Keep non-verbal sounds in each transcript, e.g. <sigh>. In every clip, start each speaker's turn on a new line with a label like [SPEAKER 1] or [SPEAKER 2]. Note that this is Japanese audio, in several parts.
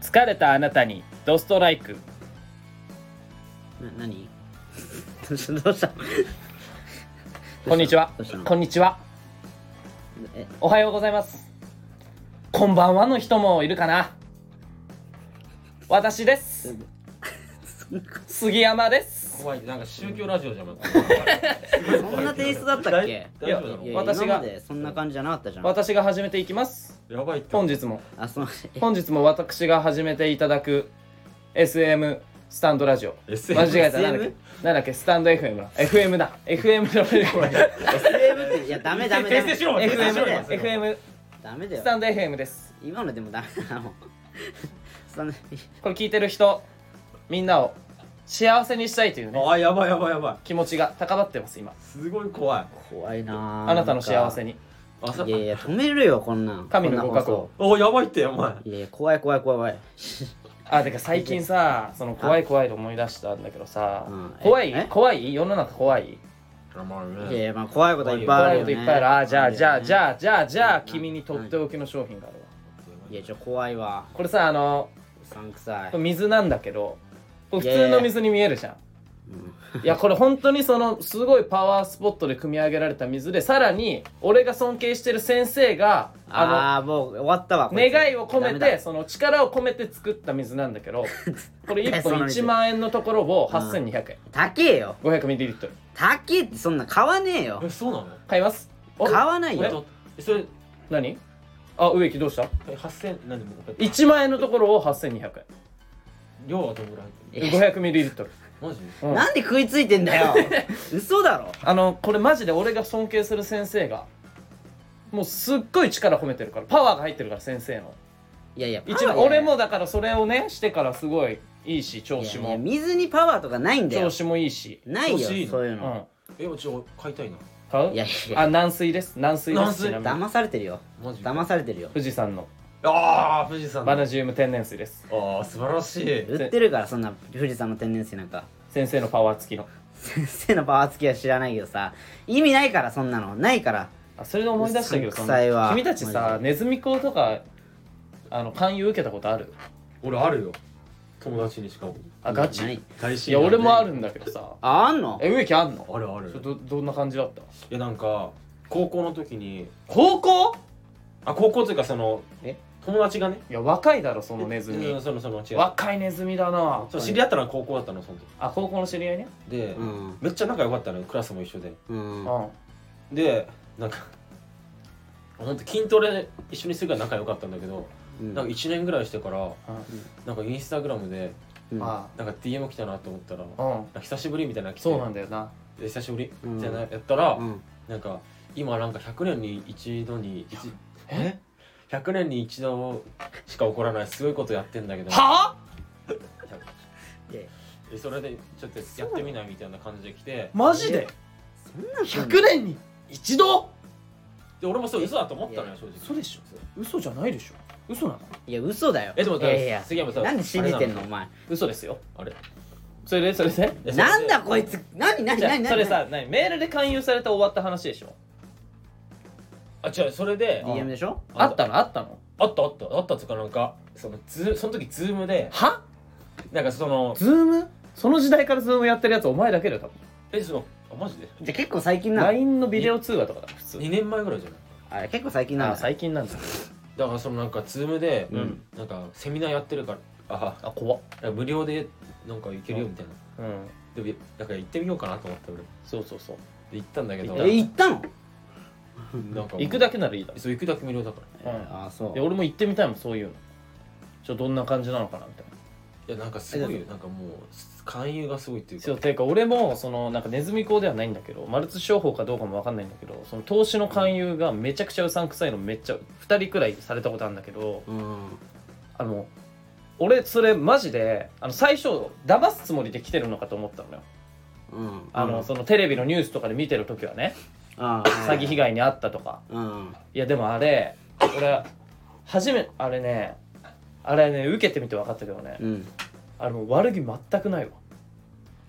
[SPEAKER 1] 疲れたあなたにドストライク
[SPEAKER 2] な何 <laughs> どうした
[SPEAKER 1] こんにちは
[SPEAKER 2] どうしたの
[SPEAKER 1] こんにちは
[SPEAKER 2] え
[SPEAKER 1] おはようございますこんばんはの人もいるかな私です
[SPEAKER 2] そんな
[SPEAKER 1] 杉山です
[SPEAKER 3] 怖いなんか宗教ラジオじゃん。
[SPEAKER 2] そんなテイストだったっけ
[SPEAKER 3] 大大丈夫
[SPEAKER 2] い
[SPEAKER 3] だ
[SPEAKER 2] や
[SPEAKER 3] ろ
[SPEAKER 1] 私が
[SPEAKER 2] 今までそんな感じじゃなかったじゃん
[SPEAKER 1] 私が始めていきます <laughs>
[SPEAKER 3] う。やばいって。
[SPEAKER 1] 本日も
[SPEAKER 2] あ <laughs> そのえ
[SPEAKER 1] 本日も私が始めていただく SM スタンドラジオ
[SPEAKER 3] SM
[SPEAKER 1] 間違えた
[SPEAKER 2] SM？
[SPEAKER 1] なんだっけなんだっけスタンド FM だ FM だ FM の
[SPEAKER 2] <laughs>
[SPEAKER 1] これ
[SPEAKER 2] SM っていやダメダメダ
[SPEAKER 3] 訂
[SPEAKER 2] メ
[SPEAKER 3] 正しろ。訂正し
[SPEAKER 1] FM
[SPEAKER 3] ろ
[SPEAKER 1] だよ FM
[SPEAKER 2] ダメだ
[SPEAKER 1] ス
[SPEAKER 2] よ
[SPEAKER 1] タンド FM です
[SPEAKER 2] 今のでもダメだもん <laughs> そんな
[SPEAKER 1] これ聞いてる人みんなを幸せにしたいというね
[SPEAKER 3] あやばいやばいやばい。
[SPEAKER 1] 気持ちが高まってます今
[SPEAKER 3] すごい怖い。
[SPEAKER 2] 怖いな
[SPEAKER 1] あなたの幸せ
[SPEAKER 2] に
[SPEAKER 1] に
[SPEAKER 3] あさ
[SPEAKER 2] いやいや止めるよこんなん
[SPEAKER 1] 神の
[SPEAKER 2] こん
[SPEAKER 1] ご
[SPEAKER 2] な
[SPEAKER 1] 加
[SPEAKER 2] 放送
[SPEAKER 1] 護
[SPEAKER 3] おやばいってお前。
[SPEAKER 2] いやいや怖い怖い怖い怖い
[SPEAKER 1] あてか最近さその怖い怖いと思い出したんだけどさ
[SPEAKER 2] うん
[SPEAKER 1] 怖い
[SPEAKER 2] え
[SPEAKER 1] 怖い世の中怖い
[SPEAKER 2] いやいやまあ怖いことはいっぱいあ
[SPEAKER 1] 怖
[SPEAKER 2] る
[SPEAKER 1] い
[SPEAKER 2] よ
[SPEAKER 1] こと
[SPEAKER 2] ね
[SPEAKER 1] いっぱいあるあじゃあじゃあじ
[SPEAKER 2] あ
[SPEAKER 1] ゃあじゃあじゃあ
[SPEAKER 2] うん
[SPEAKER 1] 君にとっておきの商品があるわ
[SPEAKER 2] いやちょ怖いわ
[SPEAKER 1] これさあの
[SPEAKER 2] うさんくさい、
[SPEAKER 1] 水なんだけどこれ
[SPEAKER 2] いや
[SPEAKER 1] 普
[SPEAKER 2] いや
[SPEAKER 1] 通の水に見えるじゃん
[SPEAKER 2] うん
[SPEAKER 1] いやこれ本当にそのすごいパワースポットで組み上げられた水でさらに俺が尊敬してる先生があの
[SPEAKER 2] ああーもう終わったわこいつ
[SPEAKER 1] 願いを込め
[SPEAKER 2] ダメ
[SPEAKER 1] て
[SPEAKER 2] だ
[SPEAKER 1] その力を込めて作った水なんだけ
[SPEAKER 2] <laughs>
[SPEAKER 1] どこれ1
[SPEAKER 2] そ
[SPEAKER 1] 本
[SPEAKER 2] の水
[SPEAKER 1] 1万円のところを8200円
[SPEAKER 2] 高えよ
[SPEAKER 1] 500ml
[SPEAKER 2] 高えってそんな買わねえよ
[SPEAKER 3] えそうなの？
[SPEAKER 1] 買いますお
[SPEAKER 2] 買わない
[SPEAKER 3] えっ
[SPEAKER 2] よ
[SPEAKER 3] とそれ
[SPEAKER 1] 何あ植木どうした
[SPEAKER 3] え八千何でもう一
[SPEAKER 1] 1万円のところを8200
[SPEAKER 3] 量はどのぐらい？
[SPEAKER 1] 円
[SPEAKER 2] <laughs>
[SPEAKER 1] 500ml、
[SPEAKER 3] マジ？
[SPEAKER 1] うん、
[SPEAKER 2] なんで食いついてんだよ嘘だろ
[SPEAKER 1] あのこれマジで俺が尊敬する先生がもうすっごい力褒めてるからパワーが入ってるから先生の
[SPEAKER 2] いやいや
[SPEAKER 1] 一
[SPEAKER 2] パ
[SPEAKER 1] 番
[SPEAKER 2] ワーだ
[SPEAKER 1] 俺
[SPEAKER 2] よ
[SPEAKER 1] もだからそれをねしてからすごいいいし調
[SPEAKER 2] い
[SPEAKER 1] 子
[SPEAKER 2] やい
[SPEAKER 1] も
[SPEAKER 2] や水にパワーとかないんだ
[SPEAKER 1] 調
[SPEAKER 2] よ
[SPEAKER 1] 子もいいし、
[SPEAKER 2] ない
[SPEAKER 3] 調子い
[SPEAKER 2] よ
[SPEAKER 3] いの
[SPEAKER 2] そうい
[SPEAKER 1] う
[SPEAKER 2] う
[SPEAKER 1] ん、
[SPEAKER 2] の、
[SPEAKER 1] 買
[SPEAKER 3] えちょ買いたいな。
[SPEAKER 1] う
[SPEAKER 2] いやいや
[SPEAKER 1] あ軟水です軟水です
[SPEAKER 3] 軟水
[SPEAKER 1] ちなみに
[SPEAKER 2] 騙されてるよ
[SPEAKER 3] マジ。
[SPEAKER 2] 騙されてるよ
[SPEAKER 1] 富士山の
[SPEAKER 3] ああ富士山。
[SPEAKER 1] バナジウム天然水です
[SPEAKER 3] ああ素晴らしい。
[SPEAKER 2] 売ってるからそんな富士山の天然水なんか <laughs>
[SPEAKER 1] 先生のパワー付きの
[SPEAKER 2] 先生のパワー付きは知らないけどさ意味ないからそんなのないから
[SPEAKER 1] あそれで思い出したけど
[SPEAKER 2] うっさいわ
[SPEAKER 1] 君たちさ
[SPEAKER 2] マジ
[SPEAKER 1] ネズミ講とかあの勧誘受けたことある
[SPEAKER 3] 俺あるよ。友達にしかも。
[SPEAKER 1] あガチ
[SPEAKER 2] ないい
[SPEAKER 3] 大親
[SPEAKER 1] や俺もあ
[SPEAKER 3] る。
[SPEAKER 1] るんだけどさ
[SPEAKER 2] ああんの
[SPEAKER 1] え植木あんの
[SPEAKER 3] あるあ
[SPEAKER 1] ちょ
[SPEAKER 3] る。
[SPEAKER 1] どどんな感じだった
[SPEAKER 3] いやなんか高校の時に
[SPEAKER 1] 高校
[SPEAKER 3] あ高校というかその
[SPEAKER 2] え
[SPEAKER 3] 友達がね
[SPEAKER 1] いや若いだろそのネズ
[SPEAKER 3] う
[SPEAKER 1] ミ
[SPEAKER 3] んそのその違う
[SPEAKER 1] 若いネズミだな
[SPEAKER 3] そう知り合ったのは高校だったのその時
[SPEAKER 1] あ高校の知り合いね
[SPEAKER 3] で、
[SPEAKER 2] うん
[SPEAKER 3] めっちゃ仲良かったのよクラスも一緒で
[SPEAKER 2] うん
[SPEAKER 1] う
[SPEAKER 3] でなんか本当筋トレ一緒にするから仲良かったんだけど、
[SPEAKER 2] うん
[SPEAKER 3] なんか1年ぐらいしてから
[SPEAKER 1] ん
[SPEAKER 3] なんかインスタグラムで
[SPEAKER 2] うん
[SPEAKER 1] あ
[SPEAKER 3] なんか DM 来たなと思ったら、なん
[SPEAKER 1] うん
[SPEAKER 3] か久しぶりみたいなの来て
[SPEAKER 1] そうなんだよな
[SPEAKER 3] で久しぶり
[SPEAKER 2] うん
[SPEAKER 3] みたいなやったら、
[SPEAKER 2] うん
[SPEAKER 3] なんか今なんか100年に一度に一
[SPEAKER 1] え
[SPEAKER 3] 100年に一度しか起こらないすごいことやってんだけど
[SPEAKER 1] はあ
[SPEAKER 2] で
[SPEAKER 3] えそれでちょっとやってみないみたいな感じで来て
[SPEAKER 1] マジで
[SPEAKER 2] そんなの
[SPEAKER 1] 100年に一度
[SPEAKER 3] で俺もそう嘘だと思ったのよ正直
[SPEAKER 1] 嘘でしょ嘘じゃないでしょ嘘なの
[SPEAKER 2] いや嘘だよ
[SPEAKER 3] えでも
[SPEAKER 2] いやいや
[SPEAKER 3] 杉山さん
[SPEAKER 2] なんで信じてんの
[SPEAKER 3] あ
[SPEAKER 2] お
[SPEAKER 3] れ
[SPEAKER 2] 前
[SPEAKER 1] 嘘ですよ
[SPEAKER 3] あれ
[SPEAKER 1] それでそれで
[SPEAKER 3] えそれで
[SPEAKER 2] なんだこいつ何何
[SPEAKER 1] じゃあ
[SPEAKER 2] 何何
[SPEAKER 1] それさ何メールで勧誘されて終わった話でしょ
[SPEAKER 3] あ違うそれで
[SPEAKER 2] DM でしょ
[SPEAKER 1] あったのあったの
[SPEAKER 3] あったあったあったっつうかなんかそのズその時ズームで
[SPEAKER 1] は
[SPEAKER 3] なんかその
[SPEAKER 1] ズームその時代からズームやってるやつお前だけだよ多分
[SPEAKER 3] えそのあマジで
[SPEAKER 2] じゃあ結構最近なの
[SPEAKER 1] LINE のビデオ通話とかだ普通
[SPEAKER 3] 2年前ぐらいじゃない
[SPEAKER 2] あれ結構最近な
[SPEAKER 1] あ
[SPEAKER 2] の
[SPEAKER 1] 最近なんだ
[SPEAKER 3] だからそのなんかズームで、
[SPEAKER 1] うん
[SPEAKER 3] なんかセミナーやってるからあ
[SPEAKER 1] あ怖っ
[SPEAKER 3] あ無料でなんか行けるよみたいな
[SPEAKER 1] うん
[SPEAKER 3] でもなんか行ってみようかなと思って俺で
[SPEAKER 1] そうそうそう
[SPEAKER 3] 行ったんだけど
[SPEAKER 1] 行
[SPEAKER 2] え行ったの
[SPEAKER 3] なんか
[SPEAKER 1] 行くだけならいいだろ
[SPEAKER 3] そう行くだけ無料だから
[SPEAKER 1] うん
[SPEAKER 2] あそう
[SPEAKER 1] いや俺も行ってみたいもんそういうのちょどんな感じなのかなみたいない
[SPEAKER 3] やなんかすごいよなんかもう勧誘がすごいっていうか
[SPEAKER 1] そうていうか俺もそのなんかネズミ講ではないんだけどマルチ商法かどうかも分かんないんだけどその投資の勧誘がめちゃくちゃうさんくさいのめっちゃ2人くらいされたことあるんだけど
[SPEAKER 2] うん
[SPEAKER 1] あの俺それマジであの最初騙すつもりで来てるのかと思ったのよ
[SPEAKER 2] うん
[SPEAKER 1] あの、
[SPEAKER 2] うん
[SPEAKER 1] そのテレビのニュースとかで見てる時はね
[SPEAKER 2] あ
[SPEAKER 1] 詐欺被害に遭ったとか
[SPEAKER 2] うん
[SPEAKER 1] いやでもあれ俺初めあれねあれね受けてみて分かったけどね
[SPEAKER 2] うん
[SPEAKER 1] あの悪気全くないわ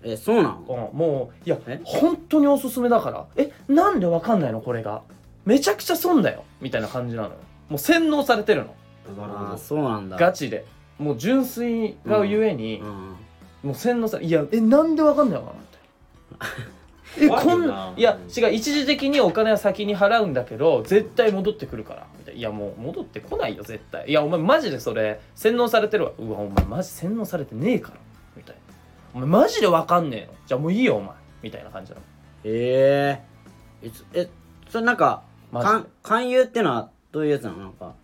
[SPEAKER 2] えそうなの
[SPEAKER 1] うん、もういや
[SPEAKER 2] え
[SPEAKER 1] 本当におすすめだからえなんでわかんないのこれがめちゃくちゃ損だよみたいな感じなのよもう洗脳されてるの
[SPEAKER 3] なるほ
[SPEAKER 2] あ
[SPEAKER 3] ど
[SPEAKER 2] ーそうなんだ
[SPEAKER 1] ガチでもう純粋がゆえに、
[SPEAKER 2] うん
[SPEAKER 1] もう洗脳されいやえなんでわかんないのかなって <laughs> え
[SPEAKER 3] 怖い
[SPEAKER 1] こ
[SPEAKER 3] よ
[SPEAKER 1] ん
[SPEAKER 3] ない
[SPEAKER 1] や違う一時的にお金は先に払うんだけど絶対戻ってくるからみたいないやもう戻ってこないよ絶対いやお前マジでそれ洗脳されてるわうわお前マジ洗脳されてねえからみたいなお前マジでわかんねえよじゃあもういいよお前みたいな感じなの
[SPEAKER 2] えええつえそれなんか
[SPEAKER 1] マジ
[SPEAKER 2] か
[SPEAKER 1] で
[SPEAKER 2] ん勧誘ってのはどういうやつなのなんか
[SPEAKER 1] ん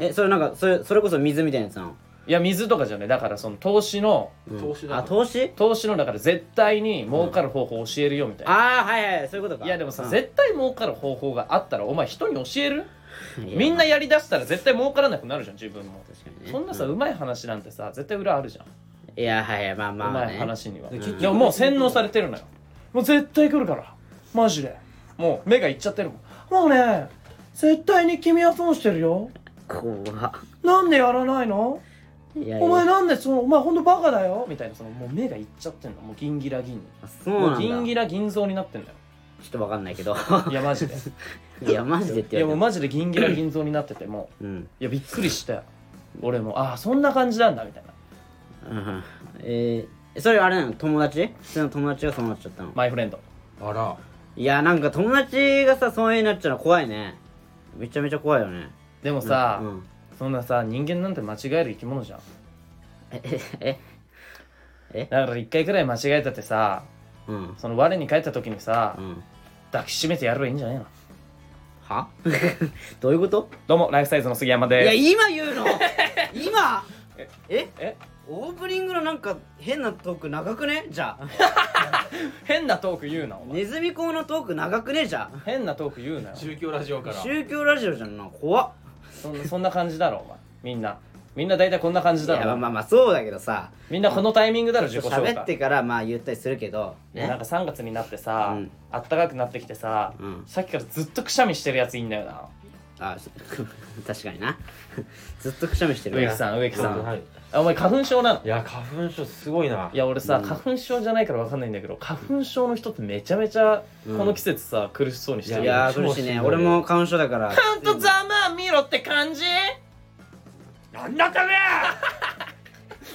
[SPEAKER 2] えそれなんかそれそれこそ水みたいなやつなの、
[SPEAKER 1] いや水とかじゃねだからその投資の
[SPEAKER 2] うん
[SPEAKER 3] 投資だ
[SPEAKER 2] あ投資
[SPEAKER 1] 投資のだから絶対に儲かる方法を教えるよみたいな、
[SPEAKER 2] ああはいはいそういうことか
[SPEAKER 1] いやでもさ、
[SPEAKER 2] うん
[SPEAKER 1] 絶対儲かる方法があったらお前人に教える
[SPEAKER 2] いや
[SPEAKER 1] みんなやりだしたら絶対儲からなくなるじゃん自分も
[SPEAKER 2] 確かにね
[SPEAKER 1] そんなさ、
[SPEAKER 2] う
[SPEAKER 1] うまい話なんてさ絶対裏あるじゃん、
[SPEAKER 2] いやはいはいまあまあ、
[SPEAKER 1] うま
[SPEAKER 2] ね、
[SPEAKER 1] い話には、
[SPEAKER 3] で
[SPEAKER 1] い
[SPEAKER 3] 結局
[SPEAKER 1] やもう洗脳されてるのよもう絶対来るからマジでもう目がいっちゃってるもんもうね絶対に君は損してるよ
[SPEAKER 2] 怖っ
[SPEAKER 1] なんでやらないの
[SPEAKER 2] いやいや
[SPEAKER 1] お前なんでそのお前ほんとバカだよみたいなそのもう目がいっちゃってんのもうギンギラギンに
[SPEAKER 2] あそう
[SPEAKER 1] も
[SPEAKER 2] な
[SPEAKER 1] うん
[SPEAKER 2] だ
[SPEAKER 1] ギンギラ銀蔵になってんだよ
[SPEAKER 2] ちょっとわかんないけど
[SPEAKER 1] いやマジで
[SPEAKER 2] <laughs> いやマジでっ
[SPEAKER 1] い
[SPEAKER 2] て
[SPEAKER 1] や
[SPEAKER 2] 言
[SPEAKER 1] も
[SPEAKER 2] わ
[SPEAKER 1] う
[SPEAKER 2] れ
[SPEAKER 1] マジでギンギラ銀蔵になっててもう
[SPEAKER 2] てもうん
[SPEAKER 1] いやびっくりしたよ俺もああそんな感じなんだみたいな
[SPEAKER 2] うんえー、それあれなの友達普通の友達がそうなっちゃったの、
[SPEAKER 1] マイフレンド
[SPEAKER 3] あら
[SPEAKER 2] いやなんか友達がさそういうのになっちゃうの怖いねめちゃめちゃ怖いよね
[SPEAKER 1] でもさ、
[SPEAKER 2] うん、
[SPEAKER 1] そんなさ人間なんて間違える生き物じゃん
[SPEAKER 2] えええ
[SPEAKER 1] だから一回くらい間違えたってさ
[SPEAKER 2] うん
[SPEAKER 1] その我に返った時にさ、
[SPEAKER 2] うん
[SPEAKER 1] 抱きしめてやればいいんじゃねえの
[SPEAKER 2] は <laughs> どういうこと
[SPEAKER 1] どうもライフサイズの杉山
[SPEAKER 2] い
[SPEAKER 1] で
[SPEAKER 2] や
[SPEAKER 1] す
[SPEAKER 2] 今
[SPEAKER 1] <laughs>
[SPEAKER 2] 言うの今え
[SPEAKER 1] え
[SPEAKER 2] オープニングのなんか変なトーク長くねじゃあ
[SPEAKER 1] 変なトーク言うなお前
[SPEAKER 2] ネズミ講のトーク長くねじゃ
[SPEAKER 1] 変なトーク言うなよ
[SPEAKER 3] 宗教ラジオか
[SPEAKER 2] あ
[SPEAKER 3] ら
[SPEAKER 2] 宗教ラジオじゃんな怖っ
[SPEAKER 1] そんなそんな感じだろお前みんなみんな大体こんな感じ
[SPEAKER 2] い
[SPEAKER 1] だ
[SPEAKER 2] やま
[SPEAKER 1] ろ
[SPEAKER 2] あまあまあそうだけどさ
[SPEAKER 1] みんなこのタイミングだろ自己紹介
[SPEAKER 2] 喋ってからまあ言ったりするけど
[SPEAKER 1] ねなんか3月になってさ、
[SPEAKER 2] うん
[SPEAKER 1] あったかくなってきてさ、
[SPEAKER 2] うん
[SPEAKER 1] さっきからずっとくしゃみしてるやついいんだよな
[SPEAKER 2] あ <laughs> そ確かにな <laughs> ずっとくしゃみしてる
[SPEAKER 1] 植木さん植木さん
[SPEAKER 3] はい
[SPEAKER 1] あお前花粉症なの
[SPEAKER 3] いや花粉症すごいない
[SPEAKER 1] や俺さ花粉症じゃないからわかんないんだけど花粉症の人ってめちゃめちゃこの季節さ苦しそうにしてる
[SPEAKER 2] い
[SPEAKER 1] よね
[SPEAKER 2] やー苦しいね
[SPEAKER 3] うん
[SPEAKER 2] 俺も花粉症だ
[SPEAKER 1] <laughs>
[SPEAKER 2] から
[SPEAKER 1] ちゃんとざまあ見ろって感じ
[SPEAKER 3] なんだかめ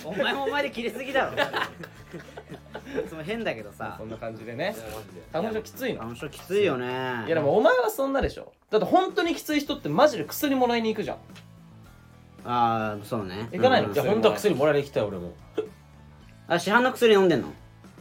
[SPEAKER 2] お前もお前で切れすぎだろ <laughs> その変だけどさ
[SPEAKER 1] そんな感じでね
[SPEAKER 3] マジで
[SPEAKER 1] 花粉症きついの
[SPEAKER 2] 花粉症きついよね
[SPEAKER 1] いやでもお前はそんなでしょだって本当にきつい人ってマジで薬もらいに行くじゃん
[SPEAKER 2] ああそうね
[SPEAKER 1] 行かないの
[SPEAKER 2] うん
[SPEAKER 3] いや本当は薬もらいに来たよ俺も
[SPEAKER 2] あ市販の薬飲んでんの、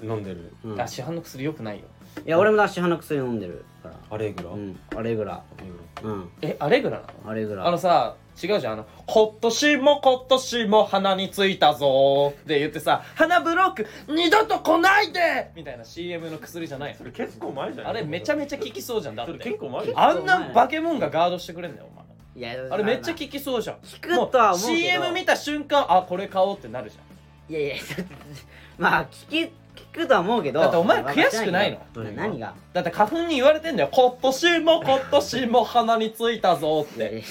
[SPEAKER 3] 飲んでる
[SPEAKER 2] うん、い
[SPEAKER 1] あ市販の薬よくないよ
[SPEAKER 2] や俺もだ市販の薬飲んでるから
[SPEAKER 3] アレグラ、
[SPEAKER 2] うんあれぐら
[SPEAKER 3] アレグ
[SPEAKER 2] うん
[SPEAKER 1] えアレグラなの
[SPEAKER 2] あれぐら
[SPEAKER 1] あのさ違うじゃんあの「今年も今年も鼻についたぞ」って言ってさ「鼻ブロック二度と来ないで!」みたいな CM の薬じゃない
[SPEAKER 3] ラそれ結構前じゃ
[SPEAKER 1] の
[SPEAKER 3] ない
[SPEAKER 1] あれめちゃめちゃ効きそうじゃんだっ
[SPEAKER 3] それ結
[SPEAKER 1] て
[SPEAKER 3] 構前じゃん
[SPEAKER 1] あんなバケモンがガードしてくれんだよお前
[SPEAKER 2] いや
[SPEAKER 1] あれめっちゃ効きそうじゃん効
[SPEAKER 2] くとは思うけど
[SPEAKER 1] CM 見た瞬間あこれ買おうってなるじゃん
[SPEAKER 2] いやいや <laughs> ちょっとまあ聞き聞くとは思うけど
[SPEAKER 1] だってお前悔しくないの
[SPEAKER 2] まあ何が
[SPEAKER 1] だって花粉に言われてんだよ今年も今年も鼻についたぞっ
[SPEAKER 2] いや <laughs> いや
[SPEAKER 1] て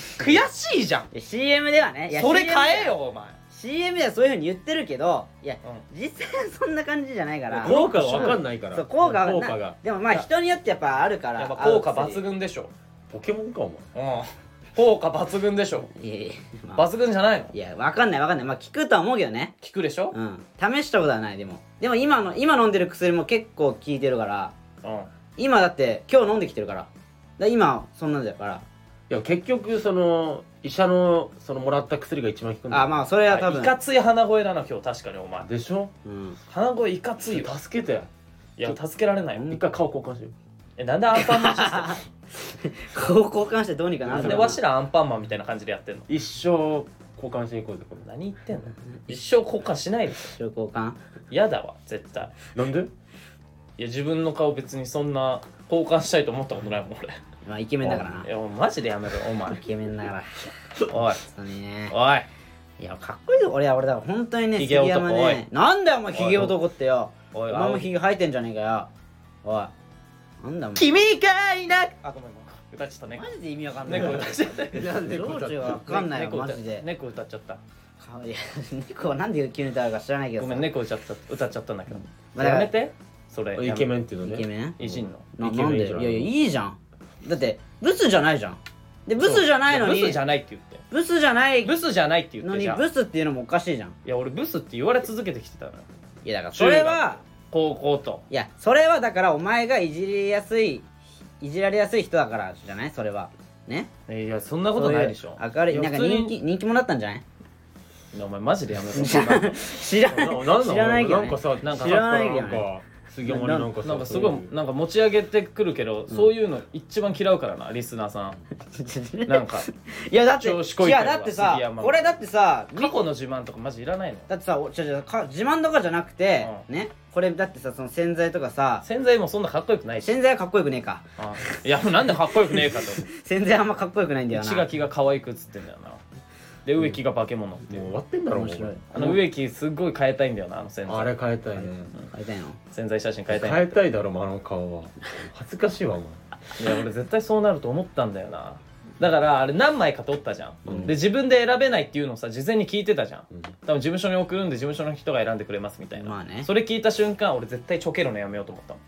[SPEAKER 1] 悔しいじゃん
[SPEAKER 2] いや CM ではねいや
[SPEAKER 1] それ
[SPEAKER 2] CM
[SPEAKER 1] 買えよお前
[SPEAKER 2] CM ではそういうふうに言ってるけどいや、
[SPEAKER 1] う
[SPEAKER 2] 実際はそんな感じじゃな
[SPEAKER 1] <laughs>
[SPEAKER 2] いから
[SPEAKER 3] 効果が分かんないから
[SPEAKER 2] そう効果は
[SPEAKER 3] 効
[SPEAKER 2] な
[SPEAKER 3] 果が
[SPEAKER 2] でもまあ人によってやっぱあるから
[SPEAKER 1] やっぱ効果
[SPEAKER 2] 合う薬
[SPEAKER 1] 抜群でしょ
[SPEAKER 3] ポケモンかお前
[SPEAKER 1] うん効果抜群でしょ
[SPEAKER 2] いやいや,、まあ
[SPEAKER 1] 抜群じゃないの
[SPEAKER 2] いやわかんないわかんないまあ聞くとは思うけどね
[SPEAKER 1] 聞くでしょ
[SPEAKER 2] うん試したことはないでもでも今の今飲んでる薬も結構効いてるから
[SPEAKER 1] うん
[SPEAKER 2] 今だって今日飲んできてるからだから今そんなんだから
[SPEAKER 3] いや結局その医者のそのもらった薬が一番効くんだ
[SPEAKER 2] あまあそれは多分
[SPEAKER 1] いかつい鼻声だな今日確かにお前
[SPEAKER 3] でしょ
[SPEAKER 2] うん
[SPEAKER 1] 鼻声いかついわ
[SPEAKER 3] 助けて
[SPEAKER 1] いや助けられないよ
[SPEAKER 3] 一回顔交換しよう
[SPEAKER 1] えなんでアンパンマンシステム
[SPEAKER 2] 顔交換してどうにかな
[SPEAKER 1] な
[SPEAKER 2] る
[SPEAKER 1] ん
[SPEAKER 2] の
[SPEAKER 1] でわしらアンパンマンみたいな感じでやってんの
[SPEAKER 3] 一生交換していこうぜこれ
[SPEAKER 1] 何言ってんの一生交換しないでしょ
[SPEAKER 2] 一緒交換
[SPEAKER 1] 嫌だわ絶対
[SPEAKER 3] なん <laughs> で
[SPEAKER 1] いや自分の顔別にそんな交換したいと思ったことないもん俺
[SPEAKER 2] まあイケメンだからない
[SPEAKER 1] やもうマジでやめろお前
[SPEAKER 2] <laughs> イケメンだから
[SPEAKER 1] おい
[SPEAKER 2] そうね
[SPEAKER 1] おい
[SPEAKER 2] いやかっこいいよ俺は俺だから本当にね
[SPEAKER 1] ヒゲ男
[SPEAKER 2] 杉山ねなんだよお前ヒゲ男ってよ
[SPEAKER 1] お
[SPEAKER 2] お
[SPEAKER 1] い
[SPEAKER 2] 前
[SPEAKER 1] 青
[SPEAKER 2] も
[SPEAKER 1] い
[SPEAKER 2] ヒゲ生えてんじゃねえかよおいなんだお前
[SPEAKER 1] 君がいなくあごめんごめん歌っちゃったね
[SPEAKER 2] マジで意味わかんない
[SPEAKER 1] 猫歌っちゃった
[SPEAKER 2] なんで情緒がわかんないよ
[SPEAKER 1] 猫
[SPEAKER 2] マ
[SPEAKER 1] 歌っ
[SPEAKER 2] ジで
[SPEAKER 1] 猫歌っちゃった
[SPEAKER 2] かいや猫はなんで急に歌うか知らないけど
[SPEAKER 1] ご
[SPEAKER 2] さ
[SPEAKER 1] めん猫歌っちゃった歌っちゃったんだけど
[SPEAKER 2] まあだから
[SPEAKER 1] やめてそれ
[SPEAKER 3] イケメ
[SPEAKER 1] ン
[SPEAKER 3] ンっていうの
[SPEAKER 2] イ
[SPEAKER 3] ね
[SPEAKER 2] ケメン
[SPEAKER 1] いじんの
[SPEAKER 2] な
[SPEAKER 3] イケメン
[SPEAKER 2] なんでい
[SPEAKER 3] じゃ
[SPEAKER 2] や
[SPEAKER 3] ん
[SPEAKER 2] いやいいじゃんだってブスじゃないじゃんでブスじゃないの
[SPEAKER 1] やブ
[SPEAKER 2] に
[SPEAKER 1] スじゃないって言って
[SPEAKER 2] ブスじゃない
[SPEAKER 1] ブスじゃないって言っ
[SPEAKER 2] の
[SPEAKER 1] て
[SPEAKER 2] に
[SPEAKER 1] じゃん
[SPEAKER 2] ブスっていうのもおかしいじゃん
[SPEAKER 1] いや俺ブスって言われ続けてきてたのよ
[SPEAKER 2] いやだからそれ
[SPEAKER 1] 中
[SPEAKER 2] は
[SPEAKER 1] 高校と
[SPEAKER 2] いやそれはだからお前がいじりやすいいじられやすい人だからじゃないそれはね
[SPEAKER 1] いやそんなことないでしょ
[SPEAKER 2] そういう明るい
[SPEAKER 1] や
[SPEAKER 2] なんか
[SPEAKER 1] 普通に
[SPEAKER 2] 人気人気者だったんじゃない
[SPEAKER 1] いやお前マジで
[SPEAKER 2] <laughs>
[SPEAKER 1] やめろ
[SPEAKER 2] 知らん
[SPEAKER 3] ななん
[SPEAKER 2] 知らないけど
[SPEAKER 3] な
[SPEAKER 2] ね
[SPEAKER 3] んかさ
[SPEAKER 1] なんか
[SPEAKER 2] 知らないけどね
[SPEAKER 3] んか杉山になんかさ
[SPEAKER 1] なんかすごい
[SPEAKER 3] そうう
[SPEAKER 1] なんか持ち上げてくるけど、そういうの一番嫌うからなリスナーさんなんか
[SPEAKER 2] <laughs> いやだって
[SPEAKER 1] 調子こい
[SPEAKER 2] い
[SPEAKER 1] てるわ
[SPEAKER 2] やだってさ
[SPEAKER 1] 杉山が
[SPEAKER 2] これだってさ
[SPEAKER 1] 過去の自慢とかマジいらないの
[SPEAKER 2] だってさお違う違うか自慢とかじゃなくて、ねこれだってさその洗剤とかさ
[SPEAKER 1] 洗剤もそんなかっこよくない
[SPEAKER 2] <laughs>
[SPEAKER 1] し
[SPEAKER 2] 洗剤はかっこよくねえか
[SPEAKER 1] あいやなんでかっこよくねえ
[SPEAKER 2] <laughs>
[SPEAKER 1] かと
[SPEAKER 2] 洗剤あんまかっこよくないんだよな
[SPEAKER 1] 内垣が可愛く映ってんだよなで植木が化け物ってい
[SPEAKER 3] もう
[SPEAKER 1] う、
[SPEAKER 3] 終わってんだろもう
[SPEAKER 2] 面白い
[SPEAKER 1] あの植木すっごい変えたいんだよなあの洗
[SPEAKER 3] あ
[SPEAKER 1] 剤
[SPEAKER 3] れ変えたいね
[SPEAKER 2] 買いたいの
[SPEAKER 1] 洗剤写真変えたいんだ
[SPEAKER 3] 変えたいだろもうあの顔は恥ずかしいわも
[SPEAKER 1] いや俺絶対そうなると思ったんだよなだからあれ何枚か撮ったじゃん、
[SPEAKER 3] うん
[SPEAKER 1] で自分で選べないっていうのをさ事前に聞いてたじゃん
[SPEAKER 3] う、うん
[SPEAKER 1] 多分事務所に送るんで事務所の人が選んでくれますみたいな、
[SPEAKER 2] まあね
[SPEAKER 1] それ聞いた瞬間俺絶対ちょけるのやめようと思ったもん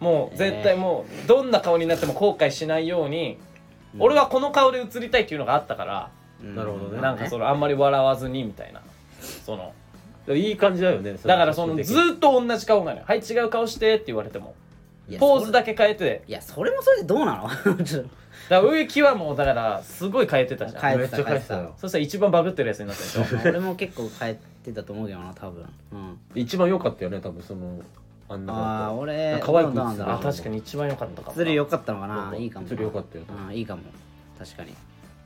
[SPEAKER 1] もう
[SPEAKER 2] えー
[SPEAKER 1] 絶対もうどんな顔になっても後悔しないように、俺はこの顔で映りたいっていうのがあったから、
[SPEAKER 2] うん
[SPEAKER 3] なるほどね
[SPEAKER 1] なんかそのあんまり笑わずにみたいなその
[SPEAKER 3] でもいい感じだよね
[SPEAKER 1] だからそのずーっと同じ顔がね「はい違う顔して」って言われても
[SPEAKER 2] いや
[SPEAKER 1] ポーズ
[SPEAKER 2] それ
[SPEAKER 1] だけ変えて
[SPEAKER 2] いやそれもそれでどうなの <laughs> ちょっと
[SPEAKER 1] だから植木はもうだからすごい変えてたじゃん
[SPEAKER 2] 変え
[SPEAKER 3] めっちゃ返したよ
[SPEAKER 1] そしたら一番バグってるやつになったでしょ
[SPEAKER 2] 俺も結構変えてたと思うけどな多分、うん、
[SPEAKER 3] 一番良かったよね多分そのあんな
[SPEAKER 2] ああ
[SPEAKER 3] 顔
[SPEAKER 2] 俺
[SPEAKER 3] 可愛く映
[SPEAKER 2] ど
[SPEAKER 3] ってた
[SPEAKER 2] うなんだろ
[SPEAKER 1] あ
[SPEAKER 2] う
[SPEAKER 1] 確かに一番良かったかもな
[SPEAKER 2] 釣り良かったのかな
[SPEAKER 3] そう
[SPEAKER 2] いいかもな
[SPEAKER 3] 釣り良かったよ
[SPEAKER 2] うんいいかも確かに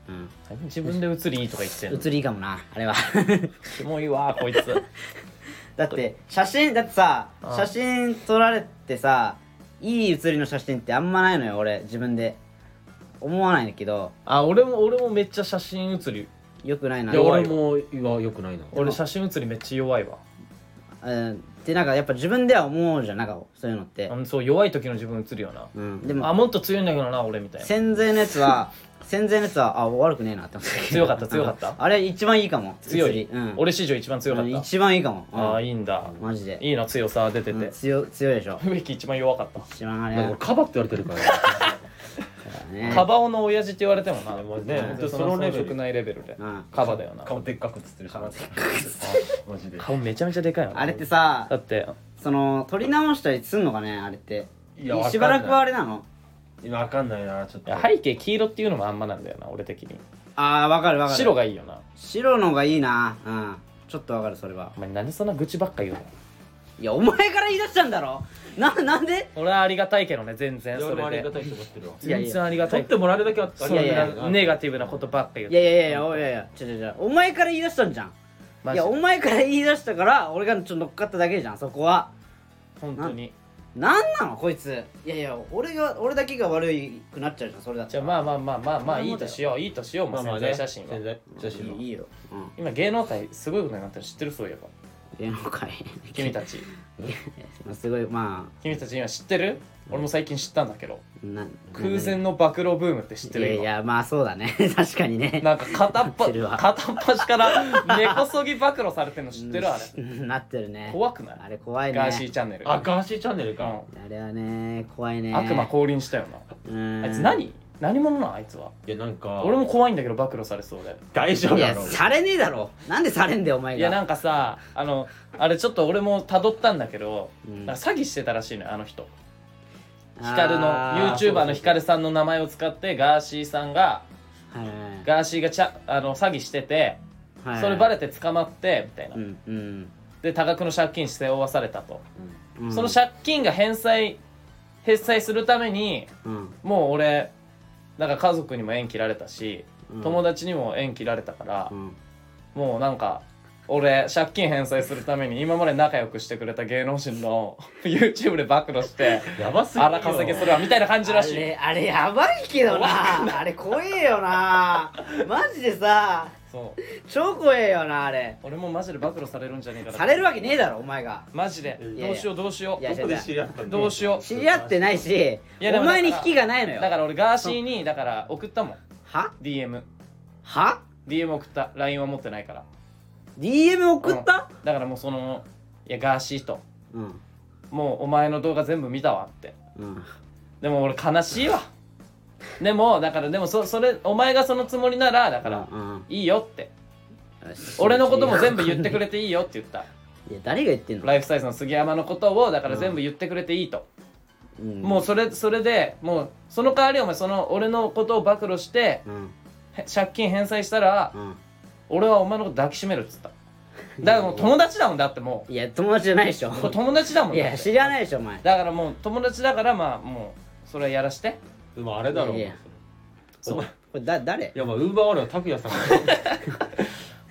[SPEAKER 2] うん
[SPEAKER 1] 自分で映りいいとか言ってんの
[SPEAKER 2] 映りいいかもな
[SPEAKER 3] <laughs>
[SPEAKER 2] あれは
[SPEAKER 1] キモいわこいつ
[SPEAKER 2] <laughs> だって写真だってさ
[SPEAKER 1] ああ
[SPEAKER 2] 写真撮られてさいい写りの写真ってあんまないのよ俺自分で思わないんだけど
[SPEAKER 1] あ俺も俺もめっちゃ写真写り
[SPEAKER 2] よくないない
[SPEAKER 3] や
[SPEAKER 1] 弱い
[SPEAKER 3] 俺もは良くないな
[SPEAKER 1] 俺写真写りめっちゃ弱いわ
[SPEAKER 2] うんってなんかやっぱ自分では思うじゃんなんかそういうのって
[SPEAKER 1] あ、のそう弱い時の自分写るよな、
[SPEAKER 2] うん、でも
[SPEAKER 1] あもっと強いんだけどな俺みたいな
[SPEAKER 2] 戦前のやつは戦前のやつはあ悪くねえなって思った
[SPEAKER 1] 強かった強かった
[SPEAKER 2] あれ一番いいかも
[SPEAKER 1] 強
[SPEAKER 2] 写り
[SPEAKER 1] い、
[SPEAKER 2] うん、
[SPEAKER 1] 俺史上一番強かっ
[SPEAKER 2] うん
[SPEAKER 1] た、
[SPEAKER 2] 一番いいかも、うん
[SPEAKER 1] ああいいんだ
[SPEAKER 2] マジで
[SPEAKER 1] いいな強さ出て
[SPEAKER 2] うん
[SPEAKER 1] て、
[SPEAKER 2] 強強いでしょ
[SPEAKER 1] 植木一番弱かった
[SPEAKER 2] 一番あれ
[SPEAKER 3] なんか俺カバって言われてるから
[SPEAKER 2] ね
[SPEAKER 1] カバオの親父って言われてもなでも
[SPEAKER 3] う
[SPEAKER 1] ね
[SPEAKER 3] ん
[SPEAKER 1] 本当そのレベルないレベルで
[SPEAKER 2] うん
[SPEAKER 1] カバだよな
[SPEAKER 3] 顔でっかく映ってるしなマジで
[SPEAKER 1] 顔めちゃめちゃでかいよな
[SPEAKER 2] あれってさ
[SPEAKER 1] だって
[SPEAKER 2] その撮り直したりすんのかねあれって
[SPEAKER 3] いやわかんない
[SPEAKER 2] しばらくはあれなの
[SPEAKER 3] 今わかんないなちょっ
[SPEAKER 1] い
[SPEAKER 3] と
[SPEAKER 1] や背景黄色っていうのもあんまなんだよな俺的に
[SPEAKER 2] あーわかるわかる
[SPEAKER 1] 白がいいよな
[SPEAKER 2] 白のがいいなうんちょっとわかるそれは
[SPEAKER 1] お前何でそんな愚痴ばっか言うの
[SPEAKER 2] いやお前から言い出したんだろななんで
[SPEAKER 1] 俺はありがたいけどね全然そ
[SPEAKER 3] 俺もあり
[SPEAKER 1] れ
[SPEAKER 3] が
[SPEAKER 1] で
[SPEAKER 3] たいと思ってるわ
[SPEAKER 2] いやいや
[SPEAKER 1] 全然ありがた
[SPEAKER 3] 取っ
[SPEAKER 1] い
[SPEAKER 3] てもらえるだけはあ
[SPEAKER 1] そ
[SPEAKER 3] り
[SPEAKER 1] ん
[SPEAKER 3] が
[SPEAKER 1] な
[SPEAKER 3] たい
[SPEAKER 2] いやい
[SPEAKER 1] ネガティブなことばっか言う
[SPEAKER 2] いやいやいやいやおいやいやちょちょちょお前から言い出したんじゃん
[SPEAKER 1] マ
[SPEAKER 2] い
[SPEAKER 1] ジ
[SPEAKER 2] や
[SPEAKER 1] で
[SPEAKER 2] お前から言い出したから俺がちょっと乗っかっただけじゃんそこは
[SPEAKER 1] 本当に
[SPEAKER 2] なんなのこいついやいや俺が俺だけが悪いくなっちゃうじゃんそれだって
[SPEAKER 1] じゃあまあまあまあまあまあ
[SPEAKER 2] そん
[SPEAKER 1] い
[SPEAKER 2] ないもんだ
[SPEAKER 1] と
[SPEAKER 2] よ
[SPEAKER 1] しよういいとしようもう潜在写真は
[SPEAKER 3] 潜在写
[SPEAKER 2] い
[SPEAKER 3] 真
[SPEAKER 2] いいいよ、うん、
[SPEAKER 1] 今芸能界すごいことになってるの知ってるそういえば
[SPEAKER 2] 芸能界
[SPEAKER 1] 君た
[SPEAKER 2] <laughs>
[SPEAKER 1] ち
[SPEAKER 2] まあすごいま
[SPEAKER 1] 君たち今知ってる俺も最近知ったんだけど
[SPEAKER 2] あな
[SPEAKER 1] 空前の暴露ブームって知って
[SPEAKER 2] いや
[SPEAKER 1] る
[SPEAKER 2] い
[SPEAKER 1] 今
[SPEAKER 2] やまあそうだね <laughs> 確かにね
[SPEAKER 1] なんか片っ
[SPEAKER 2] 知ってる
[SPEAKER 1] 端
[SPEAKER 2] わ
[SPEAKER 1] 片っ端から根こそぎ暴露されてるの知ってるあれ
[SPEAKER 2] うんなってるね
[SPEAKER 1] 怖くない
[SPEAKER 2] あれ怖いね
[SPEAKER 1] ガーシーチャンネル
[SPEAKER 3] あガーシーチャンネルか
[SPEAKER 1] う
[SPEAKER 2] あれはね怖いね
[SPEAKER 1] ん悪魔降臨したよな
[SPEAKER 2] うん
[SPEAKER 1] あいつ何何者なんあいつはい
[SPEAKER 3] やなんか
[SPEAKER 1] 俺も怖いんだけど暴露されそうで
[SPEAKER 3] 大丈夫
[SPEAKER 2] い
[SPEAKER 3] だ
[SPEAKER 2] や
[SPEAKER 3] ろ
[SPEAKER 2] されねえだろなんでされんだよお前が
[SPEAKER 1] いやなんかさあのあれちょっと俺も辿ったんだけど、
[SPEAKER 2] うん
[SPEAKER 1] なんか詐欺してたらしいのよあの人
[SPEAKER 2] あー
[SPEAKER 1] ヒカルの
[SPEAKER 2] は
[SPEAKER 1] YouTuber のヒカルさんの名前を使ってガーシーさんが
[SPEAKER 2] いはい
[SPEAKER 1] ガーシーがちゃあの詐欺してて
[SPEAKER 2] はいはい
[SPEAKER 1] それバレて捕まってみたいな、
[SPEAKER 2] うんうん
[SPEAKER 1] で多額の借金背負わされたと、
[SPEAKER 2] うん
[SPEAKER 1] その借金が返済返済するために
[SPEAKER 2] うん
[SPEAKER 1] もう俺なんか家族にも縁切られたし、
[SPEAKER 2] うん
[SPEAKER 1] 友達にも縁切られたから
[SPEAKER 2] う、ん
[SPEAKER 1] もうなんか俺借金返済するために今まで仲良くしてくれた芸能人の <laughs> YouTube で暴露して
[SPEAKER 3] やばすぎるよ
[SPEAKER 1] 荒稼ぎするわみたいな感じら
[SPEAKER 2] あ
[SPEAKER 1] しい
[SPEAKER 2] れ <laughs> あれやばいけどなあれ怖えよなマジでさ
[SPEAKER 1] そう
[SPEAKER 2] 超怖えよなあれ
[SPEAKER 1] 俺もマジで暴露されるんじゃねえかな
[SPEAKER 2] されるわけねえだろお前が
[SPEAKER 1] マジで
[SPEAKER 3] い
[SPEAKER 2] やいや
[SPEAKER 1] どうしようどうしよ
[SPEAKER 2] いや
[SPEAKER 1] う
[SPEAKER 3] どこで知り合ったの
[SPEAKER 1] どうしよ
[SPEAKER 2] 知り合ってないし
[SPEAKER 1] いやで
[SPEAKER 2] お
[SPEAKER 1] も
[SPEAKER 2] 前に引きがないの
[SPEAKER 1] う
[SPEAKER 2] よ
[SPEAKER 1] だから俺ガーシーにだから送ったもん
[SPEAKER 2] は
[SPEAKER 1] DMDM
[SPEAKER 2] は
[SPEAKER 1] 送った LINE は持ってないから
[SPEAKER 2] DM 送った、
[SPEAKER 1] だからもうそのいやガーシーと
[SPEAKER 2] うん
[SPEAKER 1] もうお前の動画全部見たわって
[SPEAKER 2] うん、
[SPEAKER 1] でも俺悲しいわでもだからでもそそれお前がそのつもりならだから、
[SPEAKER 2] うん
[SPEAKER 1] いいよって
[SPEAKER 2] よし
[SPEAKER 1] 俺のことも全部言ってくれていいよって言った
[SPEAKER 2] いや誰が言ってんの
[SPEAKER 1] ライフサイズの杉山のことをだから全部言ってくれていいと、
[SPEAKER 2] うん
[SPEAKER 1] もうそれそれでもうその代わりお前その俺のことを暴露して
[SPEAKER 2] うん
[SPEAKER 1] へ借金返済したら
[SPEAKER 2] うん
[SPEAKER 1] 俺はお前のこと抱きしめるっつっただからもう友達だもんだっても
[SPEAKER 2] いや友達じゃないでしょ
[SPEAKER 1] うこれ友達だもん
[SPEAKER 2] い
[SPEAKER 1] だ
[SPEAKER 2] や
[SPEAKER 1] って
[SPEAKER 2] 知らないでしょお前
[SPEAKER 1] だからもう友達だからまあもうそれはやらして
[SPEAKER 3] でもあれだろう
[SPEAKER 2] いやいや
[SPEAKER 3] そうい
[SPEAKER 2] これだ誰
[SPEAKER 3] やまあウーバーワールドは拓也さんが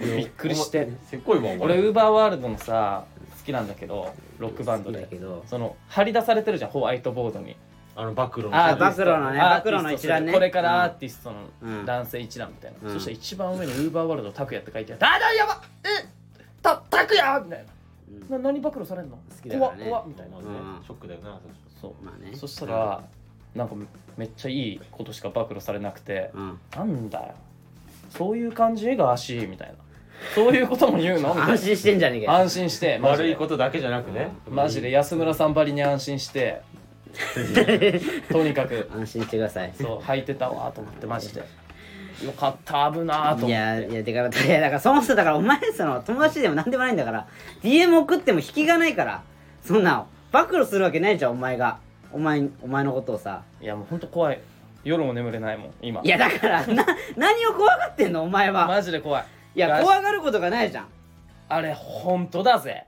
[SPEAKER 1] びっくりして
[SPEAKER 3] せっこいわお前
[SPEAKER 1] 俺ウーバーワールドのさ好きなんだけどロックバンド
[SPEAKER 2] 好きだけ
[SPEAKER 1] で
[SPEAKER 2] ど
[SPEAKER 1] その張り出されてるじゃんホワイトボードに
[SPEAKER 3] あの暴露の
[SPEAKER 2] あー
[SPEAKER 1] アーティスト
[SPEAKER 2] 暴露のね
[SPEAKER 1] アーティスト
[SPEAKER 2] 暴露の一覧ね
[SPEAKER 1] これからアーティスト
[SPEAKER 2] う
[SPEAKER 1] の
[SPEAKER 2] ん
[SPEAKER 1] 男性一覧みたいな、
[SPEAKER 2] うん
[SPEAKER 1] そしたら一番上にウーバーワールド拓也って書いてある「あだやばえた拓也!」みたい
[SPEAKER 2] うん
[SPEAKER 1] なな何暴露されんの
[SPEAKER 2] 好きだからね
[SPEAKER 1] 怖っ怖っみ
[SPEAKER 3] みた
[SPEAKER 1] た
[SPEAKER 3] い
[SPEAKER 1] い
[SPEAKER 3] な
[SPEAKER 1] な
[SPEAKER 3] ね
[SPEAKER 2] うん
[SPEAKER 3] ショックだよなそれ
[SPEAKER 1] そう、
[SPEAKER 2] まあね
[SPEAKER 1] そしたら、なんかめっちゃいいことしか暴露されなくて、
[SPEAKER 2] うん
[SPEAKER 1] なんだよそういう感じが足みたいなそういうことも言うのみたいな
[SPEAKER 2] 安心してんじゃ <laughs> ねえかよ
[SPEAKER 1] 安心してマジ
[SPEAKER 3] 悪
[SPEAKER 1] で
[SPEAKER 3] いことだけじゃなくね
[SPEAKER 1] マジで安村さんばりに安心してとにかく
[SPEAKER 2] <laughs> 安心してください
[SPEAKER 1] そう履いてたわと思ってマジでよかった危なーと
[SPEAKER 2] い
[SPEAKER 1] 思っ
[SPEAKER 2] やい
[SPEAKER 1] て
[SPEAKER 2] やだからいやだからそもそもだからお前その友達でも何でもないんだから DM 送っても引きがないからそんな暴露するわけないじゃんお前がお前お前のことをさ
[SPEAKER 1] いやもうほんと怖い夜も眠れないもん今
[SPEAKER 2] いやだからな何を怖がってんのお前は
[SPEAKER 1] マジで怖い
[SPEAKER 2] いや怖がることがないじゃん
[SPEAKER 1] あれほんとだぜ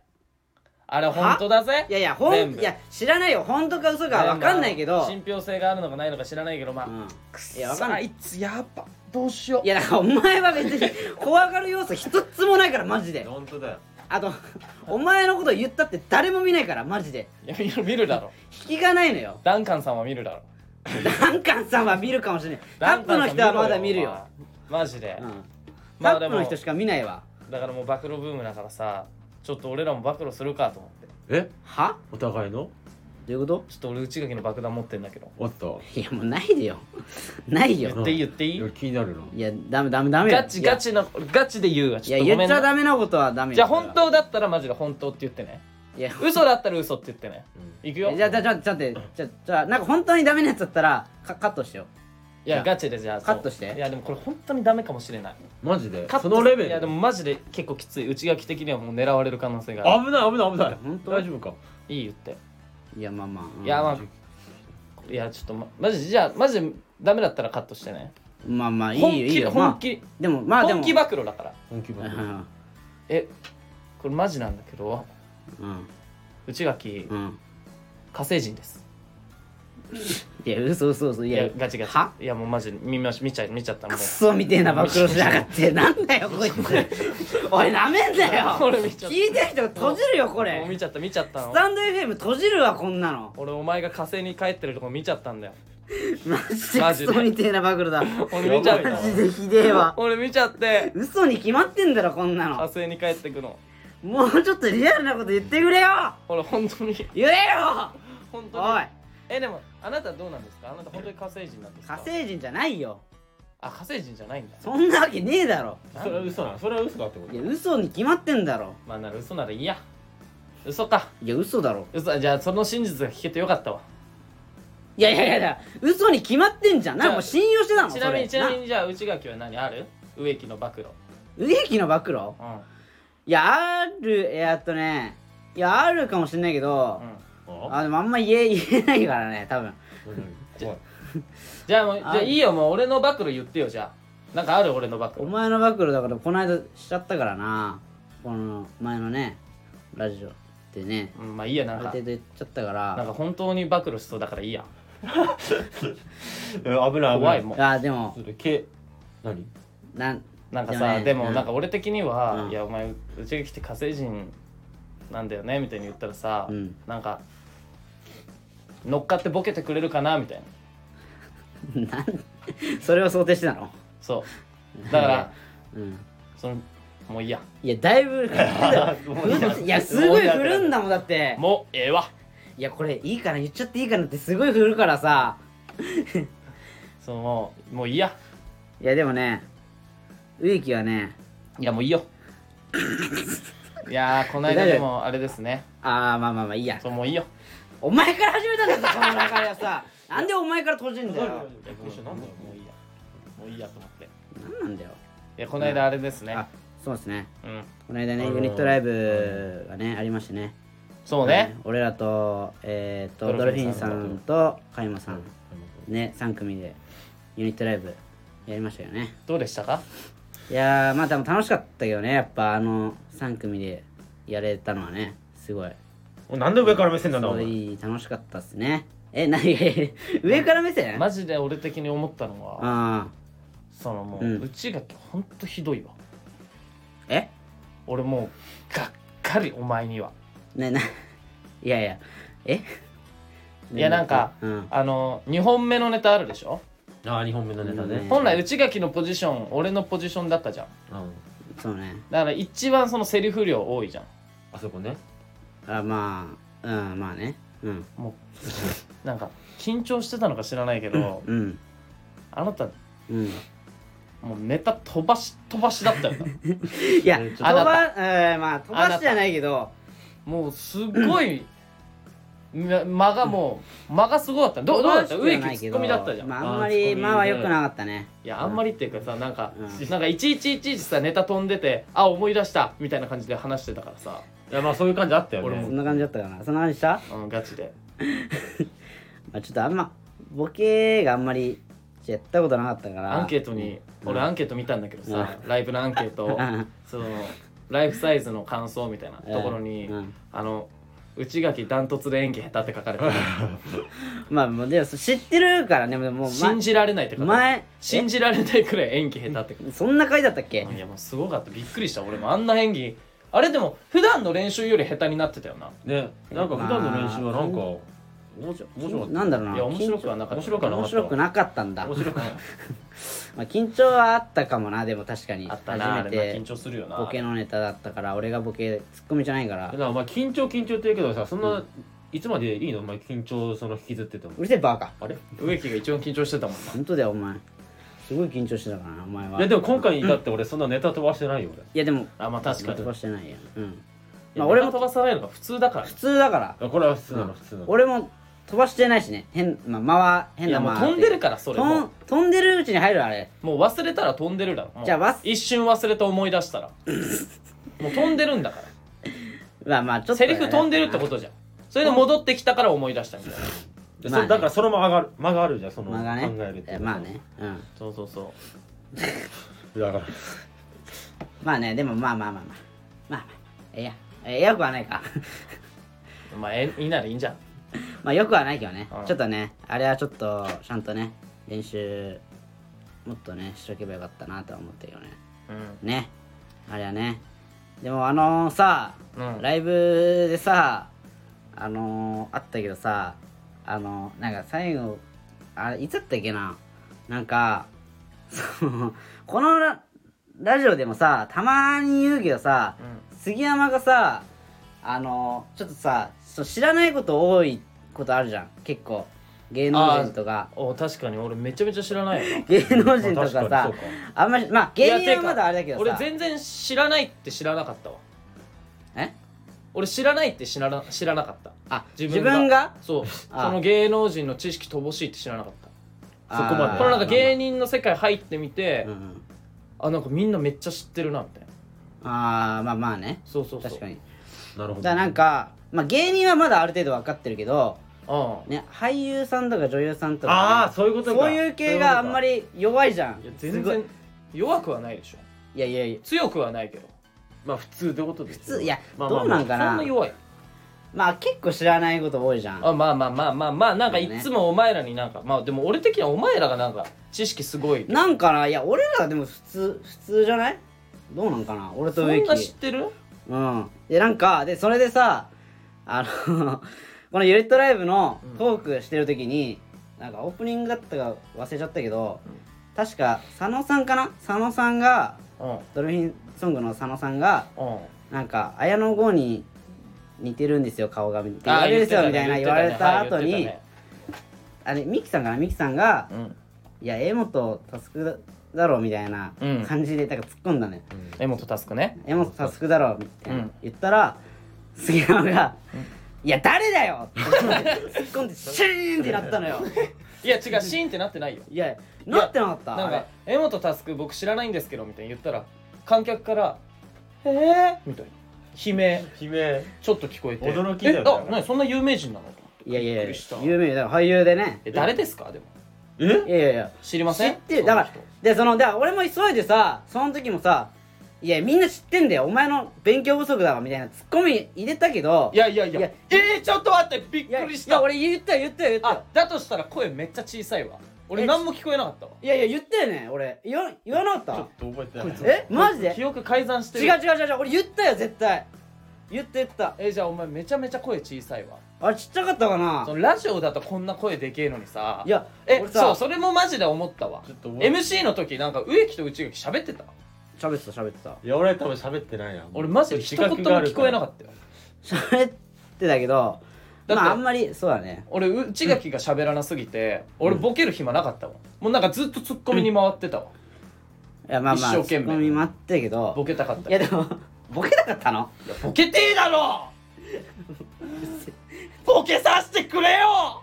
[SPEAKER 1] あれほんとだぜ
[SPEAKER 2] いやいやほ
[SPEAKER 1] 全
[SPEAKER 2] ん
[SPEAKER 1] 部
[SPEAKER 2] いや知らないよ本当か嘘かわかんないけど、
[SPEAKER 1] 信憑性があるのかないのか知らないけどまあ、
[SPEAKER 2] うん
[SPEAKER 1] くっ
[SPEAKER 2] いやわかん
[SPEAKER 1] さ
[SPEAKER 2] な
[SPEAKER 1] あ
[SPEAKER 2] い
[SPEAKER 1] いつやっぱどうしよう
[SPEAKER 2] いやだからお前は別に
[SPEAKER 1] <laughs>
[SPEAKER 2] 怖がる要素一つもないからマジで
[SPEAKER 3] 本当だよ
[SPEAKER 2] あとお前のこと言ったって誰も見ないからマジで
[SPEAKER 1] いや見る見るだろ
[SPEAKER 2] 引きがないのよ
[SPEAKER 1] ダンカンさんは見るだろ
[SPEAKER 2] ダンカンさんは見るかもしれないタ
[SPEAKER 1] ダ
[SPEAKER 2] ッ
[SPEAKER 1] ン
[SPEAKER 2] プ
[SPEAKER 1] カン
[SPEAKER 2] の
[SPEAKER 1] さん
[SPEAKER 2] 人はまだ見る
[SPEAKER 1] お
[SPEAKER 2] よ、
[SPEAKER 1] 前マジで、
[SPEAKER 2] うん、
[SPEAKER 1] ま
[SPEAKER 2] タ
[SPEAKER 1] あで
[SPEAKER 2] ップ
[SPEAKER 1] も
[SPEAKER 2] の人しか見ないわ
[SPEAKER 1] だからもう暴露ブームだからさちょっと俺らも暴露するかと思って
[SPEAKER 3] え
[SPEAKER 2] は
[SPEAKER 3] お互いの
[SPEAKER 2] どういうこ
[SPEAKER 1] ちょっと俺内垣の爆弾持ってんだけど
[SPEAKER 3] おっと
[SPEAKER 2] といやもうないでよ <laughs> ない
[SPEAKER 1] 言
[SPEAKER 2] よ
[SPEAKER 1] っていい言ってい
[SPEAKER 3] い
[SPEAKER 1] い、
[SPEAKER 3] や気になるない
[SPEAKER 2] やダメダメダメよ
[SPEAKER 1] ガチガチのガチで言うわ
[SPEAKER 2] い
[SPEAKER 1] ちょっ
[SPEAKER 2] やい
[SPEAKER 1] と
[SPEAKER 2] や
[SPEAKER 1] ご
[SPEAKER 2] 言
[SPEAKER 1] め
[SPEAKER 2] っ
[SPEAKER 1] ん
[SPEAKER 2] ちゃ
[SPEAKER 1] な
[SPEAKER 2] ダメなことはダメよ
[SPEAKER 1] じゃあ本当だったらマジで本当って言ってね
[SPEAKER 2] いや
[SPEAKER 1] 嘘だったら嘘って言ってねいくよ
[SPEAKER 2] えじゃあじゃあちょっと待ってじゃあじゃあなんか本当にダメなやつだったらカカットしてよ
[SPEAKER 1] いやガチでじゃあそう
[SPEAKER 2] カットして
[SPEAKER 1] いやでもこれ本当にダメかもしれない
[SPEAKER 3] マジで
[SPEAKER 1] カット
[SPEAKER 3] そのレベ
[SPEAKER 1] いや
[SPEAKER 3] ル
[SPEAKER 1] でもマジで結構きつい内垣的にはもう狙われる可能性がある
[SPEAKER 3] 危ない危ない危ない
[SPEAKER 2] 本当
[SPEAKER 3] 大丈夫か
[SPEAKER 1] いい言って
[SPEAKER 2] いやまあまあ、うん
[SPEAKER 1] いやまあいやちょっとまマジじゃあマジでダメだったらカットしてね
[SPEAKER 2] まあまあいいよ
[SPEAKER 1] 本
[SPEAKER 2] い
[SPEAKER 1] 気
[SPEAKER 2] いよ
[SPEAKER 1] 本
[SPEAKER 2] まあ
[SPEAKER 1] 気、
[SPEAKER 2] でもまあでも
[SPEAKER 1] 本気暴露だから
[SPEAKER 3] 本気分
[SPEAKER 2] うん
[SPEAKER 1] えこれマジなんだけど
[SPEAKER 2] うん
[SPEAKER 1] 内垣
[SPEAKER 2] うん
[SPEAKER 1] 火星人です
[SPEAKER 2] いや嘘嘘嘘い
[SPEAKER 1] い
[SPEAKER 2] や
[SPEAKER 1] やガチガチ
[SPEAKER 2] はい
[SPEAKER 1] やもうマジで見まし見ちゃい見ちゃったもん
[SPEAKER 2] クソみてえな暴露しやが
[SPEAKER 1] <laughs>
[SPEAKER 2] ってなんだよこいつおいなめんなよ
[SPEAKER 1] 俺見ちゃった
[SPEAKER 2] 聞いてる人閉じるよこ
[SPEAKER 1] もう
[SPEAKER 2] れ
[SPEAKER 1] 見ちゃった見ちゃった
[SPEAKER 2] ス
[SPEAKER 1] の
[SPEAKER 2] タンド FM 閉じるわこんなの
[SPEAKER 1] 俺お前が火星に帰ってるとこ見ちゃったんだよ
[SPEAKER 2] マジで
[SPEAKER 1] マ
[SPEAKER 2] ク
[SPEAKER 1] ジで
[SPEAKER 2] ソみてえな暴露だ
[SPEAKER 1] 俺見ちゃっ
[SPEAKER 3] やばい
[SPEAKER 2] マ
[SPEAKER 1] た
[SPEAKER 2] ジでひでえわ
[SPEAKER 1] 俺見ちゃって
[SPEAKER 2] 嘘に決まってんだろこんな
[SPEAKER 1] 火
[SPEAKER 2] の
[SPEAKER 1] 星に帰ってくの
[SPEAKER 2] もうちょっとリアルなこと言ってくれよ
[SPEAKER 1] 俺本当に
[SPEAKER 2] 言えよ
[SPEAKER 1] 本当
[SPEAKER 2] お
[SPEAKER 1] に
[SPEAKER 2] い
[SPEAKER 1] えでもあなたどうなんですかあなた本当に火星人なんですか
[SPEAKER 2] 火星人じゃないよ
[SPEAKER 1] あ火星人じゃないんだ
[SPEAKER 2] そんなわけねえだろ
[SPEAKER 3] それは嘘なのそれは嘘だってこと
[SPEAKER 2] いや嘘に決まってんだろ
[SPEAKER 1] まあなら嘘ならいいや嘘か
[SPEAKER 2] いや嘘だろ
[SPEAKER 1] 嘘じゃあその真実が聞けてよかったわ
[SPEAKER 2] いやいやいやいや嘘に決まってんじゃんなんかもう信用してたの
[SPEAKER 1] ちなみにち
[SPEAKER 2] それ
[SPEAKER 1] なみにじゃあ内垣は何ある植木の暴露
[SPEAKER 2] 植木の暴露
[SPEAKER 1] うんうん
[SPEAKER 2] いやあるいやあとねいやあるかもしれないけど、
[SPEAKER 3] あ
[SPEAKER 2] あでもあんま言え言えないからね多分
[SPEAKER 3] 何怖い
[SPEAKER 1] じゃあもうじゃ
[SPEAKER 2] あ
[SPEAKER 1] あいいよもう俺の暴露言ってよじゃあなんかある俺の暴
[SPEAKER 2] お
[SPEAKER 1] 露
[SPEAKER 2] 前の暴露だからこの間しちゃったからなこの前のねラジオでね
[SPEAKER 1] うんまあいいや
[SPEAKER 2] あ
[SPEAKER 1] な
[SPEAKER 2] る
[SPEAKER 1] んか
[SPEAKER 2] 程度言っちゃったか
[SPEAKER 1] なん
[SPEAKER 2] ら
[SPEAKER 1] か本当に暴露しそうだからいいや
[SPEAKER 3] え危ない危ない
[SPEAKER 1] 怖いもん
[SPEAKER 2] あでも
[SPEAKER 3] それけ何
[SPEAKER 2] なん
[SPEAKER 1] なんか
[SPEAKER 2] でも
[SPEAKER 1] さ
[SPEAKER 2] ね
[SPEAKER 1] でも
[SPEAKER 2] うん
[SPEAKER 1] なんか俺的には「
[SPEAKER 2] うん
[SPEAKER 1] いやお前うちが来て火星人なんだよね」みたいに言ったらさ、
[SPEAKER 2] うん
[SPEAKER 1] なんか乗っかってボケてくれるかなみたいな
[SPEAKER 2] なんそれを想定してたの <laughs>
[SPEAKER 1] そうだか
[SPEAKER 2] いや
[SPEAKER 1] ら
[SPEAKER 2] うん
[SPEAKER 1] そのもういいや
[SPEAKER 2] いやだ
[SPEAKER 1] <laughs>
[SPEAKER 2] いぶいやすごい振るんだもんだって
[SPEAKER 1] もうええわ
[SPEAKER 2] いやこれいいかな言っちゃっていいかなってすごい振るからさ
[SPEAKER 1] そのもうもういいや
[SPEAKER 2] いやでもね植木はね
[SPEAKER 1] いやもうい
[SPEAKER 2] <laughs>
[SPEAKER 1] いよいやーこの間でもあれですね
[SPEAKER 2] ああまあまあまあいいや
[SPEAKER 1] そうもういいよ
[SPEAKER 2] お前から始めたんだぞこの流れはさなんでお前から閉じんだよ
[SPEAKER 3] いやびっくりしたなんだよ
[SPEAKER 1] もういいやもういいやと思ってい
[SPEAKER 2] なんなんだよ
[SPEAKER 1] やこの間あれですね
[SPEAKER 2] あそうですね
[SPEAKER 1] うん
[SPEAKER 2] この間
[SPEAKER 3] あ
[SPEAKER 2] ね
[SPEAKER 3] のー
[SPEAKER 2] ユニットライブがねありましてね
[SPEAKER 1] そうね
[SPEAKER 2] 俺らとえっとド
[SPEAKER 1] ド
[SPEAKER 2] ル
[SPEAKER 1] ルフ
[SPEAKER 2] フィ
[SPEAKER 1] ィ
[SPEAKER 2] ン
[SPEAKER 1] ン
[SPEAKER 2] さ
[SPEAKER 1] さ
[SPEAKER 2] ん
[SPEAKER 1] ん
[SPEAKER 2] とカイマさんね3組でユニットライブやりましたよね
[SPEAKER 1] どうでしたか
[SPEAKER 2] いやーまあでも楽しかったけどねやっぱあの3組でやれたのはねすごい
[SPEAKER 3] おなんで上から目線なんだお
[SPEAKER 2] そ
[SPEAKER 3] 前
[SPEAKER 2] ういい楽しかったっすねえ何 <laughs> 上から目線あ
[SPEAKER 1] マジで俺的に思ったのは
[SPEAKER 2] あ
[SPEAKER 1] そのも
[SPEAKER 2] う
[SPEAKER 1] うんうちがほんとひどいわ
[SPEAKER 2] ーえ
[SPEAKER 1] 俺もうがっかりお前には
[SPEAKER 2] ねな <laughs> いやいやえ
[SPEAKER 1] <laughs> いやなんか
[SPEAKER 2] うん
[SPEAKER 1] あの2本目のネタあるでしょ
[SPEAKER 3] ああ2本目のネタ
[SPEAKER 2] うん
[SPEAKER 3] ね
[SPEAKER 1] 本来内垣のポジション俺のポジションだったじゃん
[SPEAKER 3] うん
[SPEAKER 2] そうね
[SPEAKER 1] だから一番そのセリフ量多いじゃん
[SPEAKER 3] あそこね
[SPEAKER 2] あまあうんまあねうん
[SPEAKER 1] もうなんか緊張してたのか知らないけど、
[SPEAKER 2] うん
[SPEAKER 1] あなた
[SPEAKER 2] うん
[SPEAKER 1] もうネタ飛ばし飛ばしだったよな
[SPEAKER 2] いや
[SPEAKER 3] ちょっ
[SPEAKER 2] 飛
[SPEAKER 3] と
[SPEAKER 2] ばえーまあ飛ば
[SPEAKER 1] あな
[SPEAKER 2] し
[SPEAKER 1] た
[SPEAKER 2] じゃないけど
[SPEAKER 1] もうすっごいな間がもう間がすごかったどどうだった
[SPEAKER 2] 飛
[SPEAKER 1] 植
[SPEAKER 2] ばしじゃない
[SPEAKER 1] 木ツ
[SPEAKER 2] け
[SPEAKER 1] ッ
[SPEAKER 2] ど
[SPEAKER 1] コミだったじゃん、
[SPEAKER 2] まああんま
[SPEAKER 3] あーツッ
[SPEAKER 2] り
[SPEAKER 3] コミね
[SPEAKER 2] まあは良くなかったね
[SPEAKER 1] いやあんまりっていうかさなんか、
[SPEAKER 2] う
[SPEAKER 1] なんかいちいちいちいちさネタ飛んでてあ思い出したみたいな感じで話してたからさ、
[SPEAKER 3] いやまあそういう感じあったよね
[SPEAKER 1] 俺も
[SPEAKER 2] そんな感じだったかなそんな感じした
[SPEAKER 1] うん、ガチで
[SPEAKER 2] まあちょっとあんまボケがあんまりやったことなかったから
[SPEAKER 1] アンケート
[SPEAKER 2] <laughs>
[SPEAKER 1] に、俺アンケート見たんだけどさ、ライブのアンケートを
[SPEAKER 2] うん
[SPEAKER 1] そのライフサイズの感想みたいなところに、
[SPEAKER 2] うんうん
[SPEAKER 1] あの内垣ダントツで演技下手って書かれてる
[SPEAKER 2] まあもうでも知ってるからねもうもう
[SPEAKER 1] 信じられないって書かれて
[SPEAKER 2] 前
[SPEAKER 1] る信じられないくらい演技下手って書か
[SPEAKER 2] そんな回だったっけ
[SPEAKER 1] れてるいやもうすごかったびっくりした俺もあんな演技あれでも普段の練習より下手になってたよな
[SPEAKER 3] ねなんか普段の練習はなんか
[SPEAKER 2] ま
[SPEAKER 3] 面白面白かった
[SPEAKER 2] なんだろうない
[SPEAKER 1] や面白くはなかった
[SPEAKER 3] 面白くはなか
[SPEAKER 2] 面
[SPEAKER 3] った
[SPEAKER 2] 白くなかったんだ
[SPEAKER 3] 面白くない
[SPEAKER 2] まあ、緊張はあったかもなでも確かに
[SPEAKER 1] あったなあ
[SPEAKER 2] 初め
[SPEAKER 1] れな緊
[SPEAKER 2] て
[SPEAKER 1] 張するよな
[SPEAKER 2] ボケのネタだったから俺がボケツッコミじゃないから
[SPEAKER 3] だからまあ緊張緊張って言うけどさそんな、いつまでいいのお前緊張その引きずってても
[SPEAKER 2] うるせえバカ
[SPEAKER 3] あれ
[SPEAKER 1] 植木が一番緊張してたもんな
[SPEAKER 2] 本当だよお前すごい緊張してたからなお前はい
[SPEAKER 3] やでも今回に至って俺そんなネタ飛ばしてないよ俺
[SPEAKER 2] いやでも
[SPEAKER 1] あまあ確かに
[SPEAKER 2] 飛ばしてないやうんま
[SPEAKER 1] ま
[SPEAKER 2] あ
[SPEAKER 1] あ
[SPEAKER 2] 俺
[SPEAKER 1] 俺も
[SPEAKER 2] も
[SPEAKER 1] 飛ばさないのが普通だから
[SPEAKER 2] 普通だから
[SPEAKER 3] あこれは普通なの普通なの
[SPEAKER 2] 俺も飛ばしてないしね変まあ間は変
[SPEAKER 1] いや
[SPEAKER 2] な間
[SPEAKER 1] もう
[SPEAKER 2] って
[SPEAKER 1] 飛んでるからそれ
[SPEAKER 2] とん
[SPEAKER 1] も
[SPEAKER 2] 飛んでるうちに入るあれ
[SPEAKER 1] もう忘れたら飛んでるだろもう
[SPEAKER 2] じゃあわす
[SPEAKER 1] 一瞬忘れて思い出したらもう飛んでるんだから
[SPEAKER 2] まあまあちょっと
[SPEAKER 1] セリフ飛んでるってことじゃんそれで戻ってきたから思い出したみたいな
[SPEAKER 3] で
[SPEAKER 2] まあね
[SPEAKER 3] そだからそれも上がる間があるじゃんその、
[SPEAKER 2] 間がね
[SPEAKER 3] 考えるって
[SPEAKER 2] えまあねうん
[SPEAKER 1] そうそうそう
[SPEAKER 3] <laughs> だから
[SPEAKER 2] まあねでもまあまあまあまあまあまあいやえよくはないか
[SPEAKER 1] まあえいいならいいんじゃん
[SPEAKER 2] まあよくはないけどね、
[SPEAKER 1] うん
[SPEAKER 2] ちょっとねあれはちょっとちゃんとね練習もっとねしとけばよかったなとは思ったけどね
[SPEAKER 1] うん
[SPEAKER 2] ねあれはねでもあのさ、
[SPEAKER 1] うん
[SPEAKER 2] ライブでさあのー、あったけどさあのなんか最後あれいつだったっけななんかその <laughs> このララジオでもさたまに言うけどさ、杉山がさあのちょっとさそう知らないこと多いことあるじゃん結構芸能人とか
[SPEAKER 1] お確かに俺めちゃめちゃ知らないよな
[SPEAKER 2] 芸能人とかさ、
[SPEAKER 3] まあ確かにそうか
[SPEAKER 2] あんまりまあ芸
[SPEAKER 1] い
[SPEAKER 2] 人
[SPEAKER 1] やて
[SPEAKER 2] は
[SPEAKER 1] か
[SPEAKER 2] まだあれだけど
[SPEAKER 1] 俺
[SPEAKER 2] さ
[SPEAKER 1] 全然知らないって知らなかったわ
[SPEAKER 2] え
[SPEAKER 1] 俺知らないって知らな知らなかった
[SPEAKER 2] あ
[SPEAKER 1] 自分がそうそ
[SPEAKER 2] あ
[SPEAKER 1] の芸能人の知識乏しいって知らなかった
[SPEAKER 2] そ
[SPEAKER 3] こまで
[SPEAKER 1] このなんか芸
[SPEAKER 2] 人
[SPEAKER 1] 人の世界入ってみて、
[SPEAKER 2] うんうん
[SPEAKER 1] あなんかみんなめっちゃ知ってるなみたいな
[SPEAKER 2] ああまあまあね
[SPEAKER 1] そうそうそう
[SPEAKER 2] 確かに
[SPEAKER 3] な
[SPEAKER 2] だ
[SPEAKER 3] るほど
[SPEAKER 2] からなんかまあ芸人はまだある程度分かってるけど
[SPEAKER 1] あ
[SPEAKER 2] ね俳優さんとか女優さんとか、
[SPEAKER 3] ああそういうことか
[SPEAKER 2] そういう系があんま
[SPEAKER 3] り
[SPEAKER 2] り弱いじゃん
[SPEAKER 1] あいや全
[SPEAKER 2] すごい
[SPEAKER 1] 然弱くはないでしょ
[SPEAKER 2] いやいやいや
[SPEAKER 1] 強くはないけど
[SPEAKER 3] まあ普通ってことです
[SPEAKER 2] 普通いや、
[SPEAKER 3] まあま
[SPEAKER 2] ど
[SPEAKER 3] あ
[SPEAKER 2] う
[SPEAKER 3] まあ
[SPEAKER 2] なんかな
[SPEAKER 1] そんな弱い
[SPEAKER 2] まあ結構知らないこと多いじゃん
[SPEAKER 1] あまあまあまあまあまあなんか
[SPEAKER 2] そうね
[SPEAKER 1] いつもお前らになんかまあでも俺的にはお前らがなんか知識すごい
[SPEAKER 2] なんかないや俺らでも普通普通じゃないどうなんかな俺と
[SPEAKER 1] そ
[SPEAKER 2] 植
[SPEAKER 1] ん
[SPEAKER 2] 木
[SPEAKER 1] な知ってる
[SPEAKER 2] うんでなんかでそれでさあの <laughs> このユニットライブのトークしてる時に、なんかオープニングだったか忘れちゃったけど、確か佐野さんかな佐野さんが
[SPEAKER 1] うんうん
[SPEAKER 2] ドルフィンソングの佐野さんがなんか綾野剛に似てるんですよ顔がみたいな言われるんですよみたいな言われた後に、あれミキさんかなミキさんが
[SPEAKER 1] うん
[SPEAKER 2] いや柄本佑だろみたいな
[SPEAKER 1] うん
[SPEAKER 2] 感じでなんか突っ込んだのよ
[SPEAKER 1] 柄本佑ね
[SPEAKER 2] 柄本佑だろみたいな
[SPEAKER 1] うん
[SPEAKER 2] 言ったら杉山がいや誰だよって突っ込んでシーンってなったのよ
[SPEAKER 1] い
[SPEAKER 2] <laughs>
[SPEAKER 1] や違うシーンってなってないよ
[SPEAKER 2] いやなってなかった
[SPEAKER 1] な
[SPEAKER 2] あ
[SPEAKER 1] ん
[SPEAKER 2] れ
[SPEAKER 1] か「柄本佑僕知らないんですけど」みたいに言ったら観客から「えー?」みたいな悲鳴
[SPEAKER 3] 悲鳴
[SPEAKER 1] ちょっと聞こえて
[SPEAKER 3] 驚きだよね
[SPEAKER 1] えあ何そんな有名人なの?」
[SPEAKER 2] いやいや
[SPEAKER 1] びっく
[SPEAKER 2] いや
[SPEAKER 1] りした
[SPEAKER 2] 有名だから俳優でね
[SPEAKER 1] え誰ですかでも
[SPEAKER 3] え
[SPEAKER 2] いやいやいや
[SPEAKER 1] 知りません
[SPEAKER 2] 知ってるだか
[SPEAKER 1] そ
[SPEAKER 2] ら
[SPEAKER 1] の人
[SPEAKER 2] でそのだから俺も急いでさその時もさいやみんな知ってんだよお前の勉強不足だわみたいなツッコミ入れたけど
[SPEAKER 1] いやいやいや
[SPEAKER 2] いや
[SPEAKER 1] えー、ちょっと待ってびっくりし
[SPEAKER 2] いやいや
[SPEAKER 1] た
[SPEAKER 2] 俺言ったよ言ったよ言ったよ
[SPEAKER 1] あだとしたら声めっちゃ小さいわ俺
[SPEAKER 2] え
[SPEAKER 1] 何も聞こえなかったわ
[SPEAKER 2] いやいや言ったよね俺言わ言わな
[SPEAKER 3] ちょ
[SPEAKER 2] かっ
[SPEAKER 3] っと覚えてない
[SPEAKER 2] たえマジで
[SPEAKER 1] 記憶改ざんしてる
[SPEAKER 2] 違う違う違う違う俺言ったよ絶対言った言った
[SPEAKER 1] えじゃあお前めちゃめちゃ声小さいわ
[SPEAKER 2] あれちっちゃかったかな
[SPEAKER 1] そのラジオだとこんな声でけえのにさ
[SPEAKER 2] いや
[SPEAKER 1] え
[SPEAKER 2] 俺さ
[SPEAKER 1] そうそれもマジで思ったわ
[SPEAKER 3] ちょっと覚えてない
[SPEAKER 1] MC の時なんか植木と内垣喋ってた
[SPEAKER 2] 喋ってた喋ってた
[SPEAKER 3] いや俺多分喋ってないな
[SPEAKER 1] 俺マジで一言も聞こえなか
[SPEAKER 3] っ
[SPEAKER 1] ったよ
[SPEAKER 2] 喋ってたけど
[SPEAKER 1] だって
[SPEAKER 2] まああんまりそうだね
[SPEAKER 1] 俺内垣が喋らなすぎて俺ボケる暇なかったわもうなんかずっとツッコミに回ってたわ
[SPEAKER 2] いやまあまあ
[SPEAKER 1] 一生懸命
[SPEAKER 2] ツッコミ待ってたけ
[SPEAKER 1] ボ
[SPEAKER 2] ど
[SPEAKER 1] ケたかった
[SPEAKER 2] い
[SPEAKER 1] いや
[SPEAKER 2] やでもボケなかったの
[SPEAKER 1] ボケてえだろ
[SPEAKER 2] <laughs>
[SPEAKER 1] ボケさせてくれよ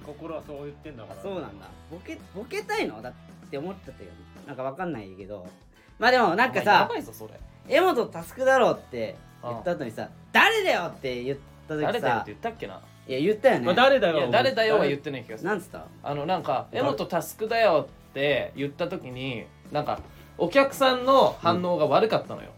[SPEAKER 3] た心はそう言ってんだから
[SPEAKER 2] そうなんだボケボケたいのだって思っちゃったけどなんかわかんないけどまあでもなんか
[SPEAKER 1] や
[SPEAKER 2] さ
[SPEAKER 1] ばいぞそれ
[SPEAKER 2] 「柄本佑だろ」って言った後にさ「誰だよ!」って言った
[SPEAKER 1] 誰
[SPEAKER 2] 時
[SPEAKER 1] だよっ
[SPEAKER 2] さ
[SPEAKER 1] て言ったっけな、
[SPEAKER 2] いや言ったよ
[SPEAKER 3] まあ、
[SPEAKER 2] ね
[SPEAKER 3] 誰だ
[SPEAKER 1] いや
[SPEAKER 3] よ
[SPEAKER 1] 誰だよは言ってない気がする
[SPEAKER 2] なんつった
[SPEAKER 1] あのなんか「柄本佑だよ」って言った時になんかお客さんの反応が悪かったのよ、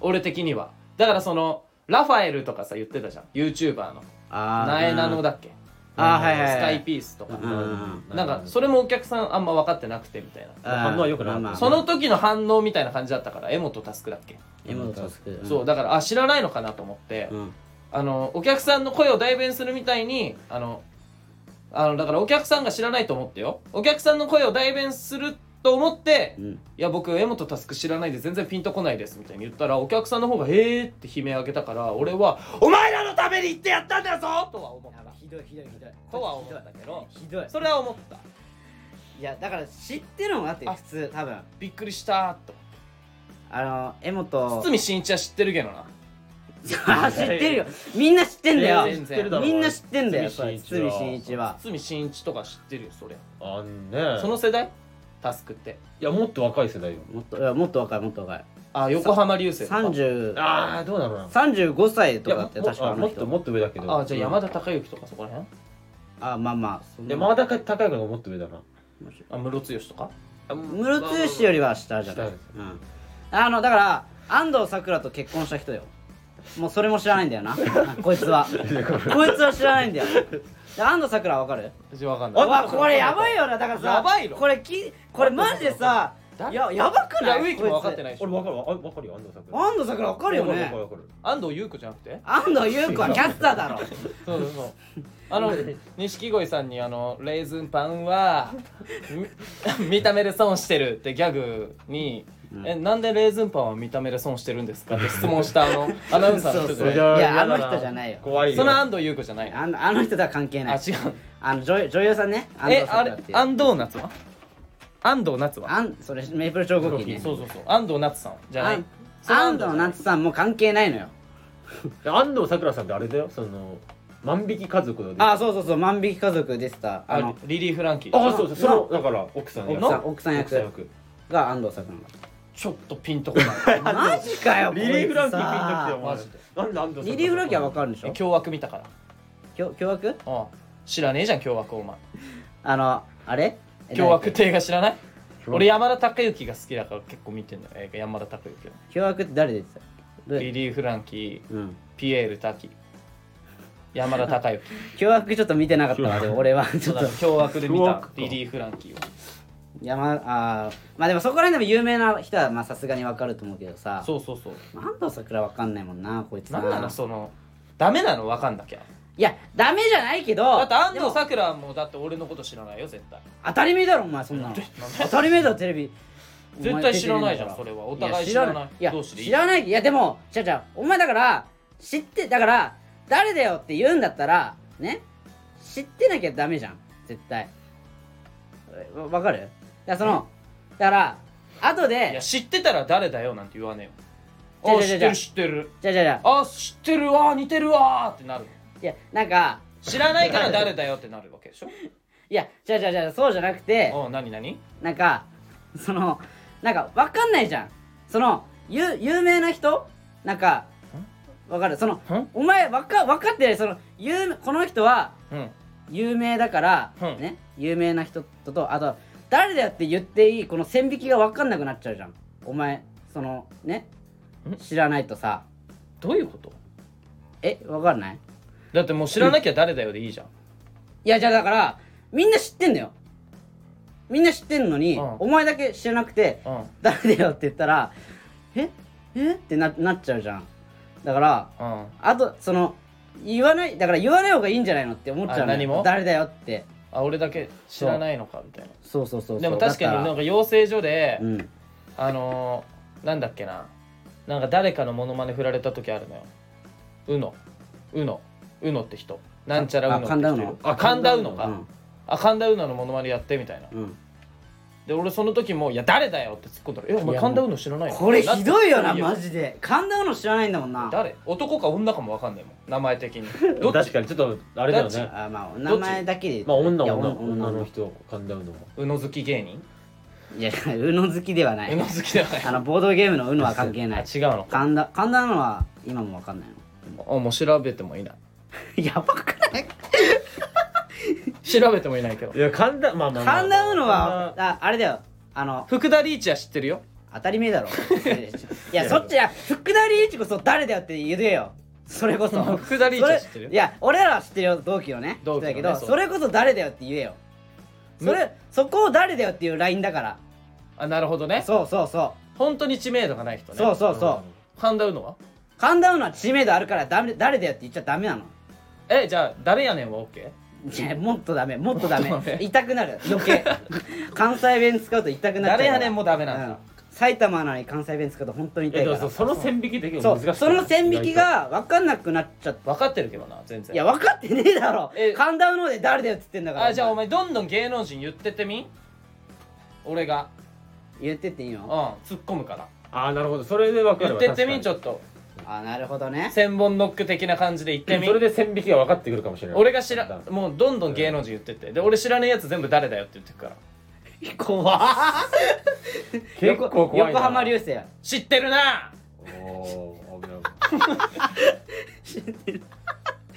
[SPEAKER 1] 俺的にはだからそのラファエルとかさ言ってたじゃん YouTuber の
[SPEAKER 2] あー
[SPEAKER 1] なえなのだっけ
[SPEAKER 2] あーはいはいはい
[SPEAKER 1] スカイピースとか
[SPEAKER 2] うん
[SPEAKER 1] なんかそれもお客さんあんま分かってなくてみたいな
[SPEAKER 2] あー
[SPEAKER 3] 反応は良くなかった
[SPEAKER 2] まあまあ
[SPEAKER 1] その時の反応みたいな感じだったから柄本佑だっけ
[SPEAKER 2] 柄本佑うん
[SPEAKER 1] そうだからあ知らないのかなと思って
[SPEAKER 2] うん
[SPEAKER 1] あのお客さんの声を代弁するみたいにあのあのだからお客さんが知らないと思ってよお客さんの声を代弁すると思って「
[SPEAKER 2] うん
[SPEAKER 1] いや僕柄本佑知らないで全然ピンとこないです」みたいに言ったらお客さんの方が「えー」って悲鳴上げたから俺は「お前らのために言ってやったんだぞ!」とは思った
[SPEAKER 2] ひどいひどいひどい
[SPEAKER 1] とは思ったけど
[SPEAKER 2] ひどい
[SPEAKER 1] それは思った
[SPEAKER 2] いやだから知ってるもんだって
[SPEAKER 1] あ
[SPEAKER 2] 普通多分
[SPEAKER 1] びっくりしたーと
[SPEAKER 2] あの柄本
[SPEAKER 1] 堤真一は知ってるけどな
[SPEAKER 2] <laughs> あ知ってるよみんな知ってんだよ
[SPEAKER 1] 全然
[SPEAKER 2] みんな知ってんだよ
[SPEAKER 3] 堤
[SPEAKER 2] 堤
[SPEAKER 3] 真一は
[SPEAKER 2] 真一は
[SPEAKER 1] 堤真一とか知ってるよそりゃ
[SPEAKER 3] あんね
[SPEAKER 1] その世代タスクって
[SPEAKER 3] いやもっと若い世代よ
[SPEAKER 2] もっといやもっと若いもっと若い
[SPEAKER 1] あ横浜流星とか
[SPEAKER 2] 30
[SPEAKER 3] ああどうだろうな
[SPEAKER 2] 35歳と
[SPEAKER 3] いや
[SPEAKER 2] かって確かあ
[SPEAKER 3] も
[SPEAKER 2] の
[SPEAKER 3] もっと
[SPEAKER 2] 人
[SPEAKER 3] もっと上だけど
[SPEAKER 1] あじゃあ山田孝之とかそこら辺
[SPEAKER 2] あまあまあそん
[SPEAKER 3] いや
[SPEAKER 2] な
[SPEAKER 3] 山田高いのがもっと上だな
[SPEAKER 1] あムロツヨシとか
[SPEAKER 2] ムロツヨシよりは下じゃない、う
[SPEAKER 3] 下
[SPEAKER 2] ん
[SPEAKER 3] です、
[SPEAKER 2] あのだから安藤サクラと結婚した人よもうそれも知らないんだよ
[SPEAKER 3] <laughs>
[SPEAKER 2] なこいつはこいつは知らないんだよで安藤サクラわかる
[SPEAKER 1] 私わかんな
[SPEAKER 2] う
[SPEAKER 1] い
[SPEAKER 2] わこれやばいよなだからさ
[SPEAKER 1] やばいの
[SPEAKER 2] これきこれマジでさ
[SPEAKER 1] 誰
[SPEAKER 2] いややばくない
[SPEAKER 1] いや植木も
[SPEAKER 2] こい
[SPEAKER 1] 分
[SPEAKER 2] つ
[SPEAKER 1] かってないでしょ
[SPEAKER 3] 俺分かるわあ分かるよ安藤さん
[SPEAKER 2] 安藤サクラわかるよね
[SPEAKER 3] 分かる分か
[SPEAKER 1] 安藤優子じゃなく
[SPEAKER 2] <laughs>
[SPEAKER 1] て
[SPEAKER 2] 安藤優子はキャスターだろ
[SPEAKER 1] そうそうそうあ
[SPEAKER 2] <laughs>
[SPEAKER 1] の錦鯉さんにあのレーズンパンはみ見た目で損してるってギャグに、えなんでレーズンパンは見た目で損してるるんですかって質問したあ
[SPEAKER 2] <laughs>
[SPEAKER 1] のアナウンサーの人
[SPEAKER 2] そう
[SPEAKER 1] で
[SPEAKER 2] そ
[SPEAKER 1] そうね
[SPEAKER 2] や
[SPEAKER 3] る
[SPEAKER 2] あの人じゃないよ
[SPEAKER 3] 怖いよ
[SPEAKER 1] その安藤優子じゃないの
[SPEAKER 2] あのあの人とは関係
[SPEAKER 1] あ
[SPEAKER 2] ない
[SPEAKER 1] 違う
[SPEAKER 2] あの女女優さんね安
[SPEAKER 1] え
[SPEAKER 2] 藤
[SPEAKER 1] あ
[SPEAKER 2] サク
[SPEAKER 1] れ
[SPEAKER 2] ラっていう
[SPEAKER 1] 安藤夏は安藤夏は
[SPEAKER 2] あんそれメイプル超合金ね
[SPEAKER 1] そうそうそう安藤夏さんじゃないその
[SPEAKER 2] あ安藤夏さんもう関係ないのよ
[SPEAKER 3] 安藤さくらさんってあれだよその万引き家族の
[SPEAKER 2] あそうそうそう万引き家族でしたあ
[SPEAKER 1] あ
[SPEAKER 2] の
[SPEAKER 1] リリー・フランキー
[SPEAKER 3] あそうそうそのだから奥さん
[SPEAKER 1] 奥
[SPEAKER 2] 奥さん奥さん
[SPEAKER 3] 奥さん
[SPEAKER 2] 役
[SPEAKER 3] 役
[SPEAKER 2] が安藤サク
[SPEAKER 1] ちょっとピンとこ
[SPEAKER 2] <laughs>
[SPEAKER 1] ない
[SPEAKER 2] ラマジかよ
[SPEAKER 3] リリー・フランキー
[SPEAKER 2] こい
[SPEAKER 1] マジ
[SPEAKER 2] つさ
[SPEAKER 3] ピンときてよマジでなんで安藤
[SPEAKER 2] リリー・フランキーは分か
[SPEAKER 3] る
[SPEAKER 2] るんでしょ
[SPEAKER 1] 凶悪見たから
[SPEAKER 2] 凶凶悪
[SPEAKER 1] ああ知らねえじゃん凶悪お前
[SPEAKER 2] あのあれえ
[SPEAKER 1] 凶悪
[SPEAKER 2] 誰だっ
[SPEAKER 1] 帝が知らない
[SPEAKER 3] 凶悪
[SPEAKER 1] 俺山田孝之が好きだから結構見てんだよ映画山田孝之の
[SPEAKER 2] け凶悪って誰でしたど
[SPEAKER 1] リ
[SPEAKER 2] れ
[SPEAKER 1] リー・フランキー
[SPEAKER 2] うん
[SPEAKER 1] ピエール滝山田孝之
[SPEAKER 2] 凶悪ちょっと見てなかったわでも俺はち
[SPEAKER 1] そ
[SPEAKER 2] ょ
[SPEAKER 1] うだ
[SPEAKER 2] っと
[SPEAKER 1] から凶悪で見
[SPEAKER 3] 凶
[SPEAKER 1] た
[SPEAKER 3] 悪か
[SPEAKER 1] リリー・フランキーを
[SPEAKER 2] 山あーまあでもそこら辺でも有名な人はまあさすがに分かると思うけどさ
[SPEAKER 1] そうそうそう
[SPEAKER 2] 安藤サクラ分かんないもんなこいつ
[SPEAKER 1] なんなのそのダメなの分かんなきゃ
[SPEAKER 2] いやダメじゃないけど
[SPEAKER 1] だって安
[SPEAKER 2] でも
[SPEAKER 1] 藤サクラもだって俺のこと知らないよ絶対
[SPEAKER 2] 当たり前だろお前そんなの当たり前だろテレビ
[SPEAKER 1] 絶対知らないじゃんそれはお互い知らない
[SPEAKER 2] いや
[SPEAKER 1] 同士でいい
[SPEAKER 2] 知らないいやでもじゃじゃお前だから知ってだから誰だよって言うんだったらね知ってなきゃダメじゃん絶対えわわかるだからそのだから後
[SPEAKER 1] いや
[SPEAKER 2] で
[SPEAKER 1] 知ってたら誰だよなんて言わねえよあ
[SPEAKER 2] じ
[SPEAKER 1] 知
[SPEAKER 2] ゃ
[SPEAKER 1] っ
[SPEAKER 2] じ
[SPEAKER 1] て
[SPEAKER 2] ゃ
[SPEAKER 1] る知ってる
[SPEAKER 2] じゃじゃじゃ
[SPEAKER 1] あ知ってるわ似てるわってなる
[SPEAKER 2] いやなんか
[SPEAKER 1] 知らないから誰だよってなるわけでしょ
[SPEAKER 2] いやじゃじゃじゃそうじゃなくて
[SPEAKER 1] あ何何
[SPEAKER 2] なんかそのなんかわかんないじゃんその有有名な人なんかわかるその
[SPEAKER 1] ん
[SPEAKER 2] お前わか分かってないその有名この人は
[SPEAKER 1] うん
[SPEAKER 2] 有名だから、
[SPEAKER 1] うん
[SPEAKER 2] ね有名な人ととあと誰だよって言っていいこの線引きが分かんなくなっちゃうじゃんお前そのね
[SPEAKER 1] ん
[SPEAKER 2] 知らないとさ
[SPEAKER 1] どういうこと
[SPEAKER 2] え分かんない
[SPEAKER 1] だってもう知らなきゃ誰だよでいいじゃん
[SPEAKER 2] いやじゃあだからみんな知ってんだよみんな知ってんのに、
[SPEAKER 1] うん
[SPEAKER 2] お前だけ知らなくて
[SPEAKER 1] うん
[SPEAKER 2] 誰だよって言ったらええってななっちゃうじゃんだから
[SPEAKER 1] うん
[SPEAKER 2] あとその言わないだから言わない方がいいんじゃないのって思っちゃうの
[SPEAKER 1] あ何も
[SPEAKER 2] 誰だよって
[SPEAKER 1] あ俺だけ知らないのかみたいな
[SPEAKER 2] そうそうそうそう
[SPEAKER 1] でも確かに
[SPEAKER 2] だ
[SPEAKER 1] なん
[SPEAKER 2] ら
[SPEAKER 1] か養成所で
[SPEAKER 2] うん
[SPEAKER 1] あのーなんだっけななんか誰かのモノマネ振られた時あるのようのうのうのって人なんちゃらうのって
[SPEAKER 2] あ神田
[SPEAKER 1] 人
[SPEAKER 2] う
[SPEAKER 1] い
[SPEAKER 2] の
[SPEAKER 1] るあ神田うの
[SPEAKER 2] う
[SPEAKER 1] か
[SPEAKER 2] ん
[SPEAKER 1] あ神田うののモノマネやってみたいな
[SPEAKER 2] うん
[SPEAKER 1] で俺その時も「いや誰だよ」って突っ込んだら「えお前神田うの知らないの?」
[SPEAKER 2] これひどいよな
[SPEAKER 1] って
[SPEAKER 2] マジで神田うの知らないんだもんな
[SPEAKER 1] 誰男か女かも分かんないもん名前的にどっ
[SPEAKER 3] 確
[SPEAKER 1] ち
[SPEAKER 3] かにちょっとあれだよ
[SPEAKER 1] どっ
[SPEAKER 3] ね
[SPEAKER 2] あまあお名前だけで
[SPEAKER 3] まあ女
[SPEAKER 2] いや
[SPEAKER 3] 女
[SPEAKER 2] 女
[SPEAKER 3] 女の人神田うの
[SPEAKER 1] うの好き芸人
[SPEAKER 2] いやうの好きではな
[SPEAKER 1] う
[SPEAKER 2] い
[SPEAKER 1] の好きではない
[SPEAKER 2] あのボードゲームのうのは関係
[SPEAKER 1] あ
[SPEAKER 2] ない
[SPEAKER 1] 違うのか
[SPEAKER 2] 神田神田うのは今もわかんないの
[SPEAKER 1] <laughs> あもう調べてもいない
[SPEAKER 2] やばくない
[SPEAKER 1] 調べてもいないけど
[SPEAKER 3] いや神田まあまあまあ
[SPEAKER 2] 神田うのはああれだよあの
[SPEAKER 1] 福田リーチは知ってるよ
[SPEAKER 2] 当たり前
[SPEAKER 1] <laughs>
[SPEAKER 2] だろいやそっちや福田理一こそ誰だよって言えよそれこそ
[SPEAKER 1] <laughs> 福田リーチは知ってる
[SPEAKER 2] それいや俺らは知ってるよ同期のね
[SPEAKER 1] 同期のね
[SPEAKER 2] 人だけ
[SPEAKER 1] そ
[SPEAKER 2] ど
[SPEAKER 1] う
[SPEAKER 2] それこそ誰だよって言えよそれそこを誰だよっていうラインだから
[SPEAKER 1] あなるほどね
[SPEAKER 2] そうそうそ
[SPEAKER 1] 本当に知名度がない人
[SPEAKER 2] う
[SPEAKER 1] ね
[SPEAKER 2] そうそうそう、
[SPEAKER 1] 神田うのは
[SPEAKER 2] 神田うのは知名度あるからダメ誰だよって言っちゃダメなの
[SPEAKER 1] えじゃあ誰やねんは OK
[SPEAKER 2] いやもっとダメもっとダメ
[SPEAKER 1] もっとダメ
[SPEAKER 2] 痛くなる余計
[SPEAKER 1] <laughs>
[SPEAKER 2] 関西弁使うと痛くなっちゃうから
[SPEAKER 1] 誰やねんもダメなんだ
[SPEAKER 2] 埼玉なのに関西弁使うと本当に痛
[SPEAKER 3] え
[SPEAKER 2] い
[SPEAKER 3] っ
[SPEAKER 2] から
[SPEAKER 3] とその線引きで結
[SPEAKER 2] そ
[SPEAKER 3] 構
[SPEAKER 2] う
[SPEAKER 3] 難しい
[SPEAKER 2] その線引きが分かんなくなっちゃっ
[SPEAKER 1] 分かってるけどな全
[SPEAKER 2] た
[SPEAKER 1] 然
[SPEAKER 2] いや分かってねえだろ
[SPEAKER 1] え
[SPEAKER 2] 神田うので誰だよっつってんだから
[SPEAKER 1] あじゃあお前どんどん芸能人言ってってみん俺が
[SPEAKER 2] 言ってっていい
[SPEAKER 1] うん
[SPEAKER 2] の
[SPEAKER 1] 突っ込むから
[SPEAKER 3] ああなるほどそれで分か
[SPEAKER 1] 言
[SPEAKER 3] る
[SPEAKER 1] っ
[SPEAKER 3] わ
[SPEAKER 1] てってみんちょ
[SPEAKER 3] 確
[SPEAKER 1] っと
[SPEAKER 2] あなるほどね
[SPEAKER 1] 千本ノック的な感じで言っ
[SPEAKER 3] か
[SPEAKER 1] て
[SPEAKER 3] に
[SPEAKER 1] み
[SPEAKER 3] それ
[SPEAKER 1] ん
[SPEAKER 3] で線引きが分かってくるかもしれない
[SPEAKER 1] 俺が知ら
[SPEAKER 3] だから
[SPEAKER 1] もうどんどん芸能人言ってってで俺知らねえやつ全部誰だよって言ってくから
[SPEAKER 2] 怖っ
[SPEAKER 3] 結構怖いな
[SPEAKER 2] 横浜流星
[SPEAKER 1] 知ってるな
[SPEAKER 3] おー危ない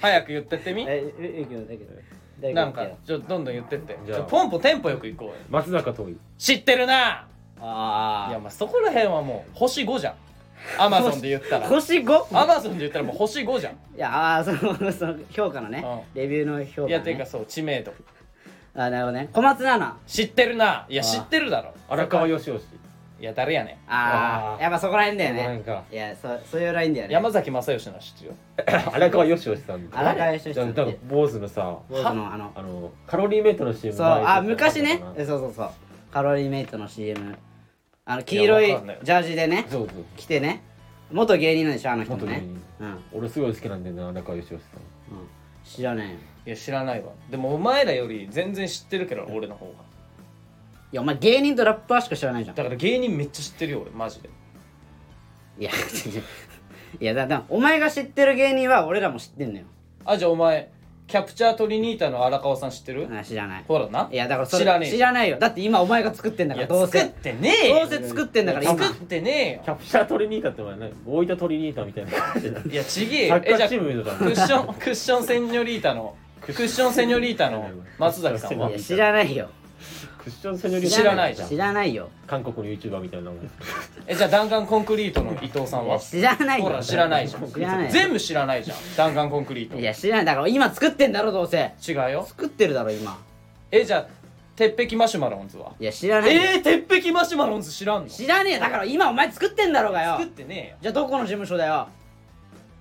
[SPEAKER 1] 早く言ってってみ
[SPEAKER 2] ええいくよだけどだけど
[SPEAKER 1] なんかちょどんどん言ってって
[SPEAKER 3] じゃあ
[SPEAKER 1] ちょポンポテンポよく行こうよ
[SPEAKER 3] 松坂桃李
[SPEAKER 1] 知ってるな
[SPEAKER 2] あ
[SPEAKER 1] いや
[SPEAKER 2] あ
[SPEAKER 1] まあそこら辺はもう星5じゃん
[SPEAKER 3] <laughs>
[SPEAKER 1] アマゾンで言ったら
[SPEAKER 2] 星 5?
[SPEAKER 1] アマゾンで言ったらもう星5じゃん
[SPEAKER 2] いやあーそのその評価のね、
[SPEAKER 1] う
[SPEAKER 2] レビューの評価、ね、
[SPEAKER 1] いやていうかそう知名度
[SPEAKER 2] あーなるほどね小松菜奈
[SPEAKER 1] 知ってるないや
[SPEAKER 2] あー
[SPEAKER 1] 知ってるだろ
[SPEAKER 3] 荒川よしおし
[SPEAKER 1] いや誰やね
[SPEAKER 2] あ
[SPEAKER 3] あ
[SPEAKER 2] あ
[SPEAKER 3] ー
[SPEAKER 2] やっぱそこら辺だよ
[SPEAKER 3] この辺
[SPEAKER 2] ね
[SPEAKER 3] か
[SPEAKER 2] いやそそういうラインだよ
[SPEAKER 1] ん
[SPEAKER 2] ね
[SPEAKER 1] 山崎正義なら知ってるよ
[SPEAKER 3] <laughs> 荒川よしおしさん
[SPEAKER 2] 荒川よしおしさん
[SPEAKER 3] だから坊主のさ
[SPEAKER 2] 坊主のあの
[SPEAKER 3] あのカロリーメイトの CM
[SPEAKER 2] そうあ昔ねえそうそうそうカロリーメイトの CM あの黄色
[SPEAKER 1] いや
[SPEAKER 2] いジ
[SPEAKER 1] わかんないよ
[SPEAKER 2] ャージでね
[SPEAKER 3] そうそう
[SPEAKER 2] 来てね元芸人なんでしょあの人も
[SPEAKER 3] 元芸
[SPEAKER 2] ね
[SPEAKER 3] 人
[SPEAKER 2] うん、うん、
[SPEAKER 3] 俺すごい好きなんだよね荒川よしおしさん
[SPEAKER 2] 知らないよ
[SPEAKER 1] いや知らないわでもお前らより全然知ってるけど俺の方が
[SPEAKER 2] いやお前芸人とラッパーしか知らないじゃん
[SPEAKER 1] だから芸人めっちゃ知ってるよ俺マジで
[SPEAKER 2] いやいやだだお前が知ってる芸人は俺らも知ってんのよ
[SPEAKER 1] あじゃあお前キャプチャートリニータの荒川さん知ってる
[SPEAKER 2] あ知らない
[SPEAKER 1] ほらない
[SPEAKER 2] やだからそれ
[SPEAKER 1] 知らねえ
[SPEAKER 2] 知らないよだって今お前が作ってんだ
[SPEAKER 1] い
[SPEAKER 2] か
[SPEAKER 1] や
[SPEAKER 2] らどう
[SPEAKER 1] 作
[SPEAKER 2] せ
[SPEAKER 1] ってねえ
[SPEAKER 2] ど
[SPEAKER 1] よ
[SPEAKER 2] うせ作ってんだから今
[SPEAKER 1] 作ってねえ
[SPEAKER 3] キャプチャートリニータってお前ね大分トリニータみたいな感じだ
[SPEAKER 1] よいやちげえ
[SPEAKER 3] サ
[SPEAKER 1] よえ
[SPEAKER 3] ッ
[SPEAKER 1] じ
[SPEAKER 3] カ
[SPEAKER 1] ゃ
[SPEAKER 3] ー
[SPEAKER 1] あ
[SPEAKER 3] チームみたい
[SPEAKER 1] ク
[SPEAKER 3] な
[SPEAKER 1] ッションクッションセニョリータのクッションセニョリータの松崎さんはい
[SPEAKER 2] や知らないよ
[SPEAKER 3] クッションセニョリ
[SPEAKER 1] 知らないじゃん
[SPEAKER 2] 知らないよ
[SPEAKER 3] 韓国の YouTuber みたいなの
[SPEAKER 1] えじゃあ弾丸コンクリートの伊藤さん
[SPEAKER 2] いや
[SPEAKER 1] は
[SPEAKER 2] 知らないよ
[SPEAKER 1] ほら知らないじゃん
[SPEAKER 2] 知らないよ
[SPEAKER 1] 全部知らないじゃん弾丸コンクリー
[SPEAKER 2] いや知らないだから今作ってんだろどうせ
[SPEAKER 1] ト違うよ
[SPEAKER 2] 作ってるだろ今
[SPEAKER 1] えじゃあ鉄壁マシュマロンズはい
[SPEAKER 2] や知らないよ、
[SPEAKER 1] えー、鉄壁マシュマロンズ知らんの
[SPEAKER 2] 知らねえよだから今お前作ってんだろうがよ
[SPEAKER 1] 作ってねえよ
[SPEAKER 2] じゃあどこの事務所だよ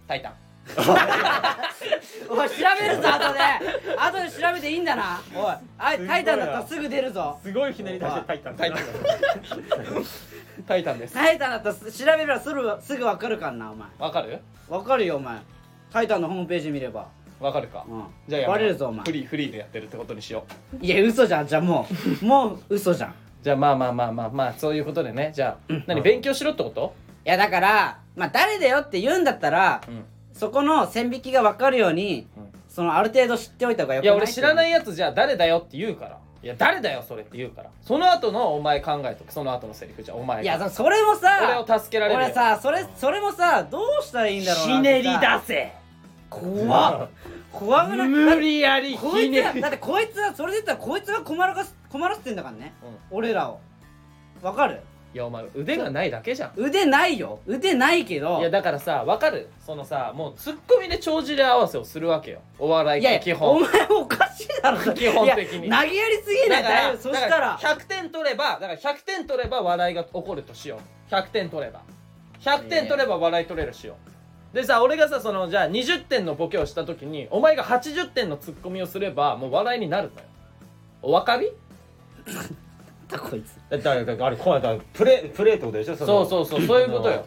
[SPEAKER 1] タイタン
[SPEAKER 2] おい調べるぞ後で <laughs> 後で調べていいんだなおいあい
[SPEAKER 3] すごいな
[SPEAKER 2] タイタンだったらすぐ出るぞ
[SPEAKER 3] すごいひねり出してタイタン
[SPEAKER 1] タイタンタイタンです
[SPEAKER 2] タイタンだったらす調べればすぐすぐ分かるからなお前
[SPEAKER 1] わかる
[SPEAKER 2] 分かるよお前タイタンのホームページ見れば
[SPEAKER 1] わかるか、
[SPEAKER 2] うん
[SPEAKER 1] じゃあやめよう
[SPEAKER 2] バレるぞお前
[SPEAKER 1] フリーフリーでやってるってことにしよう
[SPEAKER 2] いや嘘じゃんじゃあも
[SPEAKER 1] <laughs>
[SPEAKER 2] うもう嘘じゃんい
[SPEAKER 1] じゃあまあまあまあまあまあそういうことでねじゃあ、何勉強しろってこと
[SPEAKER 2] やだからまあ誰だよって言うんだったら
[SPEAKER 1] うん
[SPEAKER 2] そこの線引きが分かるように
[SPEAKER 1] うん
[SPEAKER 2] そのある程度知っておいた方がよく
[SPEAKER 1] いや俺知らないいやつじゃあ誰だよって言うからいや誰だよそれって言うからその後のお前考えとけその後のセリフじゃあお前が
[SPEAKER 2] いやそそれもさ
[SPEAKER 1] 俺を助けられるよ
[SPEAKER 2] 俺さそれそれもさどうしたらいいんだろうな
[SPEAKER 1] ひねり出せ
[SPEAKER 2] 怖っ怖くない
[SPEAKER 1] 無理やり
[SPEAKER 2] こい
[SPEAKER 1] ひ
[SPEAKER 2] つら
[SPEAKER 1] ね
[SPEAKER 2] だってこいつはそれで言ったらこいつが困らかす困らせてんだからね、俺らをわかる
[SPEAKER 1] いやお前腕がないだけじゃん
[SPEAKER 2] 腕ないよ腕ないけど
[SPEAKER 1] いやだからさ分かるそのさもうツッコミで帳尻合わせをするわけよお笑い
[SPEAKER 2] い
[SPEAKER 1] っ
[SPEAKER 2] や
[SPEAKER 1] て基本
[SPEAKER 2] お前おかしいだろ
[SPEAKER 1] 基本的に
[SPEAKER 2] いや投げやりすぎな
[SPEAKER 1] だ
[SPEAKER 2] い
[SPEAKER 1] か
[SPEAKER 2] だ
[SPEAKER 1] ら
[SPEAKER 2] よそした
[SPEAKER 1] だ
[SPEAKER 2] ら
[SPEAKER 1] から100点取ればだから100点取れば笑いが起こるとしよう100点取れば100点取れば笑い取れるしようでさ俺がさそのじゃあ20点のボケをした時にお前が80点のツッコミをすればもう笑いになるのよお分かり
[SPEAKER 2] こいつ
[SPEAKER 3] だからだからあれ怖いだからプレプレーってことでしょ
[SPEAKER 1] そうそうそうそういうことよ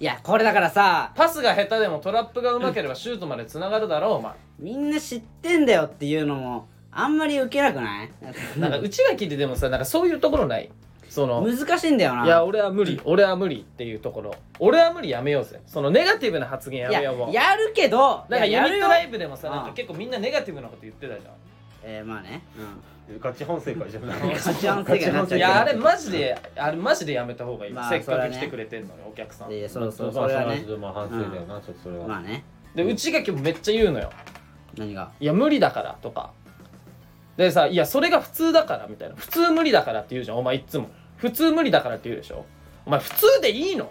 [SPEAKER 2] いやこれだからさ
[SPEAKER 1] パスが下手でもトラップがうまければシュートまでつながるだろうお前
[SPEAKER 2] みんな知ってんだよっていうのもあんまり受けなくない
[SPEAKER 1] なんかうちが聞いてでもさなんかそういうところないその
[SPEAKER 2] <laughs> 難しいんだよない
[SPEAKER 1] や俺は無理俺は無理っていうところ俺は無理やめようぜそのネガティブな発言や
[SPEAKER 2] い
[SPEAKER 1] め
[SPEAKER 2] や
[SPEAKER 1] ようもう
[SPEAKER 2] やるけど
[SPEAKER 1] なんか
[SPEAKER 2] い
[SPEAKER 1] ユ
[SPEAKER 2] や
[SPEAKER 1] ニットライブでもさ
[SPEAKER 2] やる
[SPEAKER 1] な
[SPEAKER 2] よ
[SPEAKER 1] んか結構みんなネガティブなこと言ってたじゃ
[SPEAKER 2] えー、まあね、うん
[SPEAKER 3] ガチ反省会じゃない
[SPEAKER 2] ガチ反省会になっ
[SPEAKER 1] ん
[SPEAKER 2] ちゃう
[SPEAKER 1] いやあれマジであれマジでやめた方がいい、
[SPEAKER 2] まあ
[SPEAKER 1] せっ
[SPEAKER 2] そ
[SPEAKER 1] か
[SPEAKER 2] れは
[SPEAKER 1] く
[SPEAKER 2] ね
[SPEAKER 1] 来てくれてんのにお客さん
[SPEAKER 2] い
[SPEAKER 1] で
[SPEAKER 2] やそうそう
[SPEAKER 3] ま
[SPEAKER 2] そ
[SPEAKER 3] あ
[SPEAKER 2] れは
[SPEAKER 3] は
[SPEAKER 2] ね
[SPEAKER 3] ちょっとまあ反省だよなちょっとそれは、
[SPEAKER 2] まあね
[SPEAKER 1] うちが結構めっちゃ言うのよ
[SPEAKER 2] 何が <laughs>
[SPEAKER 1] いや無理だからとかでさいやそれが普通だからみたいな普通無理だからって言うじゃんお前いっつも普通無理だからって言うでしょお前普通でいい
[SPEAKER 2] <laughs>
[SPEAKER 1] の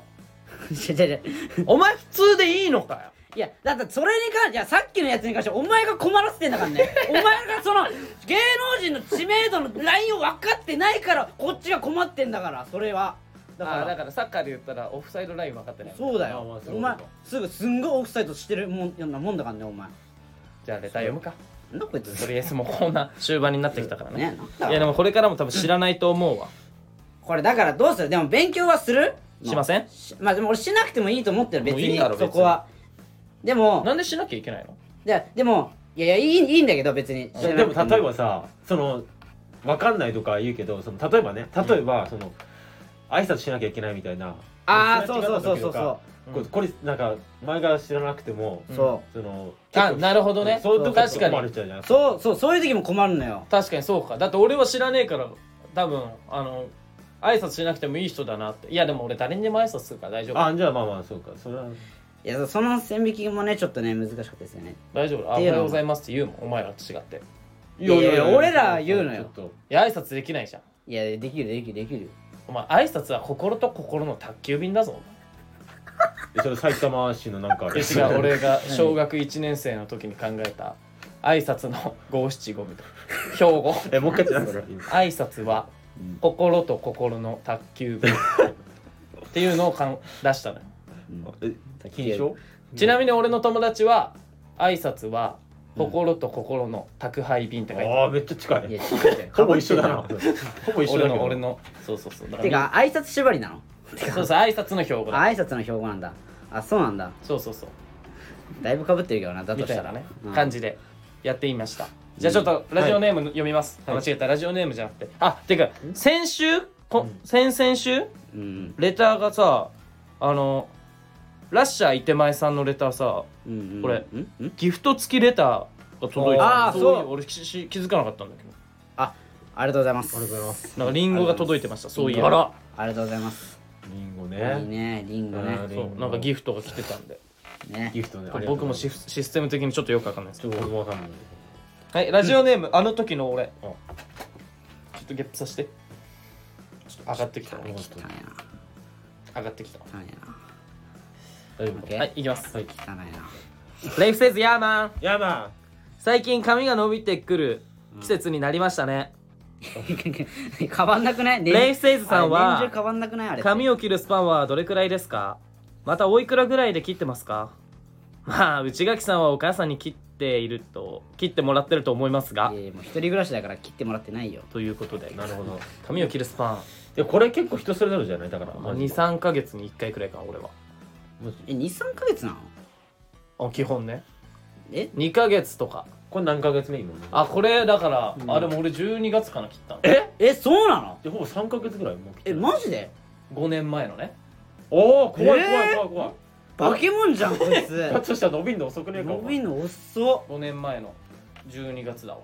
[SPEAKER 2] 違う違う違う
[SPEAKER 1] お前普通でいいのかよ
[SPEAKER 2] いやだってそれに関していやさっきのやつに関してはお前が困らせてんだか
[SPEAKER 1] <laughs>
[SPEAKER 2] らねお前がその芸能人の知名度のラインを分かってないからこっちが困ってんだからそれはだか
[SPEAKER 1] あ
[SPEAKER 2] ら
[SPEAKER 1] ーだからサッカーで言ったらオフサイドライン分かってない
[SPEAKER 2] そうだ
[SPEAKER 3] まあまあ
[SPEAKER 2] よ
[SPEAKER 3] そう
[SPEAKER 2] お前すぐすんごいオフサイドしてるもんようなもんだからねお前
[SPEAKER 1] じゃあレター読むか
[SPEAKER 2] なんだこいつ
[SPEAKER 1] とりあえずもうこんな終盤になってきたからね
[SPEAKER 2] ねなんだ
[SPEAKER 1] いやでもこれからも多分知らないと思うわ
[SPEAKER 2] これだからどうするでも勉強はする
[SPEAKER 1] しません
[SPEAKER 2] しまあでも俺しなくてもいいと思ってる別
[SPEAKER 1] もうい
[SPEAKER 2] に
[SPEAKER 1] いだろ別に
[SPEAKER 2] そこはでも
[SPEAKER 1] なんでしなきゃいけないの
[SPEAKER 2] いやでもいやいやいいいいんだけど別に
[SPEAKER 3] いやでも例えばさその分かんないとか言うけどその例えばね例えばその挨拶しなきゃいけないみたいな
[SPEAKER 2] ああ
[SPEAKER 3] す
[SPEAKER 2] そ
[SPEAKER 3] れ
[SPEAKER 2] う
[SPEAKER 3] 違
[SPEAKER 2] そうそう
[SPEAKER 3] 時
[SPEAKER 2] そ
[SPEAKER 3] と
[SPEAKER 2] う
[SPEAKER 3] か
[SPEAKER 2] そ
[SPEAKER 3] これこれなんか前から知らなくても
[SPEAKER 2] うそう
[SPEAKER 3] その
[SPEAKER 1] あなるほどね
[SPEAKER 3] そういうとこ
[SPEAKER 1] 確か
[SPEAKER 3] 困る
[SPEAKER 1] に
[SPEAKER 3] 人じゃん
[SPEAKER 2] そうそうそういう時も困るのよ
[SPEAKER 1] 確かにそうかだって俺は知らねえから多分あの挨拶しなくてもいい人だなっていやでも俺誰にでも挨拶するから大丈夫
[SPEAKER 3] あじゃあまあまあそうかそれはい
[SPEAKER 2] やその線引きもねちょっとね難しかったですよね
[SPEAKER 1] 大丈夫あお
[SPEAKER 2] っ
[SPEAKER 1] は
[SPEAKER 2] ていうのも
[SPEAKER 1] ようございますって言うもんお前らと違って
[SPEAKER 2] いやいや俺ら言うのよ
[SPEAKER 3] ちょっと
[SPEAKER 1] いや挨拶できないじゃん
[SPEAKER 2] いやできるできるできる
[SPEAKER 1] お前挨拶は心と心の宅急便だぞ
[SPEAKER 3] えそれ埼玉市のなんかあ
[SPEAKER 1] 弟
[SPEAKER 3] れ
[SPEAKER 1] 子が俺が小学1年生の時に考えた挨拶の五七五みたいな標語
[SPEAKER 3] <laughs> えもう一回言って何
[SPEAKER 1] 挨拶は心と心の卓球部っていうのをかん出したのよ
[SPEAKER 3] え金賞
[SPEAKER 1] ちなみに俺の友達は挨拶は心と心の宅配便って書いてある、
[SPEAKER 3] ああめっちゃ近
[SPEAKER 2] い
[SPEAKER 3] い <laughs>
[SPEAKER 2] や
[SPEAKER 3] ほぼ一緒だな
[SPEAKER 2] て
[SPEAKER 3] <laughs> ほぼ一緒
[SPEAKER 1] 俺
[SPEAKER 3] だけど
[SPEAKER 1] の俺のそうそうそうだから
[SPEAKER 2] か挨拶縛りなの
[SPEAKER 1] そうそう挨拶の標語
[SPEAKER 2] あ
[SPEAKER 1] だ
[SPEAKER 2] 挨拶の標語なんだあそうなんだ
[SPEAKER 1] そうそうそう
[SPEAKER 2] だいぶかぶってるけどなだ
[SPEAKER 1] み
[SPEAKER 2] とした
[SPEAKER 1] い
[SPEAKER 2] た
[SPEAKER 1] な
[SPEAKER 2] ら
[SPEAKER 1] ね、
[SPEAKER 2] うん
[SPEAKER 1] 感じでやってみましたじゃあちょっとラジオネーム読みます、
[SPEAKER 3] はい
[SPEAKER 1] 間違えたラジオネームじゃなくてあてか先週こ先々週
[SPEAKER 2] うん
[SPEAKER 1] レターがさあのラッシャーいてまえさんのレターさ
[SPEAKER 2] うんうん
[SPEAKER 1] これ
[SPEAKER 2] うんうん
[SPEAKER 1] ギフト付きレターが届い
[SPEAKER 2] あ
[SPEAKER 1] たそ
[SPEAKER 2] ー
[SPEAKER 1] う
[SPEAKER 2] そう
[SPEAKER 1] いう俺しし気づかなかったんだけど
[SPEAKER 2] あありがとうございます
[SPEAKER 3] ありがとうございます
[SPEAKER 1] なんかリンゴが届いてましたそういえば
[SPEAKER 3] あら
[SPEAKER 2] ありがとうございます
[SPEAKER 3] リンゴ
[SPEAKER 2] いい
[SPEAKER 3] ね
[SPEAKER 2] ねリンゴ
[SPEAKER 3] うん
[SPEAKER 2] ね
[SPEAKER 1] そうなんかギフトが来てたんで
[SPEAKER 2] ね
[SPEAKER 3] ギフトねありがとう
[SPEAKER 1] 僕もシフシステム的にちょっとよくわかんないです
[SPEAKER 3] ちょっと俺もわかんない
[SPEAKER 1] はいラジオネーム、あの時の俺ち
[SPEAKER 3] あ
[SPEAKER 1] ょっとゲップさせてちょっと上がってきた
[SPEAKER 2] 汚い
[SPEAKER 1] 上
[SPEAKER 2] 汚いな
[SPEAKER 1] がってきたは
[SPEAKER 2] 汚いな
[SPEAKER 3] 大丈夫
[SPEAKER 2] オッ
[SPEAKER 3] か
[SPEAKER 2] ケー
[SPEAKER 1] い行きます、
[SPEAKER 3] はい
[SPEAKER 2] 汚いな
[SPEAKER 1] レイフセイズヤーマン
[SPEAKER 3] ヤマ
[SPEAKER 1] 最近髪が伸びてくる季節になりましたね、
[SPEAKER 2] 変わんなくないね
[SPEAKER 1] レイフセイズさんは
[SPEAKER 2] あれ年中変わんなくないあれ
[SPEAKER 1] 髪を切るスパンはどれくらいですかまたおいくらぐらいで切ってますかまあ内垣さんはお母さんに切っていると切ってもらってると思いますが
[SPEAKER 2] いやいやもう一人暮らしだから切ってもらってないよ
[SPEAKER 1] ということで
[SPEAKER 3] なるほど
[SPEAKER 1] 髪を切るスパン
[SPEAKER 3] <laughs> でこれ結構人それぞれじゃないだからマジで
[SPEAKER 1] 23ヶ月に1回くらいか俺は
[SPEAKER 3] マジで
[SPEAKER 2] え23ヶ月なの
[SPEAKER 1] あ基本ね
[SPEAKER 2] え
[SPEAKER 1] 2ヶ月とか
[SPEAKER 3] これ何ヶ月目今
[SPEAKER 1] あこれだから、
[SPEAKER 2] うん
[SPEAKER 1] あでも俺12月かな切ったの
[SPEAKER 3] え
[SPEAKER 2] えそうなの
[SPEAKER 3] でほぼ3ヶ月ぐらいもう来て
[SPEAKER 2] え
[SPEAKER 3] る
[SPEAKER 2] マジで
[SPEAKER 1] 5年前のね
[SPEAKER 3] おお怖い怖い
[SPEAKER 2] えー
[SPEAKER 3] 怖い怖い
[SPEAKER 2] 化け物じゃんこいつ
[SPEAKER 3] ひょっとしたら <laughs> 伸びんの遅くねえか
[SPEAKER 2] 伸びんの遅っ
[SPEAKER 1] 5年前の12月だわ、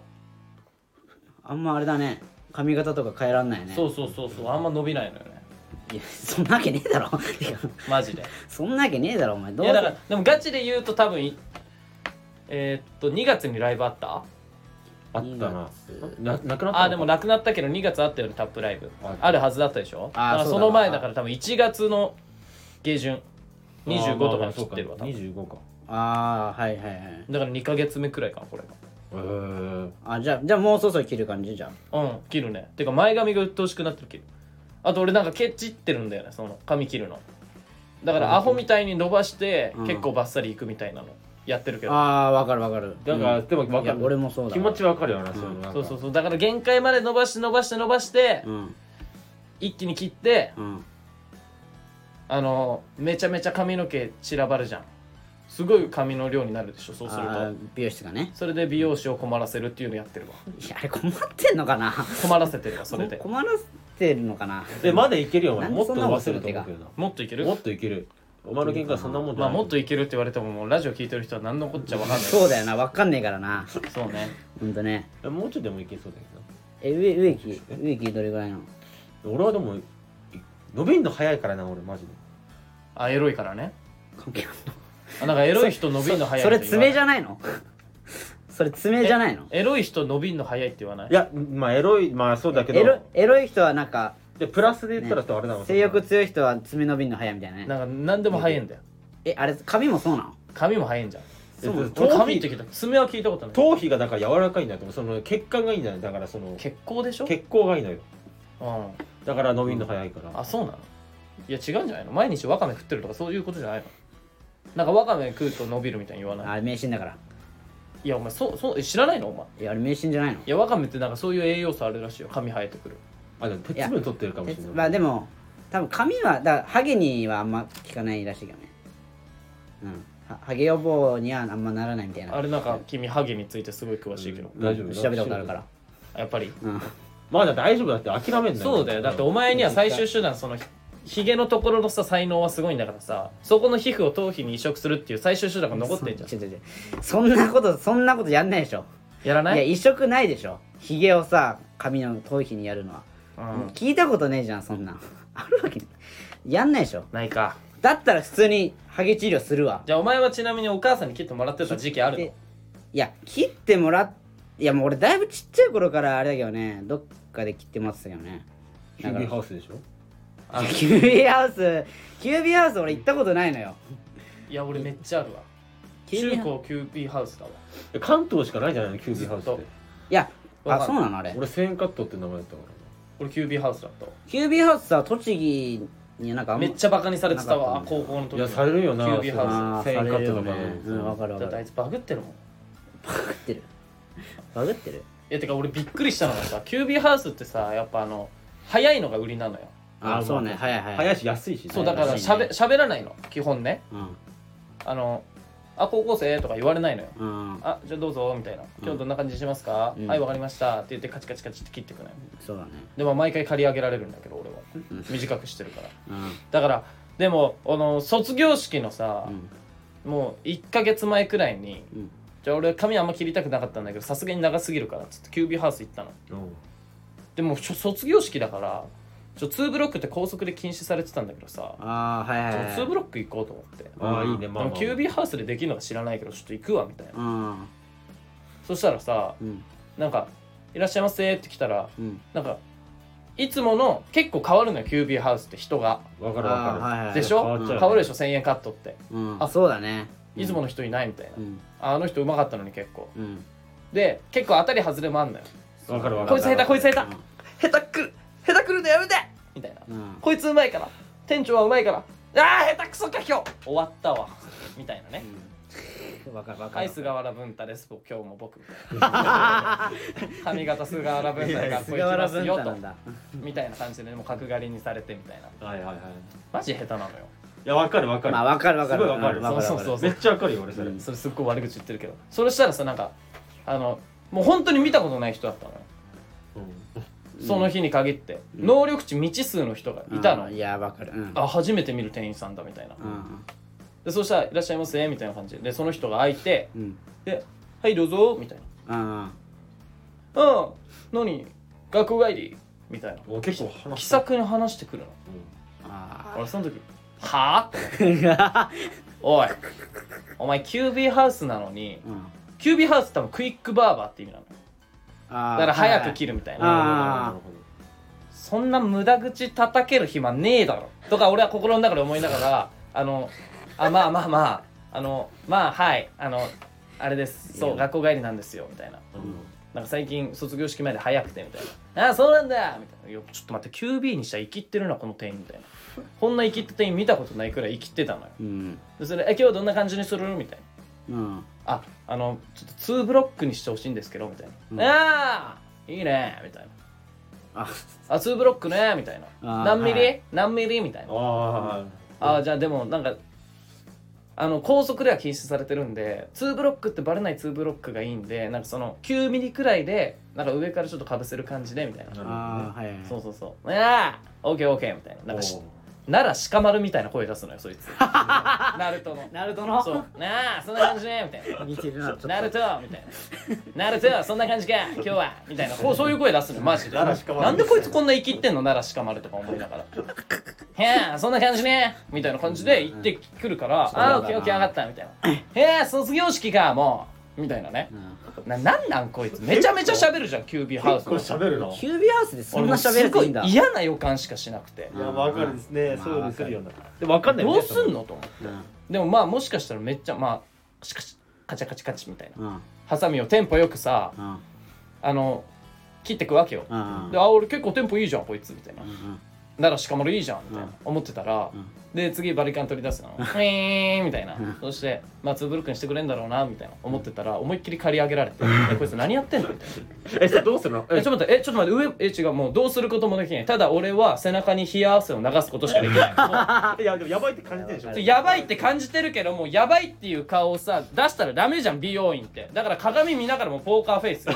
[SPEAKER 2] あんまあれだね髪型とか変えらんないね
[SPEAKER 1] そうそうそうそうあんま伸びないのよね
[SPEAKER 2] いやそんなわけねえだろ <laughs> てか
[SPEAKER 1] マジで
[SPEAKER 2] そんなわけねえだろお前ど
[SPEAKER 1] いうやだからでもガチで言うと多分いえーっと2月にライブあった
[SPEAKER 3] あったな
[SPEAKER 2] 2
[SPEAKER 3] ななくなったのか
[SPEAKER 1] あーでもなくなったけど2月あったよねタップライブ
[SPEAKER 3] あ
[SPEAKER 1] あるはずだったでしょ
[SPEAKER 2] あー
[SPEAKER 1] だから
[SPEAKER 2] そう
[SPEAKER 1] そ
[SPEAKER 2] だ
[SPEAKER 1] の前だから多分1月の下旬25とかに
[SPEAKER 3] あーまあまあ
[SPEAKER 1] 切ってるわ多分
[SPEAKER 3] そうか25か
[SPEAKER 2] ああはいはいはい
[SPEAKER 1] だから2ヶ月目くらいかなこれ
[SPEAKER 3] えー
[SPEAKER 2] あじゃあじゃあもうそろそろ切る感じじゃん
[SPEAKER 1] がうん切るねてか前髪が鬱陶しくなってる切るあと俺なんかケチってるんだよねその髪切るのだからアホみたいに伸ばして
[SPEAKER 2] うん
[SPEAKER 1] 結構バッサリいくみたいなのやってるけど
[SPEAKER 2] ああわかるわかる
[SPEAKER 3] だから、
[SPEAKER 2] うん
[SPEAKER 3] でも分
[SPEAKER 2] い
[SPEAKER 3] か
[SPEAKER 2] や
[SPEAKER 3] る
[SPEAKER 2] 俺もそうだ
[SPEAKER 3] 気持ち分かるよな、そういうの
[SPEAKER 1] そうそう
[SPEAKER 3] う
[SPEAKER 1] そうだから限界まで伸ばして伸ばして伸ばして
[SPEAKER 2] うん
[SPEAKER 1] 一気に切って
[SPEAKER 2] うん
[SPEAKER 1] あのめちゃめちゃ髪の毛散らばるじゃんすごい髪の量になるでしょそうする
[SPEAKER 2] あ
[SPEAKER 1] と
[SPEAKER 2] ー美容室がね
[SPEAKER 1] それで美容師を困らせるっていうのやってるわ
[SPEAKER 2] いやあれ困ってんのかな
[SPEAKER 1] 困らせてるわそれで
[SPEAKER 2] こ困らせてるのかな
[SPEAKER 3] でまだいけるよお前
[SPEAKER 2] なん
[SPEAKER 3] も
[SPEAKER 2] で
[SPEAKER 3] っ
[SPEAKER 2] そ
[SPEAKER 3] と
[SPEAKER 2] ん
[SPEAKER 3] 伸
[SPEAKER 2] な
[SPEAKER 3] ばせると思うけど
[SPEAKER 1] もっといけ
[SPEAKER 3] な
[SPEAKER 1] る
[SPEAKER 3] もっといけるお前の喧嘩はそんなもんじ
[SPEAKER 1] ま
[SPEAKER 3] ゃ
[SPEAKER 1] あ
[SPEAKER 3] ない
[SPEAKER 1] もっといけるって言われてももうラジオ聞いてる人は何のこっちゃわかんない
[SPEAKER 2] そうだよなわかんねえからな
[SPEAKER 1] そうね
[SPEAKER 2] ほんとね
[SPEAKER 3] えもうちょいでもいけそうだけ
[SPEAKER 2] え植植木植木どれぐらいなの
[SPEAKER 3] どな俺はでもい伸びんの早いからな俺マジで
[SPEAKER 1] あエロいからね
[SPEAKER 2] 関係ない
[SPEAKER 1] あなんかエロい人伸びるの早い
[SPEAKER 2] それ爪じ
[SPEAKER 1] ゃ
[SPEAKER 2] ゃないのそれ爪じゃないの
[SPEAKER 1] エロい人伸びるの早いって言わない
[SPEAKER 3] いやまあエロいまあそうだけ
[SPEAKER 2] エロ
[SPEAKER 3] ど
[SPEAKER 2] エロい人はなんか
[SPEAKER 3] でプラスで言ったらとあれだもん
[SPEAKER 2] 性欲強い人は爪伸びんの早いみたいなね
[SPEAKER 1] なんか何でも早いんだよ
[SPEAKER 2] えあれ髪もそうなの
[SPEAKER 1] 髪も早いんじゃん
[SPEAKER 3] そのえっと
[SPEAKER 1] 俺
[SPEAKER 3] 頭
[SPEAKER 1] 髪
[SPEAKER 3] 皮
[SPEAKER 1] って聞いた爪は聞いたことない
[SPEAKER 3] 頭皮がだから柔らかいんだと思うその血管がいいんだよだからその
[SPEAKER 1] 血行でしょ
[SPEAKER 3] 血行がいいのよ
[SPEAKER 1] うん
[SPEAKER 3] だから伸びんの早いから、
[SPEAKER 1] あそうなのいや違うんじゃないの毎日わかめ食ってるとかそういうことじゃないのなんかわかめ食うと伸びるみたいに言わない
[SPEAKER 2] あれ迷信だから
[SPEAKER 1] いやお前そうそうえ知らないのお前
[SPEAKER 2] いやあれ迷信じゃないの
[SPEAKER 1] いやわかめってなんかそういう栄養素あるらしいよ髪生えてくる
[SPEAKER 3] あでも鉄分取ってるかもしれ
[SPEAKER 2] 鉄
[SPEAKER 3] ない
[SPEAKER 2] まあでも多分髪はだからハゲにはあんま効かないらしいけどねうんはハゲ予防にはあんまならないみたいな
[SPEAKER 1] あれなんか君ハゲについてすごい詳しいけど、
[SPEAKER 3] 大丈夫
[SPEAKER 2] 調べたことあるから
[SPEAKER 1] やっぱり
[SPEAKER 2] うん
[SPEAKER 3] まあだって大丈夫だって諦めんな
[SPEAKER 1] そうだよだってお前には最終手段そのひひげのところのさ才能はすごいんだからさそこの皮膚を頭皮に移植するっていう最終手段が残ってんじゃん
[SPEAKER 2] そちょちょちょそんなことそんなことやんないでしょ
[SPEAKER 1] やら
[SPEAKER 2] い
[SPEAKER 1] な
[SPEAKER 2] や
[SPEAKER 1] い
[SPEAKER 2] 移植ないでしょひげをさ髪の頭皮にやるのは、
[SPEAKER 1] うん
[SPEAKER 2] 聞いたことねえじゃんそんなんあるわけやんないでしょ
[SPEAKER 1] ないか
[SPEAKER 2] だったら普通にハゲ治療するわ
[SPEAKER 1] じゃあお前はちなみにお母さんに切ってもらってた時期あるの
[SPEAKER 2] でいや切ってもらっいやもう俺だいぶちっちゃい頃からあれだけどねどっかで切ってもらってたけどね
[SPEAKER 3] キュービーハウスでしょ
[SPEAKER 1] あの
[SPEAKER 2] キュービーハウスキュービーハウス俺行ったことないのよ
[SPEAKER 1] いや俺めっちゃあるわ
[SPEAKER 2] キュー
[SPEAKER 1] 中
[SPEAKER 2] ビーハウ
[SPEAKER 1] 高キュービーハウスだわ
[SPEAKER 3] え関東しかないじゃないのキュービーハウスっ
[SPEAKER 1] ず
[SPEAKER 3] て
[SPEAKER 1] っ
[SPEAKER 2] いや
[SPEAKER 1] わか
[SPEAKER 2] あ
[SPEAKER 1] ん
[SPEAKER 2] そうなのあれ
[SPEAKER 3] 俺1000円カットって名前だったか
[SPEAKER 1] 俺キュービーハウスだったわ
[SPEAKER 2] キュービーハウスさ栃木になんかあんま
[SPEAKER 1] めっちゃバカにされてたわ
[SPEAKER 2] なかったんだ
[SPEAKER 1] 高校の時
[SPEAKER 3] らいやされるよな
[SPEAKER 1] キュービーハ
[SPEAKER 2] あー
[SPEAKER 3] 1000
[SPEAKER 2] さ
[SPEAKER 3] 円
[SPEAKER 2] れ
[SPEAKER 3] カッ
[SPEAKER 2] る
[SPEAKER 3] ト
[SPEAKER 2] よ
[SPEAKER 3] の
[SPEAKER 2] ね
[SPEAKER 3] 名
[SPEAKER 2] う
[SPEAKER 3] 前
[SPEAKER 2] んわかる
[SPEAKER 1] ウスだ
[SPEAKER 2] わか
[SPEAKER 1] ってあい
[SPEAKER 2] る
[SPEAKER 1] つバグってるもんい
[SPEAKER 2] バグってる <laughs> バグってる
[SPEAKER 1] やてか俺びっくりしたのがさキュービーハウスってさやっぱあの早いのが売りなのよ
[SPEAKER 2] あーそうねはいはい
[SPEAKER 3] 早いし安いしね
[SPEAKER 1] そうだから
[SPEAKER 2] らし
[SPEAKER 1] し
[SPEAKER 2] いね
[SPEAKER 1] ゃべしゃべらないの基本ね
[SPEAKER 2] うん
[SPEAKER 1] あの「あ高校生?」とか言われないのよ
[SPEAKER 2] うん
[SPEAKER 1] 「あじゃあどうぞ」みたいな「今日どんな感じにしますか
[SPEAKER 2] うん
[SPEAKER 1] はいわかりました」って言ってカチカチカチって切ってくのよ
[SPEAKER 2] そうだね
[SPEAKER 1] でも毎回借り上げられるんだけど俺は
[SPEAKER 2] ん
[SPEAKER 1] 短くしてるから
[SPEAKER 2] うん
[SPEAKER 1] だからでもあの卒業式のさ
[SPEAKER 2] うん
[SPEAKER 1] もう1ヶ月前くらいに
[SPEAKER 2] うん
[SPEAKER 1] じゃあ俺髪あんま切りたくなかったんだけどさすがに長すぎるからっつってキュービーハウス行ったの
[SPEAKER 3] うん
[SPEAKER 1] でもちょ卒業式だからちょ2ブロックって高速で禁止されてたんだけどさ
[SPEAKER 2] ああはいはいはい
[SPEAKER 1] 2ブロック行こうと思って
[SPEAKER 3] ああいいねまあ
[SPEAKER 1] で
[SPEAKER 3] ま
[SPEAKER 1] も
[SPEAKER 3] あ
[SPEAKER 1] キュービーハウスでできるのか知らないけどちょっと行くわみたいな
[SPEAKER 2] うん
[SPEAKER 1] そしたらさ
[SPEAKER 2] うん
[SPEAKER 1] なんか「いらっしゃいませ」って来たら
[SPEAKER 2] うん
[SPEAKER 1] なんかいつもの結構変わるのよキュービーハウスって人が
[SPEAKER 3] わかる
[SPEAKER 2] あ
[SPEAKER 3] わ
[SPEAKER 2] ー
[SPEAKER 3] か
[SPEAKER 2] はいはいはい
[SPEAKER 1] でし
[SPEAKER 3] 変わ
[SPEAKER 1] ょ
[SPEAKER 3] っちゃう
[SPEAKER 1] 変
[SPEAKER 3] ね
[SPEAKER 1] わるでしょ1000円カットって
[SPEAKER 2] うん
[SPEAKER 1] あ
[SPEAKER 2] そうだね
[SPEAKER 1] いつもの人いないみたいな
[SPEAKER 2] うん
[SPEAKER 1] ああの人うまかったのに結構
[SPEAKER 2] うん
[SPEAKER 1] で結構当たり外れもあんのよ
[SPEAKER 3] るわかるわかる
[SPEAKER 1] こいつ下手こいつ下手下手くる下手くるのやめてみたいな
[SPEAKER 2] うん
[SPEAKER 1] こいつうまいから店長はうまいからああ下手くそか今日終わったわみたいなね
[SPEAKER 2] うんわかるわか
[SPEAKER 1] はい
[SPEAKER 2] る <laughs>
[SPEAKER 1] 菅原文太です今日も僕みたいな髪型菅原文太がこ <laughs> ういきますよと
[SPEAKER 2] だ
[SPEAKER 1] みたいな感じでもう角刈りにされてみたいな
[SPEAKER 3] るはいはいはい
[SPEAKER 1] マジ下手なのよ
[SPEAKER 3] いやわかるわか
[SPEAKER 2] <laughs>
[SPEAKER 3] る
[SPEAKER 2] まあわかるわかる
[SPEAKER 3] すごいわかる
[SPEAKER 2] うん
[SPEAKER 1] そうそうそう
[SPEAKER 3] めっちゃわかるよ俺それ
[SPEAKER 1] それすっごい悪口言ってるけどそれしたらさなんかあのもう本当に見たことない人だったのよその日に限って、能力値未知数の人がいたの、
[SPEAKER 2] うんいやわかるうん
[SPEAKER 1] あ初めて見る店員さんだみたいな、
[SPEAKER 2] うん
[SPEAKER 1] でそしたら「いらっしゃいませ」みたいな感じででその人が開いて
[SPEAKER 2] うん
[SPEAKER 1] 「ではいどうぞ」みたいな
[SPEAKER 2] あ
[SPEAKER 1] 「うん何学校帰り」みたいな
[SPEAKER 3] お結構話
[SPEAKER 1] 気
[SPEAKER 3] した
[SPEAKER 1] さくに話してくるの
[SPEAKER 2] ーあ
[SPEAKER 1] 俺その時「はあ?」って
[SPEAKER 2] ー <laughs>
[SPEAKER 1] おいお前キュービーハウスなのに
[SPEAKER 2] うん
[SPEAKER 1] キュービーハウスって多分クイックバーバーって意味なの
[SPEAKER 2] あ
[SPEAKER 1] だ
[SPEAKER 2] ー
[SPEAKER 1] から早く切るみたい
[SPEAKER 3] うん
[SPEAKER 1] な、
[SPEAKER 2] あー
[SPEAKER 3] なるほど
[SPEAKER 1] そんな無駄口叩ける暇ねえだろとか俺は心の中で思いながらあのあまあまあまああのまあはいあのあれですそう学校帰りなんですよみたいななんか最近卒業式前で早くてみたいな「ああそうなんだ!」みたいな「いやちょっと待って QB にしたら生きってるなこの店員」みたいなこんな生きった店員見たことないくらい生きってたのよ
[SPEAKER 2] うん
[SPEAKER 1] でそれ「え今日どんな感じにする?」みたいな
[SPEAKER 2] うん
[SPEAKER 1] ああのちょっと2ブロックにしてほしいんですけどみたいな「
[SPEAKER 2] うん
[SPEAKER 1] ああいいね」みたいな
[SPEAKER 2] あ
[SPEAKER 1] 「あ2ブロックね」みたいな「
[SPEAKER 2] あー
[SPEAKER 1] 何ミリ、
[SPEAKER 2] はい
[SPEAKER 1] 何ミリ?」みたいな
[SPEAKER 3] あ
[SPEAKER 1] 「
[SPEAKER 3] あ
[SPEAKER 1] あーじゃあでもなんかあの高速では禁止されてるんで2ブロックってバレない2ブロックがいいんでなんかその9ミリくらいでなんか上からちょっとかぶせる感じで」みたいな
[SPEAKER 3] なるほどね
[SPEAKER 2] あーはいはい
[SPEAKER 1] そうそうそう「ああオッケーオッケー」みたいななんかし
[SPEAKER 3] おー
[SPEAKER 1] 奈良鹿丸みたいな声出すのよそ
[SPEAKER 2] <laughs>
[SPEAKER 1] いつナルトの。
[SPEAKER 2] ナルトの
[SPEAKER 1] そう「なあそんな感じね」みたいな
[SPEAKER 2] 似てるなちょっと
[SPEAKER 1] ナルトみたいな。ナルトそんな感じか今日はみたいな。こうそういう声出すのよマジで。
[SPEAKER 3] 奈良鹿丸
[SPEAKER 1] なんでこいつこんな生きってんの奈良鹿丸とか思いなが
[SPEAKER 2] <laughs>
[SPEAKER 1] ら。へえそんな感じねみたいな感じで行ってくるから、
[SPEAKER 2] うだな
[SPEAKER 1] あオッケーオッケー上がったみたい
[SPEAKER 2] <laughs>
[SPEAKER 1] な。へえ卒業式かもうみたいなね。
[SPEAKER 2] うん
[SPEAKER 1] ななんなんこいつめちゃめちゃ喋るじゃんキュービーハウス
[SPEAKER 3] 結
[SPEAKER 1] の。
[SPEAKER 3] 構喋るの
[SPEAKER 2] キュービーハウスでそんな喋れていいん
[SPEAKER 1] 俺もす
[SPEAKER 2] だ
[SPEAKER 1] ごい嫌な予感しかしなくて。
[SPEAKER 3] いやわかるですね、
[SPEAKER 2] まあ
[SPEAKER 3] そういうのするよなでもわかんないよ
[SPEAKER 1] ど
[SPEAKER 3] ね
[SPEAKER 1] うすんのと思って。
[SPEAKER 2] うん
[SPEAKER 1] でもまあもしかしたらめっちゃまあしかしカチャカチャカチみたいな。
[SPEAKER 2] うん
[SPEAKER 1] ハサミをテンポよくさ
[SPEAKER 2] うん
[SPEAKER 1] あの切ってくわけよ。
[SPEAKER 2] うん
[SPEAKER 1] であ俺結構テンポいいじゃんこいつみたいな
[SPEAKER 2] うん
[SPEAKER 1] ならしかもいいじゃんみたいな、
[SPEAKER 2] うん
[SPEAKER 1] 思ってたら、
[SPEAKER 2] うん
[SPEAKER 1] で次バリカン取り出すのウィーンみたいな、
[SPEAKER 2] ん
[SPEAKER 1] そしてまあツーブロックにしてくれんだろうなみたいな思ってたら思いっきり借り上げられて「えこいつ何やってんの?」みたいな
[SPEAKER 3] えそれどうするの
[SPEAKER 1] えちょっと待って、え、ちょっと待って、上、え、違う、もうどうすることもできない。ただ俺は背中に冷や汗を流すことしかできない。
[SPEAKER 3] いやでもやばいって感じてるでしょ
[SPEAKER 1] もうやばいって感じてるけど、もうやばいっていう顔をさ、出したらダメじゃん、美容院って。だから鏡見ながらもうポーカーフェイ
[SPEAKER 2] <laughs>
[SPEAKER 1] スよ。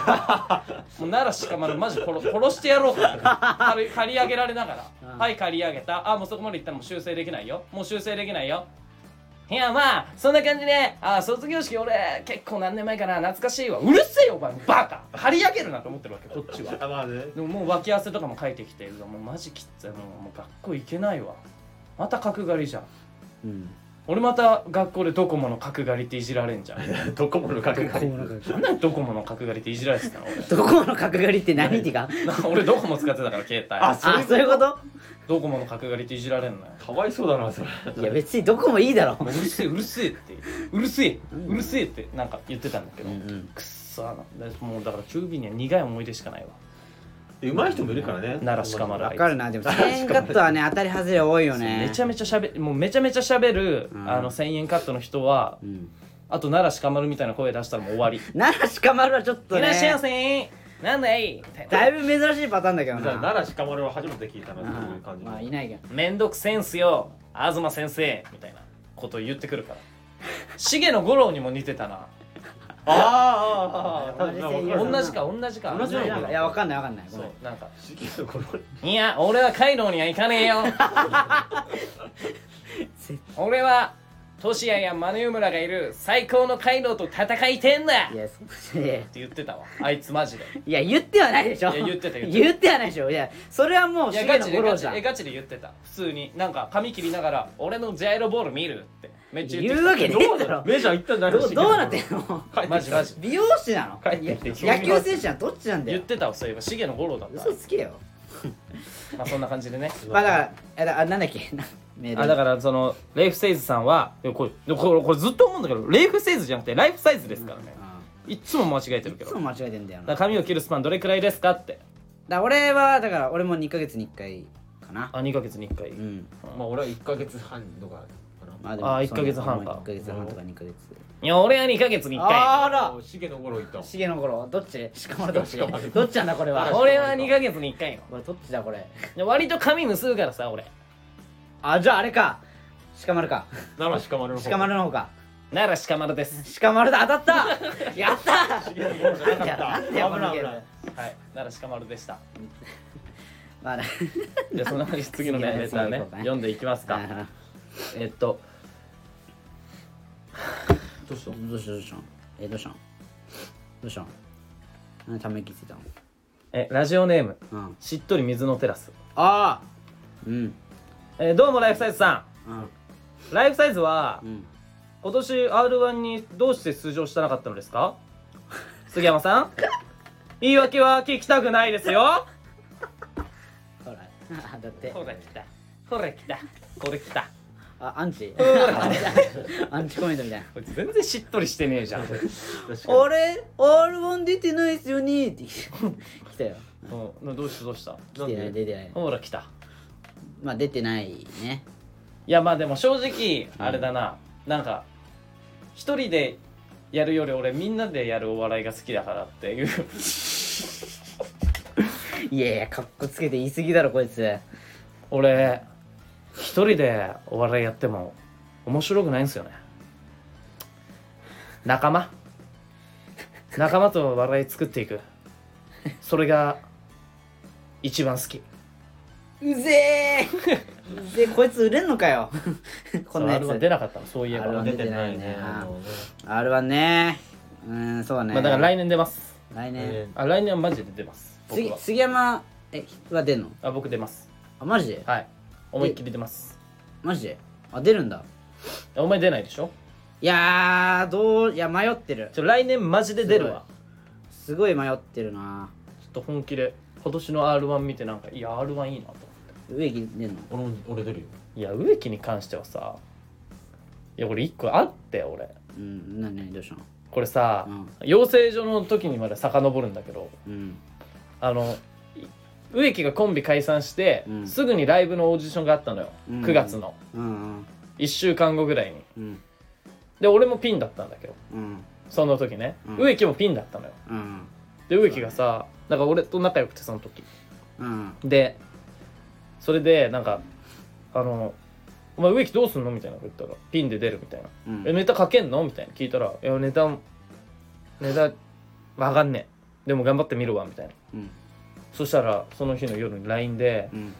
[SPEAKER 1] もうならしかまる、マジ殺殺してやろうかな。借り借り上げられながら。
[SPEAKER 2] うん
[SPEAKER 1] はい、借り上げた。あ、もうそこまで行ったらもう修正できないよ。もう修正できないよ。いやまあそんな感じであ卒業式俺結構何年前かな懐かしいわうるせえよお前バカ張り上げるなと思ってるわけこっちは
[SPEAKER 3] あまあね <laughs>
[SPEAKER 1] でももう脇汗とかも書いてきてるわもうマジきっついもうもう学校行けないわまた角刈りじゃん
[SPEAKER 2] うん
[SPEAKER 1] 俺また学校でドコモの角刈りっていじられんじゃん
[SPEAKER 3] ドコモの角刈り
[SPEAKER 1] なんだよドコモの角刈りっていじられてたの
[SPEAKER 2] どこの角刈りって何ってか
[SPEAKER 1] 俺俺ドコモ使ってたから携
[SPEAKER 3] あ
[SPEAKER 1] 帯
[SPEAKER 3] そ
[SPEAKER 2] あそういうこと
[SPEAKER 1] ドコモの角刈りっていじられんのよ
[SPEAKER 3] かわいそうだなそれ
[SPEAKER 2] いや別にどこもいいだろ
[SPEAKER 1] うるせえうるせえってうるせえうるせえってなんか言ってたんだけど、
[SPEAKER 2] ん
[SPEAKER 1] くっそなだもうだからキュービーには苦い思い出しかないわ
[SPEAKER 3] うまい人もいるからね
[SPEAKER 1] 奈良鹿丸
[SPEAKER 2] わかるなでも1000円カットはね当たり外れ多いよね
[SPEAKER 1] めちゃめちゃしゃべもうめちゃめちゃしゃべる、
[SPEAKER 2] うん
[SPEAKER 1] あの1000円カットの人は
[SPEAKER 2] うん
[SPEAKER 1] あと奈良鹿丸みたいな声出したらもう終わり
[SPEAKER 2] 奈良鹿丸はちょっと
[SPEAKER 1] いらっしゃいま
[SPEAKER 2] ね
[SPEAKER 1] せなんだいみたいな
[SPEAKER 2] だいぶ珍しいパターンだけど
[SPEAKER 3] じゃあ
[SPEAKER 2] な
[SPEAKER 3] 奈良鹿丸は初めて聞いたなそういう感
[SPEAKER 2] うん
[SPEAKER 3] じ
[SPEAKER 2] まあい
[SPEAKER 3] の
[SPEAKER 2] ないけど
[SPEAKER 1] めんどくせんすよ東先生みたいなことを言ってくるから重野五郎にも似てたな
[SPEAKER 3] あああああ
[SPEAKER 2] 同
[SPEAKER 3] あ
[SPEAKER 2] じ声優
[SPEAKER 1] 同
[SPEAKER 2] さん
[SPEAKER 1] じか同じか
[SPEAKER 3] 同じなの
[SPEAKER 1] か
[SPEAKER 3] か
[SPEAKER 2] いやわかんないわかんない
[SPEAKER 1] そ
[SPEAKER 2] ごめん
[SPEAKER 1] うなんか
[SPEAKER 3] 次のこの
[SPEAKER 1] いや俺はカイロには行かねえよ俺はトシヤやマネウムラがいる最高のカイロと戦いてんだっ
[SPEAKER 2] い
[SPEAKER 1] て
[SPEAKER 2] やそいや
[SPEAKER 1] 言ってたわあいつマジで
[SPEAKER 2] いや言ってはないでしょ
[SPEAKER 1] いや言ってた言
[SPEAKER 2] 言
[SPEAKER 1] っ
[SPEAKER 2] って
[SPEAKER 1] た
[SPEAKER 2] はないでしょいやそれはもう
[SPEAKER 1] いや
[SPEAKER 2] 重
[SPEAKER 1] ガ
[SPEAKER 2] 野
[SPEAKER 1] チ
[SPEAKER 2] 五
[SPEAKER 1] で
[SPEAKER 2] 郎
[SPEAKER 1] ガ
[SPEAKER 2] じ
[SPEAKER 1] チ
[SPEAKER 2] ゃん
[SPEAKER 1] でガチで言ってた普通になんか髪切りながら俺のジャイロボール見るってめっちゃ言って
[SPEAKER 2] 言うわけねえだろ
[SPEAKER 3] <laughs> メジャー行ったんじゃない
[SPEAKER 2] どうどうなってんの
[SPEAKER 1] たマジマジ
[SPEAKER 2] 美容師な
[SPEAKER 1] <laughs>
[SPEAKER 2] の
[SPEAKER 3] 帰ってきて
[SPEAKER 2] いや野球選手じゃんどっちなんだ
[SPEAKER 1] 言
[SPEAKER 2] よ
[SPEAKER 1] ってたわそういえば重野五郎だった
[SPEAKER 2] 嘘つけよ
[SPEAKER 1] まあそんな感じで <laughs> ね
[SPEAKER 2] まあだからえだあなんだっけな <laughs> メール
[SPEAKER 1] あだからそのレイフセイズさんはでもこれでもこれこれずっと思うんだけどレイフセイズじゃなくてライフサイズですからね、いっつも間違えてる
[SPEAKER 2] うんい
[SPEAKER 1] けど
[SPEAKER 2] つも
[SPEAKER 1] だか
[SPEAKER 2] 間違えてんだよな
[SPEAKER 1] ら
[SPEAKER 2] だか
[SPEAKER 1] 髪を切るスパンどれくらいですかって
[SPEAKER 2] ら俺はだから俺も2ヶ月に1回かな
[SPEAKER 1] あ2ヶ月に1回、
[SPEAKER 2] うん
[SPEAKER 3] まあ俺は1ヶ月半とか
[SPEAKER 2] ま
[SPEAKER 3] あ
[SPEAKER 2] でも
[SPEAKER 1] あー1
[SPEAKER 2] その
[SPEAKER 1] ヶ月半か
[SPEAKER 2] 1ヶ月半とか2ヶ月
[SPEAKER 1] いや俺は2ヶ月に1回
[SPEAKER 2] あら
[SPEAKER 3] 重の頃行った
[SPEAKER 2] 重の頃どっちしかもどっち
[SPEAKER 3] しかも
[SPEAKER 2] どっちなんだこれは
[SPEAKER 3] あ
[SPEAKER 1] 俺は2ヶ月に1回よ
[SPEAKER 2] これどっちだこれ
[SPEAKER 1] で割と髪結ぶからさ俺
[SPEAKER 2] あじゃああれか鹿丸か
[SPEAKER 3] 奈良鹿丸の
[SPEAKER 2] 鹿丸の方か
[SPEAKER 1] ならしかまるです
[SPEAKER 2] 鹿丸だ <laughs> 当たったやった
[SPEAKER 3] 重の頃じゃなか
[SPEAKER 2] いや
[SPEAKER 3] った
[SPEAKER 2] なんでやっぱ抜
[SPEAKER 3] 危ない
[SPEAKER 2] ける
[SPEAKER 3] 危
[SPEAKER 1] <laughs>
[SPEAKER 3] ない
[SPEAKER 1] はいならしかまるでした
[SPEAKER 2] まあ
[SPEAKER 1] <laughs> じゃあその話次のねレターね読んでいきますか
[SPEAKER 2] あ
[SPEAKER 1] えっと
[SPEAKER 3] どうした
[SPEAKER 2] どうしたどうしたんえどうしたんどうしたん何ため息ついたの
[SPEAKER 1] えラジオネーム
[SPEAKER 2] うん
[SPEAKER 1] しっとり水のテラス、
[SPEAKER 2] ああうん
[SPEAKER 1] えーどうもライフサイズさ
[SPEAKER 2] うん
[SPEAKER 1] んライフサイズは
[SPEAKER 2] うん
[SPEAKER 1] 今年 r 1にどうして出場してなかったのです <laughs> か杉山さん言い訳は聞きたくないですよ
[SPEAKER 2] ほらだって
[SPEAKER 1] ほら来たほら来たこれ来た
[SPEAKER 2] あアンチ <laughs> アンチコメントみたいな
[SPEAKER 1] こいつ全然しっとりしてねえ <laughs> じゃん、う
[SPEAKER 3] 確かに
[SPEAKER 2] あれ R1 出てないっすよねって <laughs> 来たよ
[SPEAKER 1] ん、どうしたどうした
[SPEAKER 2] 来てない出てない
[SPEAKER 1] ほら来た
[SPEAKER 2] まあ出てないね
[SPEAKER 1] いやまあでも正直あれだな、なんか一人でやるより俺みんなでやるお笑いが好きだからっていう
[SPEAKER 2] いやいやかっこつけて言い過ぎだろこいつ
[SPEAKER 1] 俺一人でお笑いやっても面白くないんですよね仲間仲間と笑い作っていくそれが一番好き
[SPEAKER 2] うぜえうぜえこいつ売れんのかよ <laughs> こんなや
[SPEAKER 1] そう R1
[SPEAKER 2] つ
[SPEAKER 1] 出なかったのそういえば
[SPEAKER 2] R1
[SPEAKER 3] 出てない
[SPEAKER 2] 出てないね
[SPEAKER 3] ねあの
[SPEAKER 2] R1 ねうーんそうね
[SPEAKER 1] まあ、だから来年出ます
[SPEAKER 2] 来年
[SPEAKER 3] ね
[SPEAKER 1] あ来年はマジで出ます僕
[SPEAKER 2] 杉
[SPEAKER 1] は
[SPEAKER 2] 杉山えは出んの
[SPEAKER 1] あ僕出ます
[SPEAKER 2] あマジで
[SPEAKER 1] はい思いっきり出ます
[SPEAKER 2] マジであ出るんだ
[SPEAKER 1] お前出ないでしょ
[SPEAKER 2] いやーどういや迷ってる
[SPEAKER 1] ちょ来年マジで出るわ
[SPEAKER 2] すごい迷ってるな
[SPEAKER 1] ちょっと本気で今年の r 1見てなんかいや r 1いいなと思っ
[SPEAKER 2] 植木出んの
[SPEAKER 3] 俺も俺出るよ
[SPEAKER 1] ていや植木に関してはさいやこれ1個あって俺
[SPEAKER 2] うんなになにどうしたの
[SPEAKER 1] これさ、
[SPEAKER 2] うん
[SPEAKER 1] 養成所の時にまで遡るんだけど
[SPEAKER 2] うん
[SPEAKER 1] あのい植木がコンビ解散して、
[SPEAKER 2] うん
[SPEAKER 1] すぐにライブのオーディションがあったのよ、
[SPEAKER 2] うん
[SPEAKER 1] 9月の
[SPEAKER 2] うん
[SPEAKER 1] 1週間後ぐらいに
[SPEAKER 2] うん
[SPEAKER 1] で俺もピンだったんだけど
[SPEAKER 2] うん
[SPEAKER 1] その時ね、
[SPEAKER 2] うん
[SPEAKER 1] 植木もピンだったのよ
[SPEAKER 2] うん
[SPEAKER 1] で植木がさなんか俺と仲良くてその時
[SPEAKER 2] うん
[SPEAKER 1] でそれでなんか「あのお前植木どうすんの?」みたいなこと言ったら「ピンで出る」みたいな「
[SPEAKER 2] うん
[SPEAKER 1] えネタ書けんの?」みたいな聞いたら「いやネタネタわかんねえでも頑張ってみるわ」みたいな
[SPEAKER 2] うん
[SPEAKER 1] そしたらその日の夜に LINE で
[SPEAKER 2] うん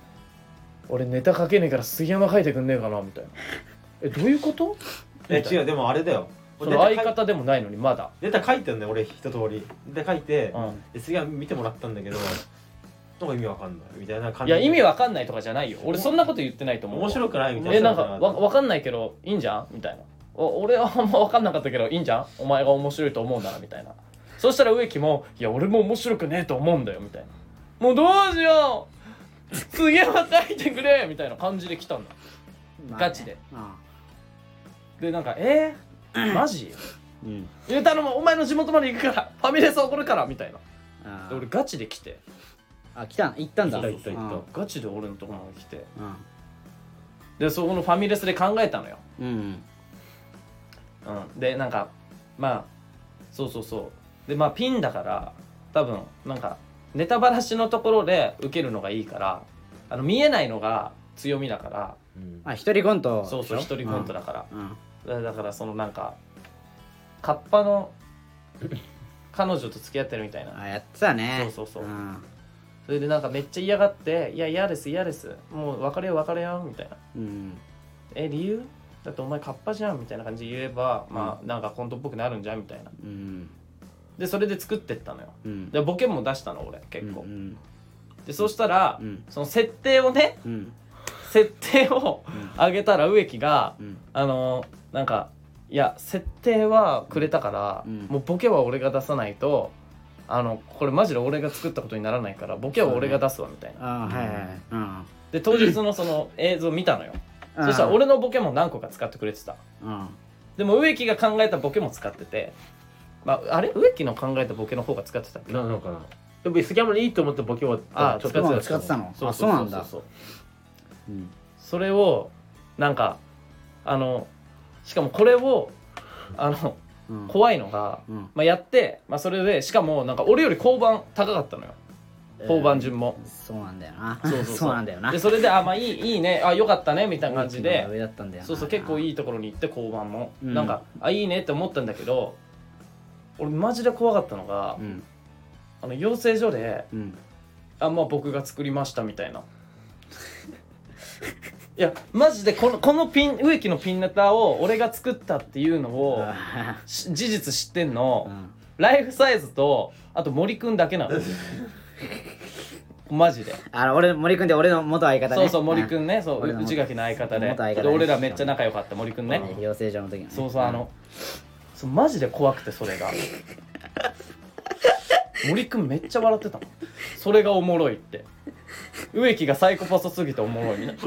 [SPEAKER 1] 「俺ネタ書けねえから杉山書いてくんねえかな」みたいな「えどういうこと?」
[SPEAKER 3] え
[SPEAKER 1] みたい
[SPEAKER 3] 違
[SPEAKER 1] な
[SPEAKER 3] うでもあれだよ
[SPEAKER 1] その相方でもないのにまだ
[SPEAKER 3] ネタ書いてんね俺一通りネタ書いて
[SPEAKER 1] うん
[SPEAKER 3] で次は見てもらったんだけどなんか意味わかんないみたいな
[SPEAKER 1] い
[SPEAKER 3] 感じ
[SPEAKER 1] や意味わかんないとかじゃないよ俺そんなこと言ってないと思う
[SPEAKER 3] 面白くないみたいな
[SPEAKER 1] えなんかわわかんないけどいいんじゃんみたいなお俺はあんま分かんなかったけどいいんじゃんお前が面白いと思うならみたいなそしたら植木も「いや俺も面白くねえと思うんだよ」みたいな「もうどうしようすげえ叩いてくれ!」みたいな感じで来たんだ
[SPEAKER 2] まあね
[SPEAKER 1] ガチで
[SPEAKER 2] あ
[SPEAKER 1] でなんか「えー、マジ
[SPEAKER 2] あうん
[SPEAKER 1] 言うたのもお前の地元まで行くからファミレス送るから」みたいな
[SPEAKER 2] あ
[SPEAKER 1] で
[SPEAKER 2] あ
[SPEAKER 1] 俺ガチで来て
[SPEAKER 2] あ来たん行ったんだ
[SPEAKER 3] 行った行った行っ
[SPEAKER 1] ガチで俺のとこまで来て
[SPEAKER 2] うん
[SPEAKER 1] でそこのファミレスで考えたのよ
[SPEAKER 2] うん
[SPEAKER 1] うん、でなんかまあそうそうそうでまあピンだから多分なんかネタばらしのところで受けるのがいいからあの見えないのが強みだから
[SPEAKER 3] うん
[SPEAKER 2] あ一人コント
[SPEAKER 1] そうそう一人コントだから、
[SPEAKER 2] うん
[SPEAKER 1] だだからそのなんかカッパの彼女と付き合ってるみたいな
[SPEAKER 2] あやってたね
[SPEAKER 1] そうそうそうんそれでなんかめっちゃ嫌がって「いや嫌です嫌ですもう別れよう別れよ」みたいな
[SPEAKER 2] うん
[SPEAKER 1] 「え理由だってお前カッパじゃん」みたいな感じで言えば、まあなんかコントっぽくなるんじゃんみたいな
[SPEAKER 2] うん
[SPEAKER 1] でそれで作ってったのよ
[SPEAKER 2] うん
[SPEAKER 1] でボケも出したの俺結構、
[SPEAKER 2] うん
[SPEAKER 1] でそしたら、
[SPEAKER 2] うん
[SPEAKER 1] その設定をね
[SPEAKER 2] うん
[SPEAKER 1] 設定を上げたら植木が、
[SPEAKER 2] うん
[SPEAKER 1] あのーなんかいや設定はくれたから、
[SPEAKER 2] うん
[SPEAKER 1] もうボケは俺が出さないとあのこれマジで俺が作ったことにならないからボケは俺が出すわみたいな、
[SPEAKER 2] ああはいはいはいうん
[SPEAKER 1] で当日のその映像見たのよ、
[SPEAKER 2] うん
[SPEAKER 1] そしたら俺のボケも何個か使ってくれてた
[SPEAKER 2] うん
[SPEAKER 1] でも植木が考えたボケも使ってて、まあ、あれ植木の考えたボケの方が使ってたっけ
[SPEAKER 3] ななのかなでも杉山にいいと思ったボケは
[SPEAKER 1] あ
[SPEAKER 3] ちょっとや
[SPEAKER 2] 使ってたの
[SPEAKER 1] そ
[SPEAKER 2] あ
[SPEAKER 1] う
[SPEAKER 2] そ
[SPEAKER 1] そうう
[SPEAKER 2] な
[SPEAKER 1] そ
[SPEAKER 2] ん
[SPEAKER 1] うそ
[SPEAKER 2] だ
[SPEAKER 1] うそう
[SPEAKER 2] うん
[SPEAKER 1] それをなんかあのしかもこれをあの
[SPEAKER 2] うん
[SPEAKER 1] 怖いのが、
[SPEAKER 2] うん
[SPEAKER 1] まあ、やって、まあ、それでしかもなんか俺より交番高かったのよ交番順も、
[SPEAKER 2] そうなんだよな
[SPEAKER 1] そうそうそう
[SPEAKER 2] <laughs> そうなんだよな
[SPEAKER 1] でそれであまあいいいいねあよかったねみたいな感じ
[SPEAKER 2] 大きいのが
[SPEAKER 1] で
[SPEAKER 2] 上だったんだよな
[SPEAKER 1] そうそう結構
[SPEAKER 2] い
[SPEAKER 1] いいところに行って交番も、
[SPEAKER 2] うん
[SPEAKER 1] なんかあいいねって思ったんだけど俺マジで怖かったのが、
[SPEAKER 2] うん
[SPEAKER 1] あの養成所で
[SPEAKER 2] うん
[SPEAKER 1] <laughs> あまあ僕が作りましたみたいないやマジでこのこのピン植木のピンネタを俺が作ったっていうのをし事実知ってんの、
[SPEAKER 2] うん
[SPEAKER 1] ライフサイズとあと森くんだけ
[SPEAKER 2] <laughs>
[SPEAKER 1] なのマジで、
[SPEAKER 2] あの俺森君で俺の元相方ね
[SPEAKER 1] そうそう森く
[SPEAKER 2] ん
[SPEAKER 1] んねそう
[SPEAKER 2] 俺の
[SPEAKER 1] う内垣の相方で
[SPEAKER 2] 元相方ね
[SPEAKER 1] で俺らめっちゃ仲良かった森くんね、
[SPEAKER 2] ね養成所の時のね
[SPEAKER 1] そうそうあのそうマジで怖くてそれが森くんめっちゃ笑ってたもんそれがおもろいって植木がサイコパスすぎておもろいみたい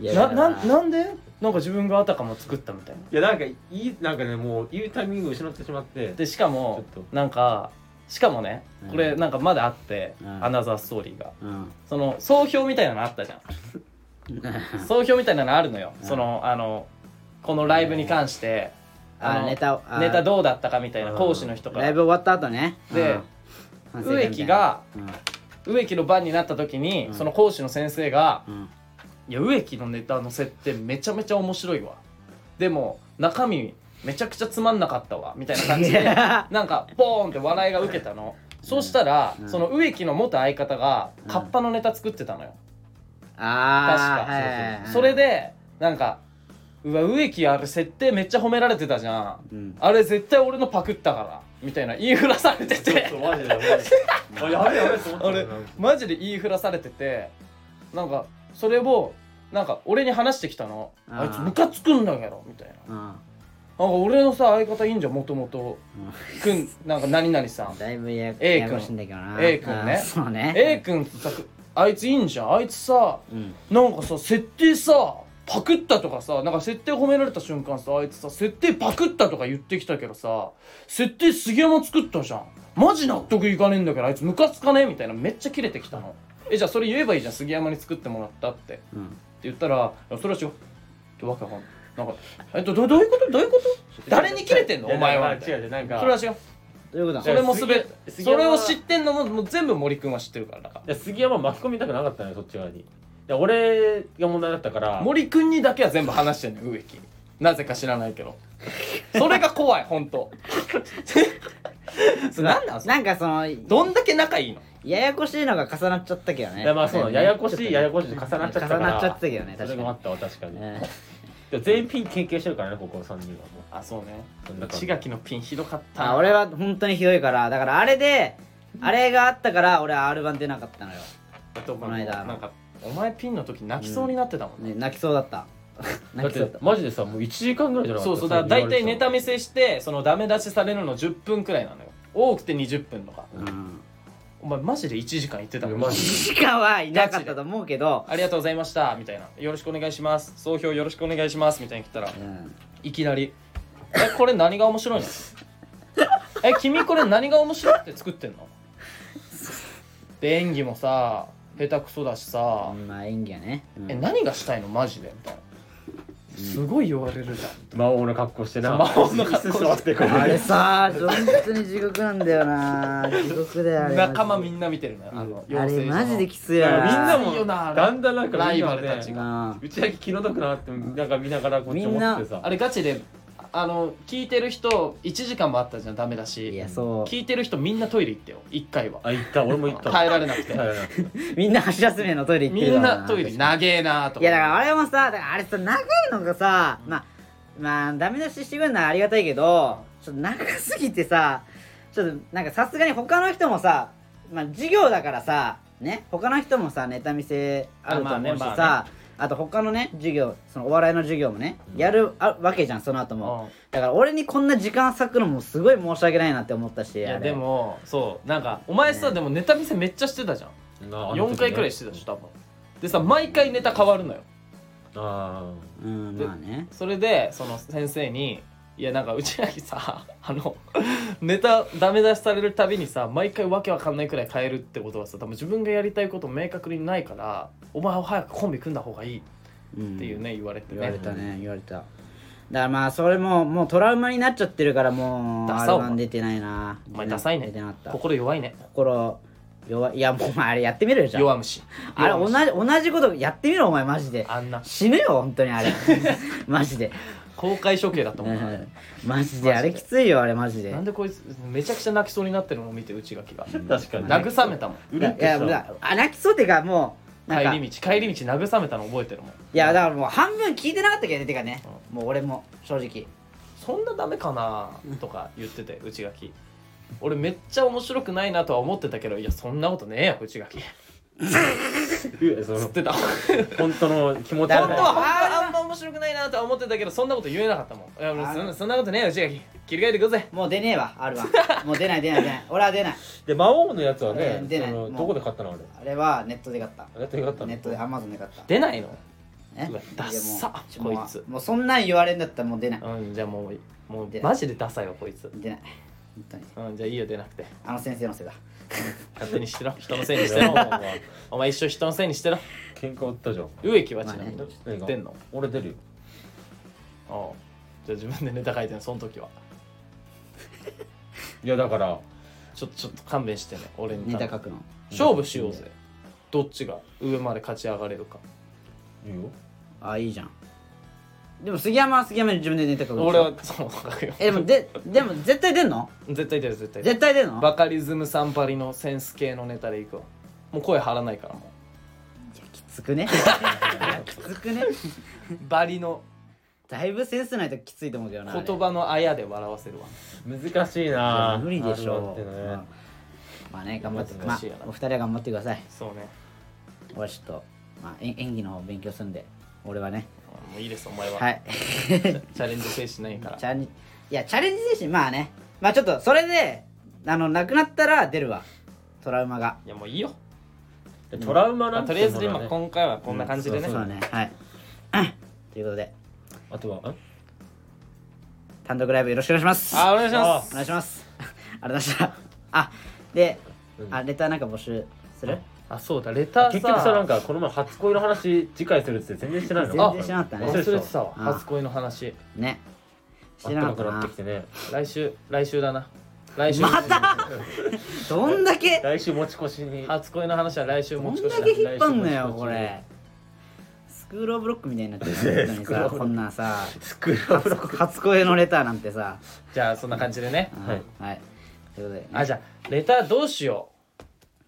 [SPEAKER 2] いや
[SPEAKER 1] な
[SPEAKER 2] だか
[SPEAKER 1] な
[SPEAKER 2] ら
[SPEAKER 1] ななんでなんか自分があたかも作ったみたいない
[SPEAKER 3] やなんかいいなんかねもう言うタイミングを失ってしまって
[SPEAKER 1] でしかも
[SPEAKER 3] ちょっ
[SPEAKER 1] なんかしかもねこれなんかまだあって、
[SPEAKER 2] うん
[SPEAKER 1] アナザーストーリーが
[SPEAKER 2] うん
[SPEAKER 1] その総評みたいなのあったじゃん総評みたいなのあるのよ、
[SPEAKER 2] うん
[SPEAKER 1] そのあのこのライブに関して、あ
[SPEAKER 2] あ
[SPEAKER 1] の
[SPEAKER 2] ネタをあ
[SPEAKER 1] ネタどうだったかみたいな
[SPEAKER 3] うん
[SPEAKER 1] 講師の人か
[SPEAKER 2] ラ
[SPEAKER 1] ら
[SPEAKER 2] イブ終わった後ね
[SPEAKER 1] で
[SPEAKER 2] うん
[SPEAKER 1] 植木が
[SPEAKER 2] 反省会みたい
[SPEAKER 1] 植木の番になった時に、
[SPEAKER 2] うん
[SPEAKER 1] その講師の先生が
[SPEAKER 2] なうん
[SPEAKER 1] 「
[SPEAKER 2] <laughs> うん
[SPEAKER 1] いや植木のネタの設定めちゃめちゃ面白いわ」でも中身めちゃくちゃつまんなかったわみたいな感じでなんかポーンって笑いが受けたの。そうしたら、
[SPEAKER 2] うん
[SPEAKER 1] その植木の元相方が
[SPEAKER 2] うん
[SPEAKER 1] カッパのネタ作ってたのよ、
[SPEAKER 2] ああ
[SPEAKER 1] 確か
[SPEAKER 2] はいはいはい
[SPEAKER 1] それでなんか「うわ植木あれ設定めっちゃ褒められてたじゃん
[SPEAKER 2] うん
[SPEAKER 1] あれ絶対俺のパクったから」みたいな言いふらされて
[SPEAKER 3] ちょ
[SPEAKER 1] て
[SPEAKER 3] っとマジでやばいあやべえやべえと思っ
[SPEAKER 1] <laughs>
[SPEAKER 3] た
[SPEAKER 1] あれマジで言いふらされててなんかそれをなんか俺に話してきたの
[SPEAKER 2] あ
[SPEAKER 1] あ
[SPEAKER 2] ー
[SPEAKER 1] いつムカつくんだけどみたいな
[SPEAKER 2] うん
[SPEAKER 1] なんか俺のさ相方いいんじゃんもともとくんなんか何々さん
[SPEAKER 2] だいぶや
[SPEAKER 1] A
[SPEAKER 2] ややこしいんだけどな
[SPEAKER 1] A 君ね
[SPEAKER 2] あーそうね
[SPEAKER 1] A 君とさあいついいんじゃんあいつさ
[SPEAKER 2] うん
[SPEAKER 1] なんかさ設定さパクったとかさなんか設定褒められた瞬間さあいつさ設定パクったとか言ってきたけどさ設定杉山作ったじゃんマジ納得いかねえんだけどあいつムカつかねえみたいなめっちゃキレてきたのえじゃあそれ言えばいいじゃん杉山に作ってもらったってって
[SPEAKER 2] うん
[SPEAKER 1] 言ったらいやそれは違うってわけわかんないなんかえっとどどういうことどういうこと誰にキレてんのお前はみたい
[SPEAKER 3] 違う違うなん
[SPEAKER 1] な
[SPEAKER 3] か
[SPEAKER 1] それは違う
[SPEAKER 2] どういうこと
[SPEAKER 1] それもすべ
[SPEAKER 3] 杉
[SPEAKER 1] それを
[SPEAKER 3] 山
[SPEAKER 1] 知ってんのももう全部森くんは知ってるからだか
[SPEAKER 3] いや杉山巻き込みたくなかったのよそっち側にいや俺が問題だったから
[SPEAKER 1] ら森くんにだけは全部話してんのよ植木なぜか知らないけどそれが <laughs> 怖い本当それなんなんそれ
[SPEAKER 2] なんかその
[SPEAKER 1] どんだけ仲いいの
[SPEAKER 2] ややこしいのが重なっちゃったけどね
[SPEAKER 3] いやまあそうなのややこしいやや
[SPEAKER 2] こ
[SPEAKER 3] こしいで重なっちゃったから
[SPEAKER 2] 重なっちゃったけどね
[SPEAKER 3] それがあったわ確か
[SPEAKER 2] し
[SPEAKER 3] に、
[SPEAKER 2] いね
[SPEAKER 3] でも全員ピン研究してるからねここ3人はも
[SPEAKER 1] あそうね
[SPEAKER 3] そんな感じ
[SPEAKER 1] 千垣のピンひどかったな
[SPEAKER 2] あ俺は本当にひどいからだからあれであれがあったから俺は R1 出なかったのよ、
[SPEAKER 1] だってお前
[SPEAKER 2] この間
[SPEAKER 1] なんかお前ピンの時泣きそうになってたもんね、
[SPEAKER 2] ね、泣きそうだった
[SPEAKER 3] うだ
[SPEAKER 2] 泣
[SPEAKER 3] っ
[SPEAKER 2] きそうだ
[SPEAKER 3] て
[SPEAKER 2] った
[SPEAKER 3] マジでさもう1時間ぐらいじゃなか
[SPEAKER 1] そ
[SPEAKER 3] っ
[SPEAKER 1] う
[SPEAKER 3] た
[SPEAKER 1] そうだから大体
[SPEAKER 3] い
[SPEAKER 1] ネタ見せしてそのダメ出しされるの10分くらいなのよ多くて20分とか
[SPEAKER 2] うん
[SPEAKER 1] お前マジで1時間言ってたもん
[SPEAKER 3] マジで
[SPEAKER 2] 時間はいなかったと思うけど、
[SPEAKER 1] ありがとうございましたみたいなよろしくお願いします総評よろしくお願いしますみたいに来たら
[SPEAKER 2] うん、
[SPEAKER 1] いきなり「えこれ何が面白いの? 」え君これ何が面白いって作ってんの?」で演技もさ下手くそだしさ
[SPEAKER 2] まあ演技やね、う
[SPEAKER 1] 「
[SPEAKER 2] ん
[SPEAKER 1] え何がしたいのマジで」みたいな。すごい言われるじ
[SPEAKER 3] 魔王の格好してな
[SPEAKER 1] 魔王の格好して
[SPEAKER 3] 椅子 <laughs> 座ってこう
[SPEAKER 2] あれさ本当に地獄なんだよな地獄だよ
[SPEAKER 1] ゃ
[SPEAKER 2] あ
[SPEAKER 1] ん
[SPEAKER 2] れ
[SPEAKER 1] 仲間み
[SPEAKER 2] なん
[SPEAKER 1] な見てるのよあの
[SPEAKER 2] あ
[SPEAKER 1] 養
[SPEAKER 2] れ
[SPEAKER 1] 成所
[SPEAKER 2] マジで
[SPEAKER 1] の
[SPEAKER 2] きつい
[SPEAKER 3] いや
[SPEAKER 2] わ
[SPEAKER 3] みんない
[SPEAKER 1] いよ
[SPEAKER 3] も
[SPEAKER 1] な
[SPEAKER 3] だんだんなんか
[SPEAKER 1] ライ
[SPEAKER 3] みん
[SPEAKER 1] バ
[SPEAKER 3] な
[SPEAKER 1] ルたち
[SPEAKER 3] ね
[SPEAKER 1] が
[SPEAKER 2] うん
[SPEAKER 3] 打ち上げ気の毒なってなんか見ながらこっち思ってさ
[SPEAKER 1] あれガチであの聞いてる人1時間もあったじゃんダメだし
[SPEAKER 2] いやそう
[SPEAKER 1] 聞いてる人みんなトイレ行ってよ1回は
[SPEAKER 3] あ行った俺も行った
[SPEAKER 1] 耐えられなくて
[SPEAKER 3] 耐えられなかった
[SPEAKER 2] みんな箸休めのトイレ行って
[SPEAKER 1] み
[SPEAKER 2] るわ
[SPEAKER 1] んなトイレ長えなと
[SPEAKER 2] いやだからあれもさだからあれさ長いのがさまあまあダメ出ししてくれるのはありがたいけどちょっと長すぎてさちょっとなんかさすがに他の人もさまあ授業だからさね他の人もさネタ見せあると思うし
[SPEAKER 1] あま
[SPEAKER 2] さ
[SPEAKER 1] あね
[SPEAKER 2] あ,、
[SPEAKER 1] ま
[SPEAKER 2] と他のね授業そのお笑いの授業もね
[SPEAKER 3] うん
[SPEAKER 2] やるあわけじゃんその後も、
[SPEAKER 1] うん
[SPEAKER 2] だから俺にこんな時間割くのもすごい申し訳ないなって思ったし
[SPEAKER 1] い
[SPEAKER 2] あ
[SPEAKER 1] や
[SPEAKER 2] れ
[SPEAKER 1] でもそうなんかお前さ、
[SPEAKER 2] ね
[SPEAKER 1] でもネタ見せめっちゃしてたじゃん
[SPEAKER 3] なあの時ね
[SPEAKER 1] 4回くらいしてたでしょ多分でさ毎回ネタ変わるのよ
[SPEAKER 3] あ
[SPEAKER 2] うんまあね
[SPEAKER 1] それでその先生に「いやなんかうちらにさ <laughs> あのネタダメ出しされるたびにさ毎回わけわかんないくらい変えるってことはさ多分自分がやりたいこと明確にないからお前は早くコンビ組んだ方がいい」
[SPEAKER 2] うん
[SPEAKER 1] っていうね言われて
[SPEAKER 2] 言われ
[SPEAKER 1] ね
[SPEAKER 2] たね言われただからまあそれももうトラウマになっちゃってるからもう
[SPEAKER 1] ダ
[SPEAKER 2] あ
[SPEAKER 1] サ
[SPEAKER 2] れ
[SPEAKER 1] お前
[SPEAKER 2] は出てないな
[SPEAKER 1] お前ダサいね
[SPEAKER 2] 出てなかった
[SPEAKER 1] 心弱いね
[SPEAKER 2] 心弱いいやもうお前あれやってみろよじゃあ
[SPEAKER 1] 弱虫
[SPEAKER 2] あれ
[SPEAKER 1] 弱
[SPEAKER 2] 同
[SPEAKER 1] 虫
[SPEAKER 2] じ同じことやってみろお前マジで
[SPEAKER 1] あんな
[SPEAKER 2] 死ぬよ本当に
[SPEAKER 1] <laughs>
[SPEAKER 2] あれマジで
[SPEAKER 1] 公開処刑だと
[SPEAKER 2] う
[SPEAKER 1] 思うなん
[SPEAKER 2] マジであれきついよあれマジで
[SPEAKER 1] なんでこいつめちゃくちゃ泣きそうになってるのを見て内垣が
[SPEAKER 3] あ確かに
[SPEAKER 1] 慰めたもん
[SPEAKER 2] い
[SPEAKER 3] うる
[SPEAKER 2] や
[SPEAKER 3] っ
[SPEAKER 2] い
[SPEAKER 3] てし
[SPEAKER 2] や
[SPEAKER 3] た
[SPEAKER 2] だあ泣きそうっていうかもうなんか
[SPEAKER 1] 帰り道帰り道慰めたの覚えてるもん
[SPEAKER 2] いやだからもう半分聞いてなかったけどねてかねもう俺も正直
[SPEAKER 1] そんなダメかなとか言ってて内垣俺めっちゃ面白くないなとは思ってたけどいやそんなことねえよ内垣
[SPEAKER 3] いやそ
[SPEAKER 1] つっ
[SPEAKER 3] の
[SPEAKER 2] <laughs>
[SPEAKER 1] てた
[SPEAKER 3] 本当の気持ち
[SPEAKER 2] だ
[SPEAKER 1] 本
[SPEAKER 2] か
[SPEAKER 1] 当
[SPEAKER 2] ら
[SPEAKER 1] は本当はあんま面白くないなとは思ってたけどそんなこと言えなかったもんいやもうそんそんなことねえよ内垣切り替えてください
[SPEAKER 2] もう出ねえわ R1 もう出ない出ない出ない俺は出ない
[SPEAKER 3] で魔王のやつはね
[SPEAKER 2] うん出
[SPEAKER 3] そ
[SPEAKER 2] ない
[SPEAKER 3] の
[SPEAKER 2] もう
[SPEAKER 3] どこで買ったのあれ
[SPEAKER 2] あれはネットで買った
[SPEAKER 3] あれって買ったの
[SPEAKER 2] ネットで Amazon で買った
[SPEAKER 1] 出ないの
[SPEAKER 2] え
[SPEAKER 1] うわダッサ
[SPEAKER 2] いやもう
[SPEAKER 1] こいつ
[SPEAKER 2] もうもうそんなん言われんだったらもう出ない
[SPEAKER 1] うんじゃあもうもう
[SPEAKER 2] で
[SPEAKER 1] マジでダサいわこいつ
[SPEAKER 2] 出ない本当に
[SPEAKER 1] うんじゃあいいよ出なくて
[SPEAKER 2] あの先生のせいだ
[SPEAKER 1] 勝手にしてろ <laughs> 人のせいにしてろお前お前一生人のせいにしてろ
[SPEAKER 3] 喧嘩売ったじゃん
[SPEAKER 1] 植木はちなみ
[SPEAKER 2] ま
[SPEAKER 1] に
[SPEAKER 2] あ
[SPEAKER 1] 出
[SPEAKER 3] 何が
[SPEAKER 1] んの
[SPEAKER 3] 俺出るよ
[SPEAKER 1] ああじゃあ自分でネタ書いてんその時はい
[SPEAKER 3] やだから
[SPEAKER 1] ちょっとちょっと勘弁してね俺に
[SPEAKER 2] ネタ書くの
[SPEAKER 1] 勝負しようぜどっちが上まで勝ち上がれるか
[SPEAKER 3] 言うよ
[SPEAKER 2] あいいじゃんでも杉山は杉山で自分でネタ書くでしょ
[SPEAKER 1] 俺はそう書くよ
[SPEAKER 2] えでもででも絶対出んの
[SPEAKER 1] 絶対出る絶対出
[SPEAKER 2] 絶
[SPEAKER 1] る
[SPEAKER 2] 対出んの
[SPEAKER 1] バカリズムさんばりのセンス系のネタでいくわもう声張らないからも <laughs>
[SPEAKER 2] きつくねきつくね
[SPEAKER 1] うバリの
[SPEAKER 2] だいぶセンスないときついと思うけどなあれ
[SPEAKER 1] 言葉のあやで笑わせるわ
[SPEAKER 3] 難しい
[SPEAKER 2] い
[SPEAKER 3] な
[SPEAKER 2] や無理でしょ
[SPEAKER 3] あるわってね
[SPEAKER 2] まあまあね頑張ってま
[SPEAKER 1] 難
[SPEAKER 2] あ
[SPEAKER 1] しいよな
[SPEAKER 2] お二人は頑張ってください
[SPEAKER 1] そうね
[SPEAKER 2] 俺はちょっと、まあ、え演技の方勉強するんで俺はね
[SPEAKER 1] もういいですお前は、
[SPEAKER 2] はい
[SPEAKER 1] チャレンジ精神ないから
[SPEAKER 2] チャレンジいやチャレンジ精神まあねまあちょっとそれであのなくなったら出るわトラウマが
[SPEAKER 1] いやもういいよ、
[SPEAKER 3] でトラウマ
[SPEAKER 1] ま
[SPEAKER 3] な
[SPEAKER 1] あ、
[SPEAKER 3] ん
[SPEAKER 1] と
[SPEAKER 3] て
[SPEAKER 1] りあえず
[SPEAKER 3] ものは
[SPEAKER 1] 今
[SPEAKER 3] ね
[SPEAKER 1] 今回はこんな感じでね、
[SPEAKER 2] そうだねはい <coughs> ということで
[SPEAKER 3] あとはん
[SPEAKER 2] 単独ライブよろしくお願いします
[SPEAKER 1] あお願いしま
[SPEAKER 2] お
[SPEAKER 1] す
[SPEAKER 2] 願いします <laughs> あれだしたあで
[SPEAKER 3] うん
[SPEAKER 2] あレターなんか募集する
[SPEAKER 1] あそうだレターさ
[SPEAKER 3] 結局さなんかこの前初恋の話次回するっつって全然してない
[SPEAKER 2] 全
[SPEAKER 3] の
[SPEAKER 2] 然してなかったね
[SPEAKER 3] 忘れ
[SPEAKER 1] 忘れ
[SPEAKER 3] て
[SPEAKER 1] て
[SPEAKER 3] た
[SPEAKER 1] たわ
[SPEAKER 2] うん
[SPEAKER 1] 初恋の話
[SPEAKER 2] ねし
[SPEAKER 3] あ
[SPEAKER 2] て
[SPEAKER 3] っ
[SPEAKER 2] なか
[SPEAKER 3] たか
[SPEAKER 2] った
[SPEAKER 3] く
[SPEAKER 2] な
[SPEAKER 3] なってきてね
[SPEAKER 1] 来週来週だな来週
[SPEAKER 2] またどんだけ
[SPEAKER 3] 来週持ち越しに <laughs>
[SPEAKER 1] 初恋の話は来週
[SPEAKER 2] ど
[SPEAKER 1] 持
[SPEAKER 2] ん
[SPEAKER 1] ち
[SPEAKER 2] だ
[SPEAKER 1] 越し
[SPEAKER 2] け
[SPEAKER 1] だ
[SPEAKER 2] 引っ張んのよこ
[SPEAKER 3] 来
[SPEAKER 2] れスクールオブロックみたいになってるのにさこんなさ
[SPEAKER 3] スクール
[SPEAKER 2] 初初恋のレターなんてさ
[SPEAKER 1] じゃあそんな感じでね
[SPEAKER 3] はい
[SPEAKER 2] うんはいということでね
[SPEAKER 1] あじゃあレターどうしよ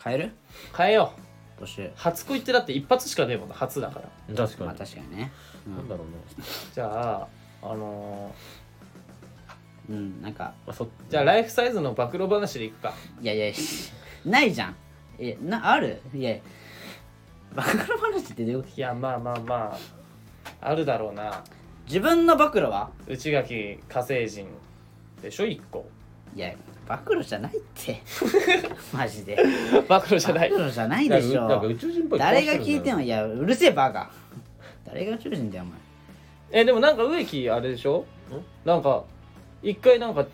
[SPEAKER 2] 変える
[SPEAKER 1] う変えよう
[SPEAKER 2] 募集
[SPEAKER 1] 初恋ってだって一発しか出るもんな初だから
[SPEAKER 3] 確か
[SPEAKER 2] まあ
[SPEAKER 3] に
[SPEAKER 2] 確かにね
[SPEAKER 3] なんだろうね
[SPEAKER 1] じゃああの
[SPEAKER 2] うんなんか
[SPEAKER 3] まあそ
[SPEAKER 1] ーじゃあライフサイズの暴露話でいくか
[SPEAKER 2] いやいや <laughs> ないじゃんえなあるいや暴露話ってどういうこと
[SPEAKER 1] いやまあまあまああるだろうな
[SPEAKER 2] 自分の暴露は
[SPEAKER 1] 内垣火星人でしょ1個 <laughs>
[SPEAKER 2] いや暴露じゃないって <laughs> マジで
[SPEAKER 1] 暴露じゃない
[SPEAKER 2] 暴露じゃない
[SPEAKER 3] な
[SPEAKER 2] で
[SPEAKER 3] ん
[SPEAKER 2] し
[SPEAKER 3] かなんか宇
[SPEAKER 2] ょ
[SPEAKER 3] 宙人っぽい顔
[SPEAKER 2] 誰
[SPEAKER 3] して
[SPEAKER 2] が
[SPEAKER 3] るんだよ
[SPEAKER 2] 聞いてもいやうるせえバカ誰が宇宙人だよお前
[SPEAKER 1] えでもなんか植木あれでしょなんか一回なんか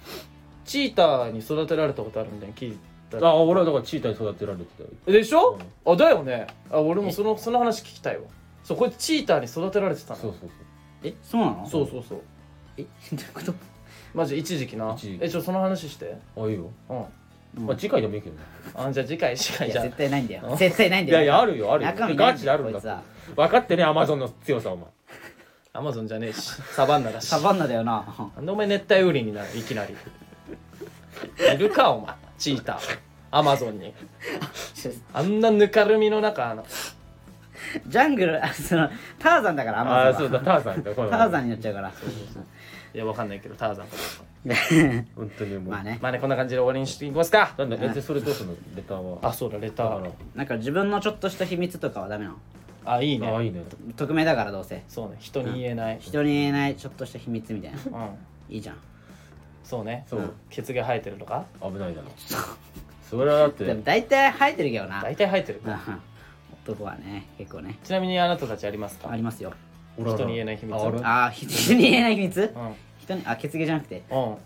[SPEAKER 1] チーターに育てられたことあるみたいに聞いた
[SPEAKER 3] あ俺はだからチーターに育てられてたよ
[SPEAKER 1] でしょ、あだよねあ俺もそのその話聞きたいわそうこれチーターに育てられてたの
[SPEAKER 3] そうそう
[SPEAKER 2] えそうなの
[SPEAKER 1] そうそうそう
[SPEAKER 2] えどういうこと
[SPEAKER 1] マジ一時期な
[SPEAKER 3] 一時期
[SPEAKER 1] えちょその話して
[SPEAKER 3] そうあいいよ
[SPEAKER 1] うん
[SPEAKER 3] まあ次回でもいいけどね
[SPEAKER 1] あじゃあ次回次回
[SPEAKER 2] い
[SPEAKER 1] じゃ
[SPEAKER 2] や
[SPEAKER 1] あ
[SPEAKER 2] 絶対ないんだよ絶対ないん
[SPEAKER 3] い
[SPEAKER 2] だよ
[SPEAKER 3] やいやあるよあるよ
[SPEAKER 2] 中身ない
[SPEAKER 3] ガ
[SPEAKER 2] ん
[SPEAKER 3] チで
[SPEAKER 2] だ
[SPEAKER 3] あ
[SPEAKER 2] よ
[SPEAKER 3] る
[SPEAKER 2] こい
[SPEAKER 3] んだ
[SPEAKER 2] つ
[SPEAKER 3] って
[SPEAKER 2] は
[SPEAKER 3] 分かってねアマゾンの強さお前
[SPEAKER 1] アマゾンじゃねえし <laughs> サバンナだし
[SPEAKER 2] サバンナだよな <laughs>
[SPEAKER 1] なんでお前熱帯雨林になるいきなりいるかお前チーターアマゾンにあんなぬかるみの中あの
[SPEAKER 2] ジャングルあそのターザンだからア
[SPEAKER 3] ああ
[SPEAKER 2] マ
[SPEAKER 3] ーそ
[SPEAKER 2] ゾ
[SPEAKER 3] う
[SPEAKER 2] ンは
[SPEAKER 3] だターザンだこ
[SPEAKER 2] タ
[SPEAKER 3] れ
[SPEAKER 2] ーザンになっちゃうから
[SPEAKER 1] いやわかんないけどターザンかどうか
[SPEAKER 3] 本当にもう
[SPEAKER 2] まあね <laughs>
[SPEAKER 1] まあねこんな感じで終わりにしていきますか
[SPEAKER 3] なんだえでそれどうするのレターは
[SPEAKER 1] あそうだレタ
[SPEAKER 3] だか
[SPEAKER 1] ー
[SPEAKER 2] なんか自分のちょっとした秘密とかはダメなの
[SPEAKER 1] あいい
[SPEAKER 3] らああ
[SPEAKER 1] ね
[SPEAKER 3] いいね
[SPEAKER 2] 匿名だからどうせ
[SPEAKER 1] そうね人に言えない
[SPEAKER 2] 人に言えないちょっとした秘密み <laughs> たいな
[SPEAKER 1] うん
[SPEAKER 2] いいじゃん
[SPEAKER 1] そうね
[SPEAKER 3] そう
[SPEAKER 1] 血が生えてるとか
[SPEAKER 3] 危ないだろそれはだっ
[SPEAKER 2] で
[SPEAKER 3] て
[SPEAKER 2] も大体生えてるけどな <laughs>
[SPEAKER 1] 大体生えてる
[SPEAKER 2] うん男はね結構ね
[SPEAKER 1] ちなみにあなたたちありますか
[SPEAKER 2] ありますよ
[SPEAKER 3] 俺は
[SPEAKER 1] 人に言えない秘密
[SPEAKER 3] あ俺
[SPEAKER 2] ああ <laughs> 人に言えない秘密
[SPEAKER 1] うん
[SPEAKER 2] 人にあ血毛じゃなくて
[SPEAKER 1] うん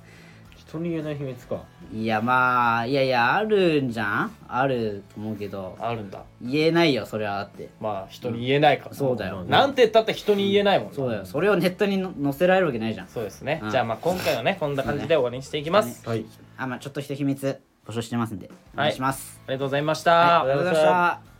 [SPEAKER 3] 人に言えない秘密か
[SPEAKER 2] いやまあいやいやあるんじゃんあると思うけど
[SPEAKER 1] あるんだ
[SPEAKER 2] 言えないよそれはだって
[SPEAKER 1] まあ人に言えないから
[SPEAKER 2] そうだよ
[SPEAKER 1] なんて言ったって人に言えないもんね
[SPEAKER 2] そうだよそれをネットにの載せられるわけないじゃん
[SPEAKER 1] そうですね
[SPEAKER 2] うん
[SPEAKER 1] じゃあまあ今回はねこんな感じで終わりにしていきます
[SPEAKER 3] はい
[SPEAKER 2] あまあちょっとした秘密募集してますんでお願いします、
[SPEAKER 1] ありがとうございました
[SPEAKER 2] はいありがとうございました